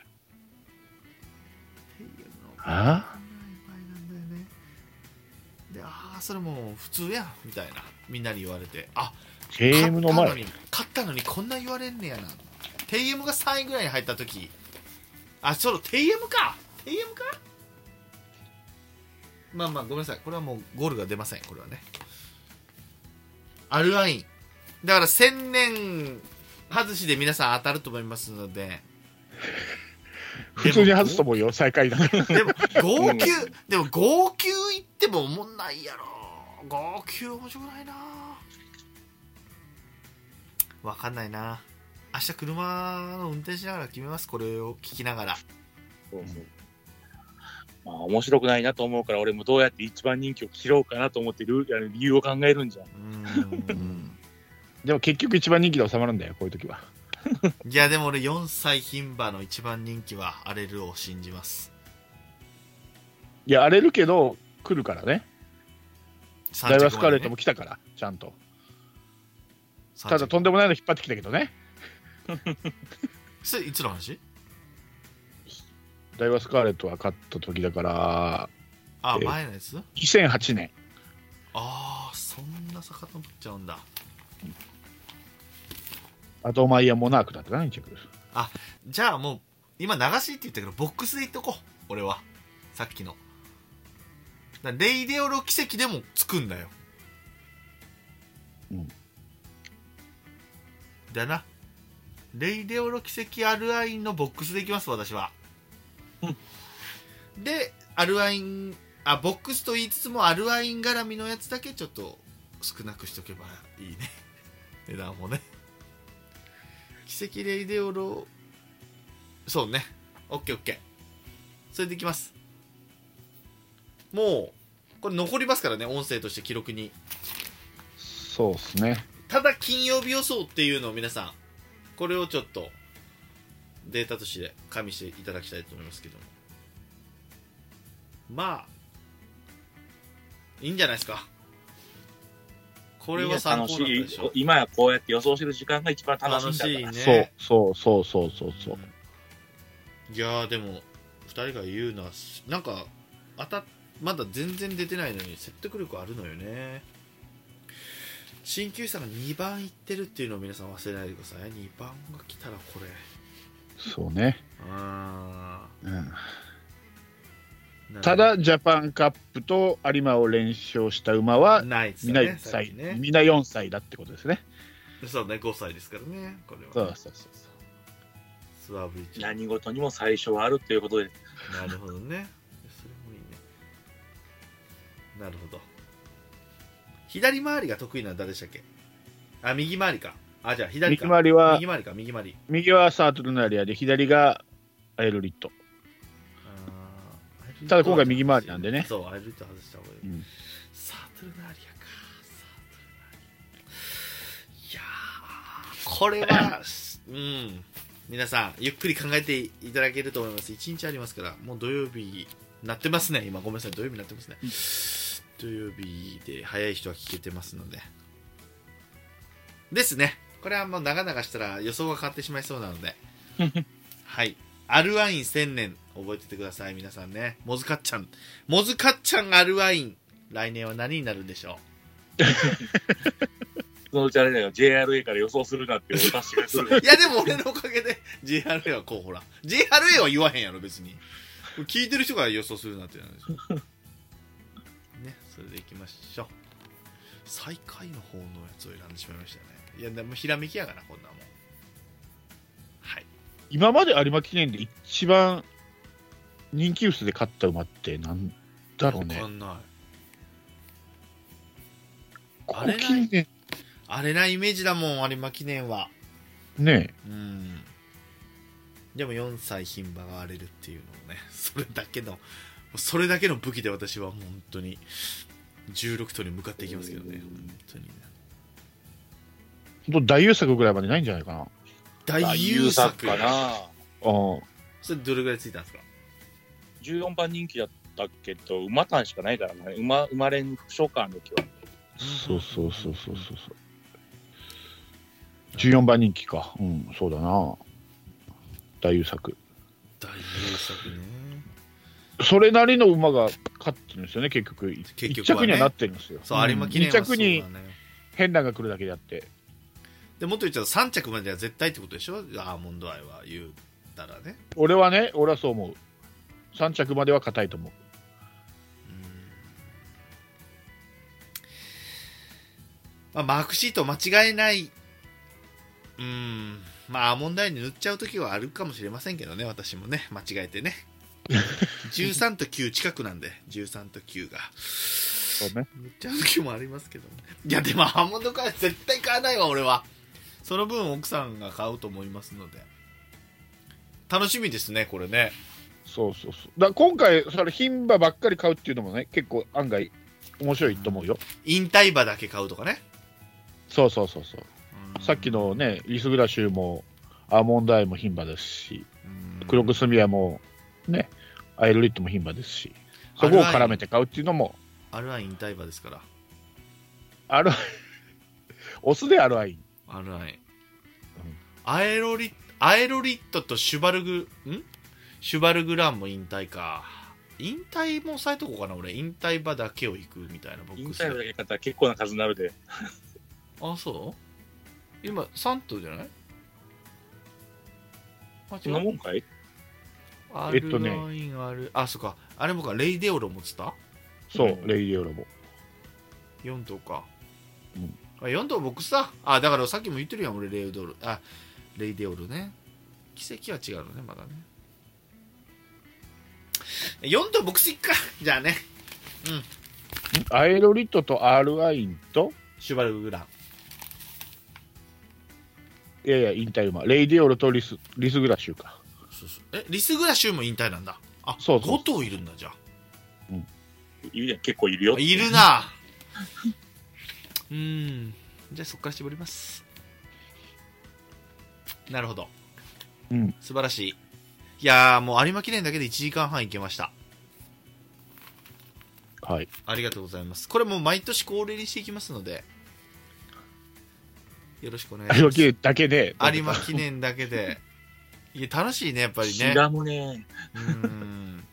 Speaker 4: あ
Speaker 2: なんだよねでああそれもう普通やんみたいなみんなに言われてあ
Speaker 4: ?TM の
Speaker 2: 勝ったの
Speaker 4: 前。
Speaker 2: に勝ったのにこんな言われんねやな TM が3位ぐらいに入った時あそう TM か TM かまあまあごめんなさいこれはもうゴールが出ませんこれはねアルアインだから千年外しで皆さん当たると思いますので
Speaker 4: 普通に外すと思うよ、最下位だから。
Speaker 2: でも号泣でも号泣いってもおもんないやろ号泣面白くないなわかんないな明日車の運転しながら決めますこれを聞きながら
Speaker 3: そうそうまあ、面白くないなと思うから、俺もどうやって一番人気を切ろうかなと思ってるあの理由を考えるんじゃん。
Speaker 2: うー ん
Speaker 4: でも結局一番人気で収まるんだよ、こういう時は。
Speaker 2: いやでも俺4歳牝馬の一番人気は荒れるを信じます
Speaker 4: いや、荒れるけど、来るからね。ダイワスカーレットも来たから、ちゃんと。ただ、とんでもないの引っ張ってきたけどね。
Speaker 2: それいつの話
Speaker 4: ダイワスカーレットは勝った時だから、
Speaker 2: あ
Speaker 4: えー
Speaker 2: 前のやつ
Speaker 4: 2008年。
Speaker 2: ああそんな坂登っちゃうんだ
Speaker 4: アドマイヤモナークだったな、一着です。
Speaker 2: じゃあもう今流しって言ったけどボックスでいっとこう俺はさっきのだからレイデオロ奇跡でもつくんだよ
Speaker 4: うん
Speaker 2: だなレイデオロ奇跡アルアインのボックスでいきます私はでアルアインあボックスと言いつつもアルアイン絡みのやつだけちょっと少なくしとけばいいね値段もね奇跡レイデオロそうね。オッケーオッケー。それでいきます。もう、これ残りますからね、音声として記録に。
Speaker 4: そうですね。
Speaker 2: ただ金曜日予想っていうのを皆さん、これをちょっとデータとして加味していただきたいと思いますけども。まあ、いいんじゃないですか。こ
Speaker 3: こ
Speaker 2: れは参考だったでしょ。
Speaker 3: 今やこうやって予想してる時間が一番楽しいんだから。
Speaker 2: 楽しい
Speaker 4: そう
Speaker 2: ね。
Speaker 4: そうそうそうそうそう。
Speaker 2: いやーでも2人が言うのはなんか当たっまだ全然出てないのに説得力あるのよね鍼灸師さんが2番いってるっていうのを皆さん忘れないでください2番が来たらこれ
Speaker 4: そうね。
Speaker 2: あ
Speaker 4: うん
Speaker 2: ー
Speaker 4: ただ、ジャパンカップと有馬を連勝した馬は、
Speaker 2: ないです
Speaker 4: み
Speaker 2: よ
Speaker 4: んな4
Speaker 2: ね最
Speaker 4: 歳、
Speaker 2: 近ね
Speaker 4: みんな4歳だってことですね。
Speaker 2: そうね5歳ですからねこれ
Speaker 4: そう
Speaker 2: は
Speaker 4: そうそうそう。
Speaker 2: スワブリッジな
Speaker 3: 何事にも最初はあるということで、
Speaker 2: るほどねそれもいいねなるほど左回りが得意なのは誰でしたっけあ右回りかあじゃあ左
Speaker 4: 右
Speaker 2: か
Speaker 4: 回りは、
Speaker 2: 右回りか右回り
Speaker 4: 右はサートルナリアで、左がアエルリット。
Speaker 2: あー
Speaker 4: ただ今回右回りなんでね
Speaker 2: そうアイルリット外した方がいい、
Speaker 4: うん
Speaker 2: サートルナーリアかサートルナーリアいやーこれはうん皆さんゆっくり考えていただけると思います一日ありますからもう土曜日なってますね今ごめんなさい土曜日になってますね土曜日で早い人は聞けてますのでですねこれはもう長々したら予想が変わってしまいそうなのではいアルワイン千年覚えててください皆さんねモズカッちゃんモズカッちゃんアルワイン来年は何になるんでしょ
Speaker 3: そのうちあれだよ、JRA から予想するなっていうお達しがする
Speaker 2: ういやでも俺のおかげで JRA はこうほら JRA は言わへんやろ別にこれ聞いてる人が予想するなんてなんでしょねそれでいきましょう最下位の方のやつを選んでしまいましたねいやでもひらめきやがなこんなもんはい
Speaker 4: 今まで有馬記念で一番人気薄で勝った馬ってなんだろう
Speaker 2: わ
Speaker 4: ね
Speaker 2: か。んない
Speaker 4: こ
Speaker 2: あ
Speaker 4: こ
Speaker 2: れない
Speaker 4: 近年
Speaker 2: あれなイメージだもん有馬記念は
Speaker 4: ね、
Speaker 2: うんでも4歳牝馬が荒れるっていうのをね それだけのそれだけの武器で私はもう本当に16頭に向かっていきますけどね本当にね
Speaker 4: ほんと大優作ぐらいまでないんじゃないかな。あ
Speaker 2: 大優作
Speaker 3: かな。
Speaker 4: あ。
Speaker 2: それどれぐらいついたんですか
Speaker 3: 14番人気だったけど、馬単しかないからね、馬馬連副召喚の時は。
Speaker 4: そうそうそうそうそうそう。 14番人気か。うん、そうだな。大優作。
Speaker 2: 大優作ね
Speaker 4: それなりの馬が勝ってるんですよね、結局。
Speaker 2: 結
Speaker 4: 一
Speaker 2: 局は
Speaker 4: 着
Speaker 2: ね
Speaker 4: にはなってるんですよ。
Speaker 2: そう有馬記念は
Speaker 4: 2
Speaker 2: そう
Speaker 4: 着
Speaker 2: だね
Speaker 4: に変なのが来るだけであって。
Speaker 2: でもっと言っちゃうと3着までは絶対ってことでしょアーモンドアイは言うたらね
Speaker 4: 俺はね、俺はそう思う。3着までは硬いと思う。
Speaker 2: まあ、マークシート間違えない、うん、まあ、アーモンドアイに塗っちゃう時はあるかもしれませんけどね、私もね、間違え てね。13と9近くなんで、13と9が。
Speaker 4: そうね。
Speaker 2: 塗っちゃう時もありますけど、いや、でも、アーモンドカー絶対買わないわ、俺は。その分、奥さんが買うと思いますので。楽しみですね、これね。
Speaker 4: そうそうそう。だから今回、それ、牝馬ばっかり買うっていうのもね、結構案外面白いと思うよ。
Speaker 2: 引退馬だけ買うとかね。
Speaker 4: そうそうそうそう。
Speaker 2: うん
Speaker 4: さっき、のね、リスグラシュも、アーモンドアイも牝馬ですし、
Speaker 2: うん
Speaker 4: クロクスミアも、ね、アイルリットも牝馬ですし、そこを絡めて買うっていうのも、
Speaker 2: R1 引退馬ですから。
Speaker 4: ある、 オスであるアイン。
Speaker 2: R1。アエロリ、アエロリットとシュバルグ、んシュバルグランも引退か。引退も抑えとこうかな、俺。引退馬だけを引くみたいな、ボ
Speaker 3: イ
Speaker 2: ッ
Speaker 3: ン
Speaker 2: ク
Speaker 3: サイド
Speaker 2: ス
Speaker 3: だ。け買ったら結構な数になるで。
Speaker 2: あ、そう今、3頭じゃないあ、
Speaker 3: そ
Speaker 2: 違
Speaker 3: んな
Speaker 2: う。
Speaker 3: もんかい
Speaker 4: えっとね
Speaker 2: R9、R、あ、そっか。あれもか、レイデオロもつった
Speaker 4: そう、レイディオロボ。
Speaker 2: 4頭か、
Speaker 4: うん
Speaker 2: あ4頭ボックスだあだからさっきも言ってるやん俺レイドールあレイデオルね奇跡は違うのねまだね4頭ボックスいっか じゃあね
Speaker 4: アイロリットとアールアインと、
Speaker 2: シュバルグラン
Speaker 4: いやいや、引退馬。レイディオロとリスリスグラシュか。
Speaker 2: そうそうえリスグラシュも引退なんだあ
Speaker 4: そうそう
Speaker 2: 5頭いるんだじゃ
Speaker 3: いるじゃん、結構いるよ
Speaker 2: あ。いるな うんじゃあそこから絞りますなるほど
Speaker 4: うん。
Speaker 2: 素晴らしいいやーもう有馬記念だけで1時間半いけました
Speaker 4: はい。
Speaker 2: ありがとうございます。これもう毎年恒例にしていきますので、よろしくお願い
Speaker 4: ア
Speaker 2: し
Speaker 4: イロ
Speaker 2: ま
Speaker 4: キ
Speaker 2: す。
Speaker 4: だけで、
Speaker 2: 有馬記念だけで。いや、楽しいね、やっぱりね
Speaker 3: シ。ラもね、
Speaker 2: うん。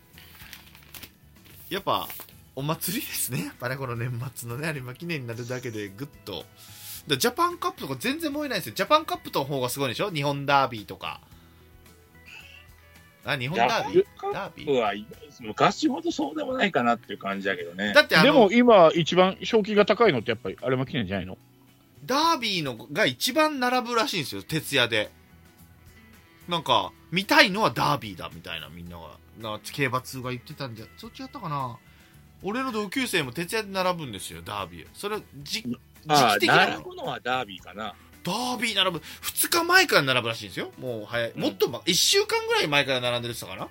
Speaker 2: やっぱ、お祭りですね。やっぱね、この年末のね、有馬記念になるだけで、ぐっと。だジャパンカップとか全然燃えないですよ。ジャパンカップの方がすごいでしょ日本ダービーとか。あ、日本
Speaker 3: ジャ
Speaker 2: ダ
Speaker 3: パ
Speaker 2: ー
Speaker 3: ン
Speaker 2: ビー
Speaker 3: カ
Speaker 2: ダービ
Speaker 3: ップは昔ほどそうでもないかなっていう感じだけどね
Speaker 2: ー。だってあの、
Speaker 4: でも今、一番賞金が高いのって、やっぱり有馬記念じゃないの
Speaker 2: ダービーのが一番並ぶらしいんですよ徹夜でなんか見たいのはダービーだみたいなみんながな競馬通が言ってたんじゃそっちやったかな俺の同級生も徹夜で並ぶんですよダービーそれじ時
Speaker 3: あ
Speaker 2: 期
Speaker 3: あ、
Speaker 2: 的な
Speaker 3: 並
Speaker 2: の
Speaker 3: ぶのはダービーかな。
Speaker 2: ダービー並ぶ2日前から並ぶらしいんですよもう早い、
Speaker 3: ん
Speaker 2: もっと、ま、1週間ぐらい前から並んでるって言ってたかな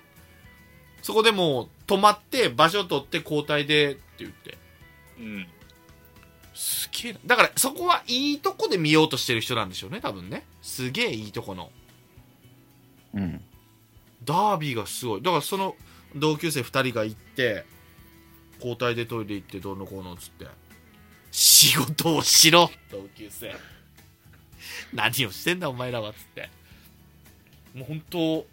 Speaker 2: そこでもう泊まって場所取って交代でって言って
Speaker 3: うん。
Speaker 2: すげえなだからそこはいいとこで見ようとしてる人なんでしょうね多分ねすげえいいとこの
Speaker 4: うん。
Speaker 2: ダービーがすごいだからその同級生2人が行って交代でトイレ行ってどうのこうのっつって仕事をしろ同級生何をしてんだお前らはっつってもう本当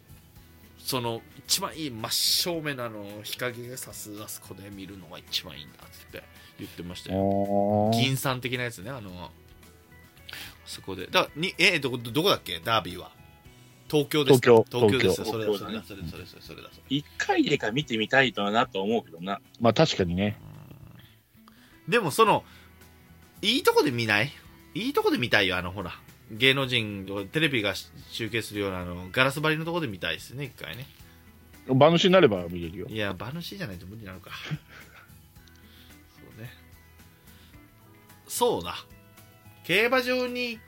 Speaker 2: その一番いい真正面のあの日陰がさすあそこで見るのが一番いいんだっつって言ってましたよ
Speaker 4: おー
Speaker 2: 銀さん的なやつねあのあそこでだからにえどこどこだっけダービーは東京ですか
Speaker 4: 東京
Speaker 2: 東京ですよ
Speaker 3: 東
Speaker 2: それ
Speaker 3: 京
Speaker 2: だそれだ
Speaker 3: 東
Speaker 2: それだそれだそれだそれだ
Speaker 3: 一回でか見てみたいとなとは思うけどな。
Speaker 4: まあ確かにね。
Speaker 2: でもそのいいとこで見ないいいとこで見たいよあのほら芸能人をテレビが集計するようなあのガラス張りのとこで見たいですね一回ね
Speaker 4: 馬主になれば見れるよ。
Speaker 2: いや馬主じゃないと無理 なのかそうねそうだ競馬場に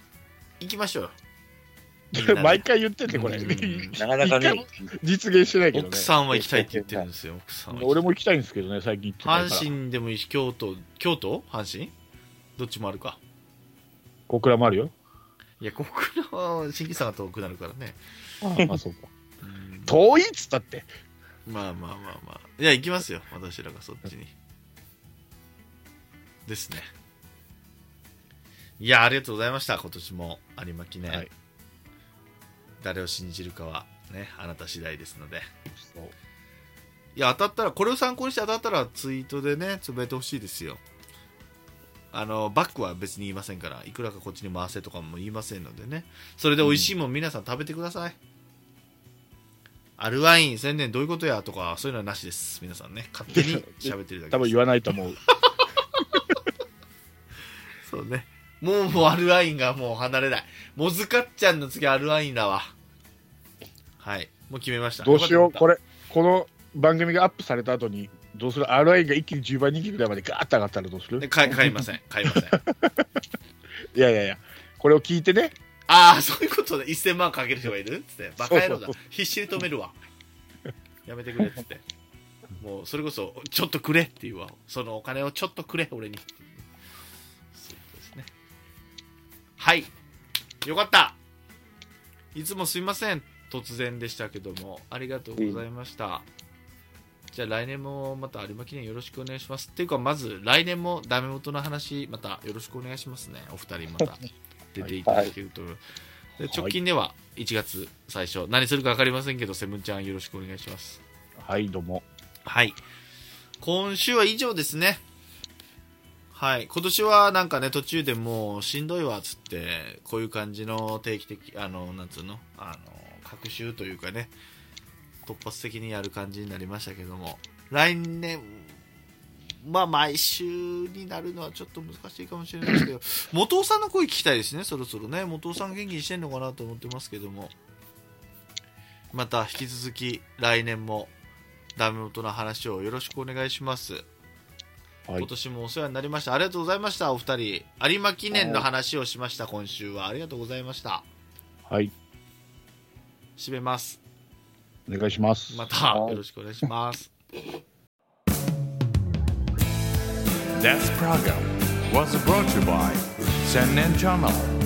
Speaker 2: 行きましょうよみんなで
Speaker 4: 毎回言ってて、これ。
Speaker 2: う
Speaker 4: 一
Speaker 2: ん
Speaker 3: なかなか
Speaker 4: 回
Speaker 3: ね
Speaker 4: も、 実現してないけどね
Speaker 2: 奥。さんは行きたいって言ってるんですよ奥さんは行きたい
Speaker 4: 俺も行きたいんですけどね、最近行ってない
Speaker 2: 阪
Speaker 4: から。
Speaker 2: 神でもいいし京都京都阪神どっちもあるか
Speaker 4: 小倉もあるよ。
Speaker 2: いや小倉は新規さんが遠くなるからね
Speaker 4: ああ、そうか。遠いっつったって。
Speaker 2: まあまあまあまあいや行きますよ私らがそっちにですねいや、ありがとうございました。今年も有馬記念、
Speaker 4: はい
Speaker 2: 誰を信じるかはね、あなた次第ですので。
Speaker 4: そう
Speaker 2: いや、当たったら、これを参考にして当たったらツイートでね、つぶやいてほしいですよ。あの、バックは別に言いませんから、いくらかこっちに回せとかも言いませんのでね。それで美味しいもん皆さん食べてください。アルワイン1000年どういうことやとか、そういうのはなしです。皆さんね、勝手に喋ってるだけです。
Speaker 4: 多分言わないと思う。
Speaker 2: そうね。もうもうアルワインがもう離れない。もずかっちゃんの次アルワインだわ。はい。もう決めました。
Speaker 4: どうしよう、こ
Speaker 2: れ。
Speaker 4: れ、この番組がアップされた後に、どうする ?RI が一気に10倍人気ぐらいまでガーッと上がったらどうする
Speaker 2: 買い、買いません。買いません。
Speaker 4: いやいやいや、これを聞いてね、
Speaker 2: ああ、そういうことで1000万かける人がいるっつって。バカ野郎だ
Speaker 4: そう。
Speaker 2: 必死に止めるわ。やめてくれっつって。もうそれこそ、ちょっとくれって言うわ。そのお金をちょっとくれ、俺に。そういうことですね。はい。よかった。いつもすいません。突然でしたけども、ありがとうございました。じゃあ来年もまた有馬記念よろしくお願いします。っていうか、まず来年もダメ元の話、またよろしくお願いしますね。お二人ま た出ていただけると思います。で
Speaker 4: はい
Speaker 2: 直近では1月最初、何するか分かりませんけど、セブンちゃんよろしくお願いします。
Speaker 4: はい、どうも。
Speaker 2: はい。今週は以上ですね。はい。今年はなんかね、途中でもうしんどいわ、つって、こういう感じの定期的、あの、なんつうの、あの、各週というかね、突発的にやる感じになりましたけども、来年、まあ、毎週になるのはちょっと難しいかもしれないですけど、元尾さんの声聞きたいですね、そろそろね。元尾さん元気にしてんのかなと思ってますけども、また引き続き来年もダメ元の話をよろしくお願いします、
Speaker 4: はい
Speaker 2: 今、年もお世話になりましたありがとうございましたお二人有馬記念の話をしました今週はありがとうございました
Speaker 4: はい、
Speaker 2: 締めます
Speaker 4: お願いします。
Speaker 2: またよろしくお願いします
Speaker 1: This program was brought to you by Sennen Channel.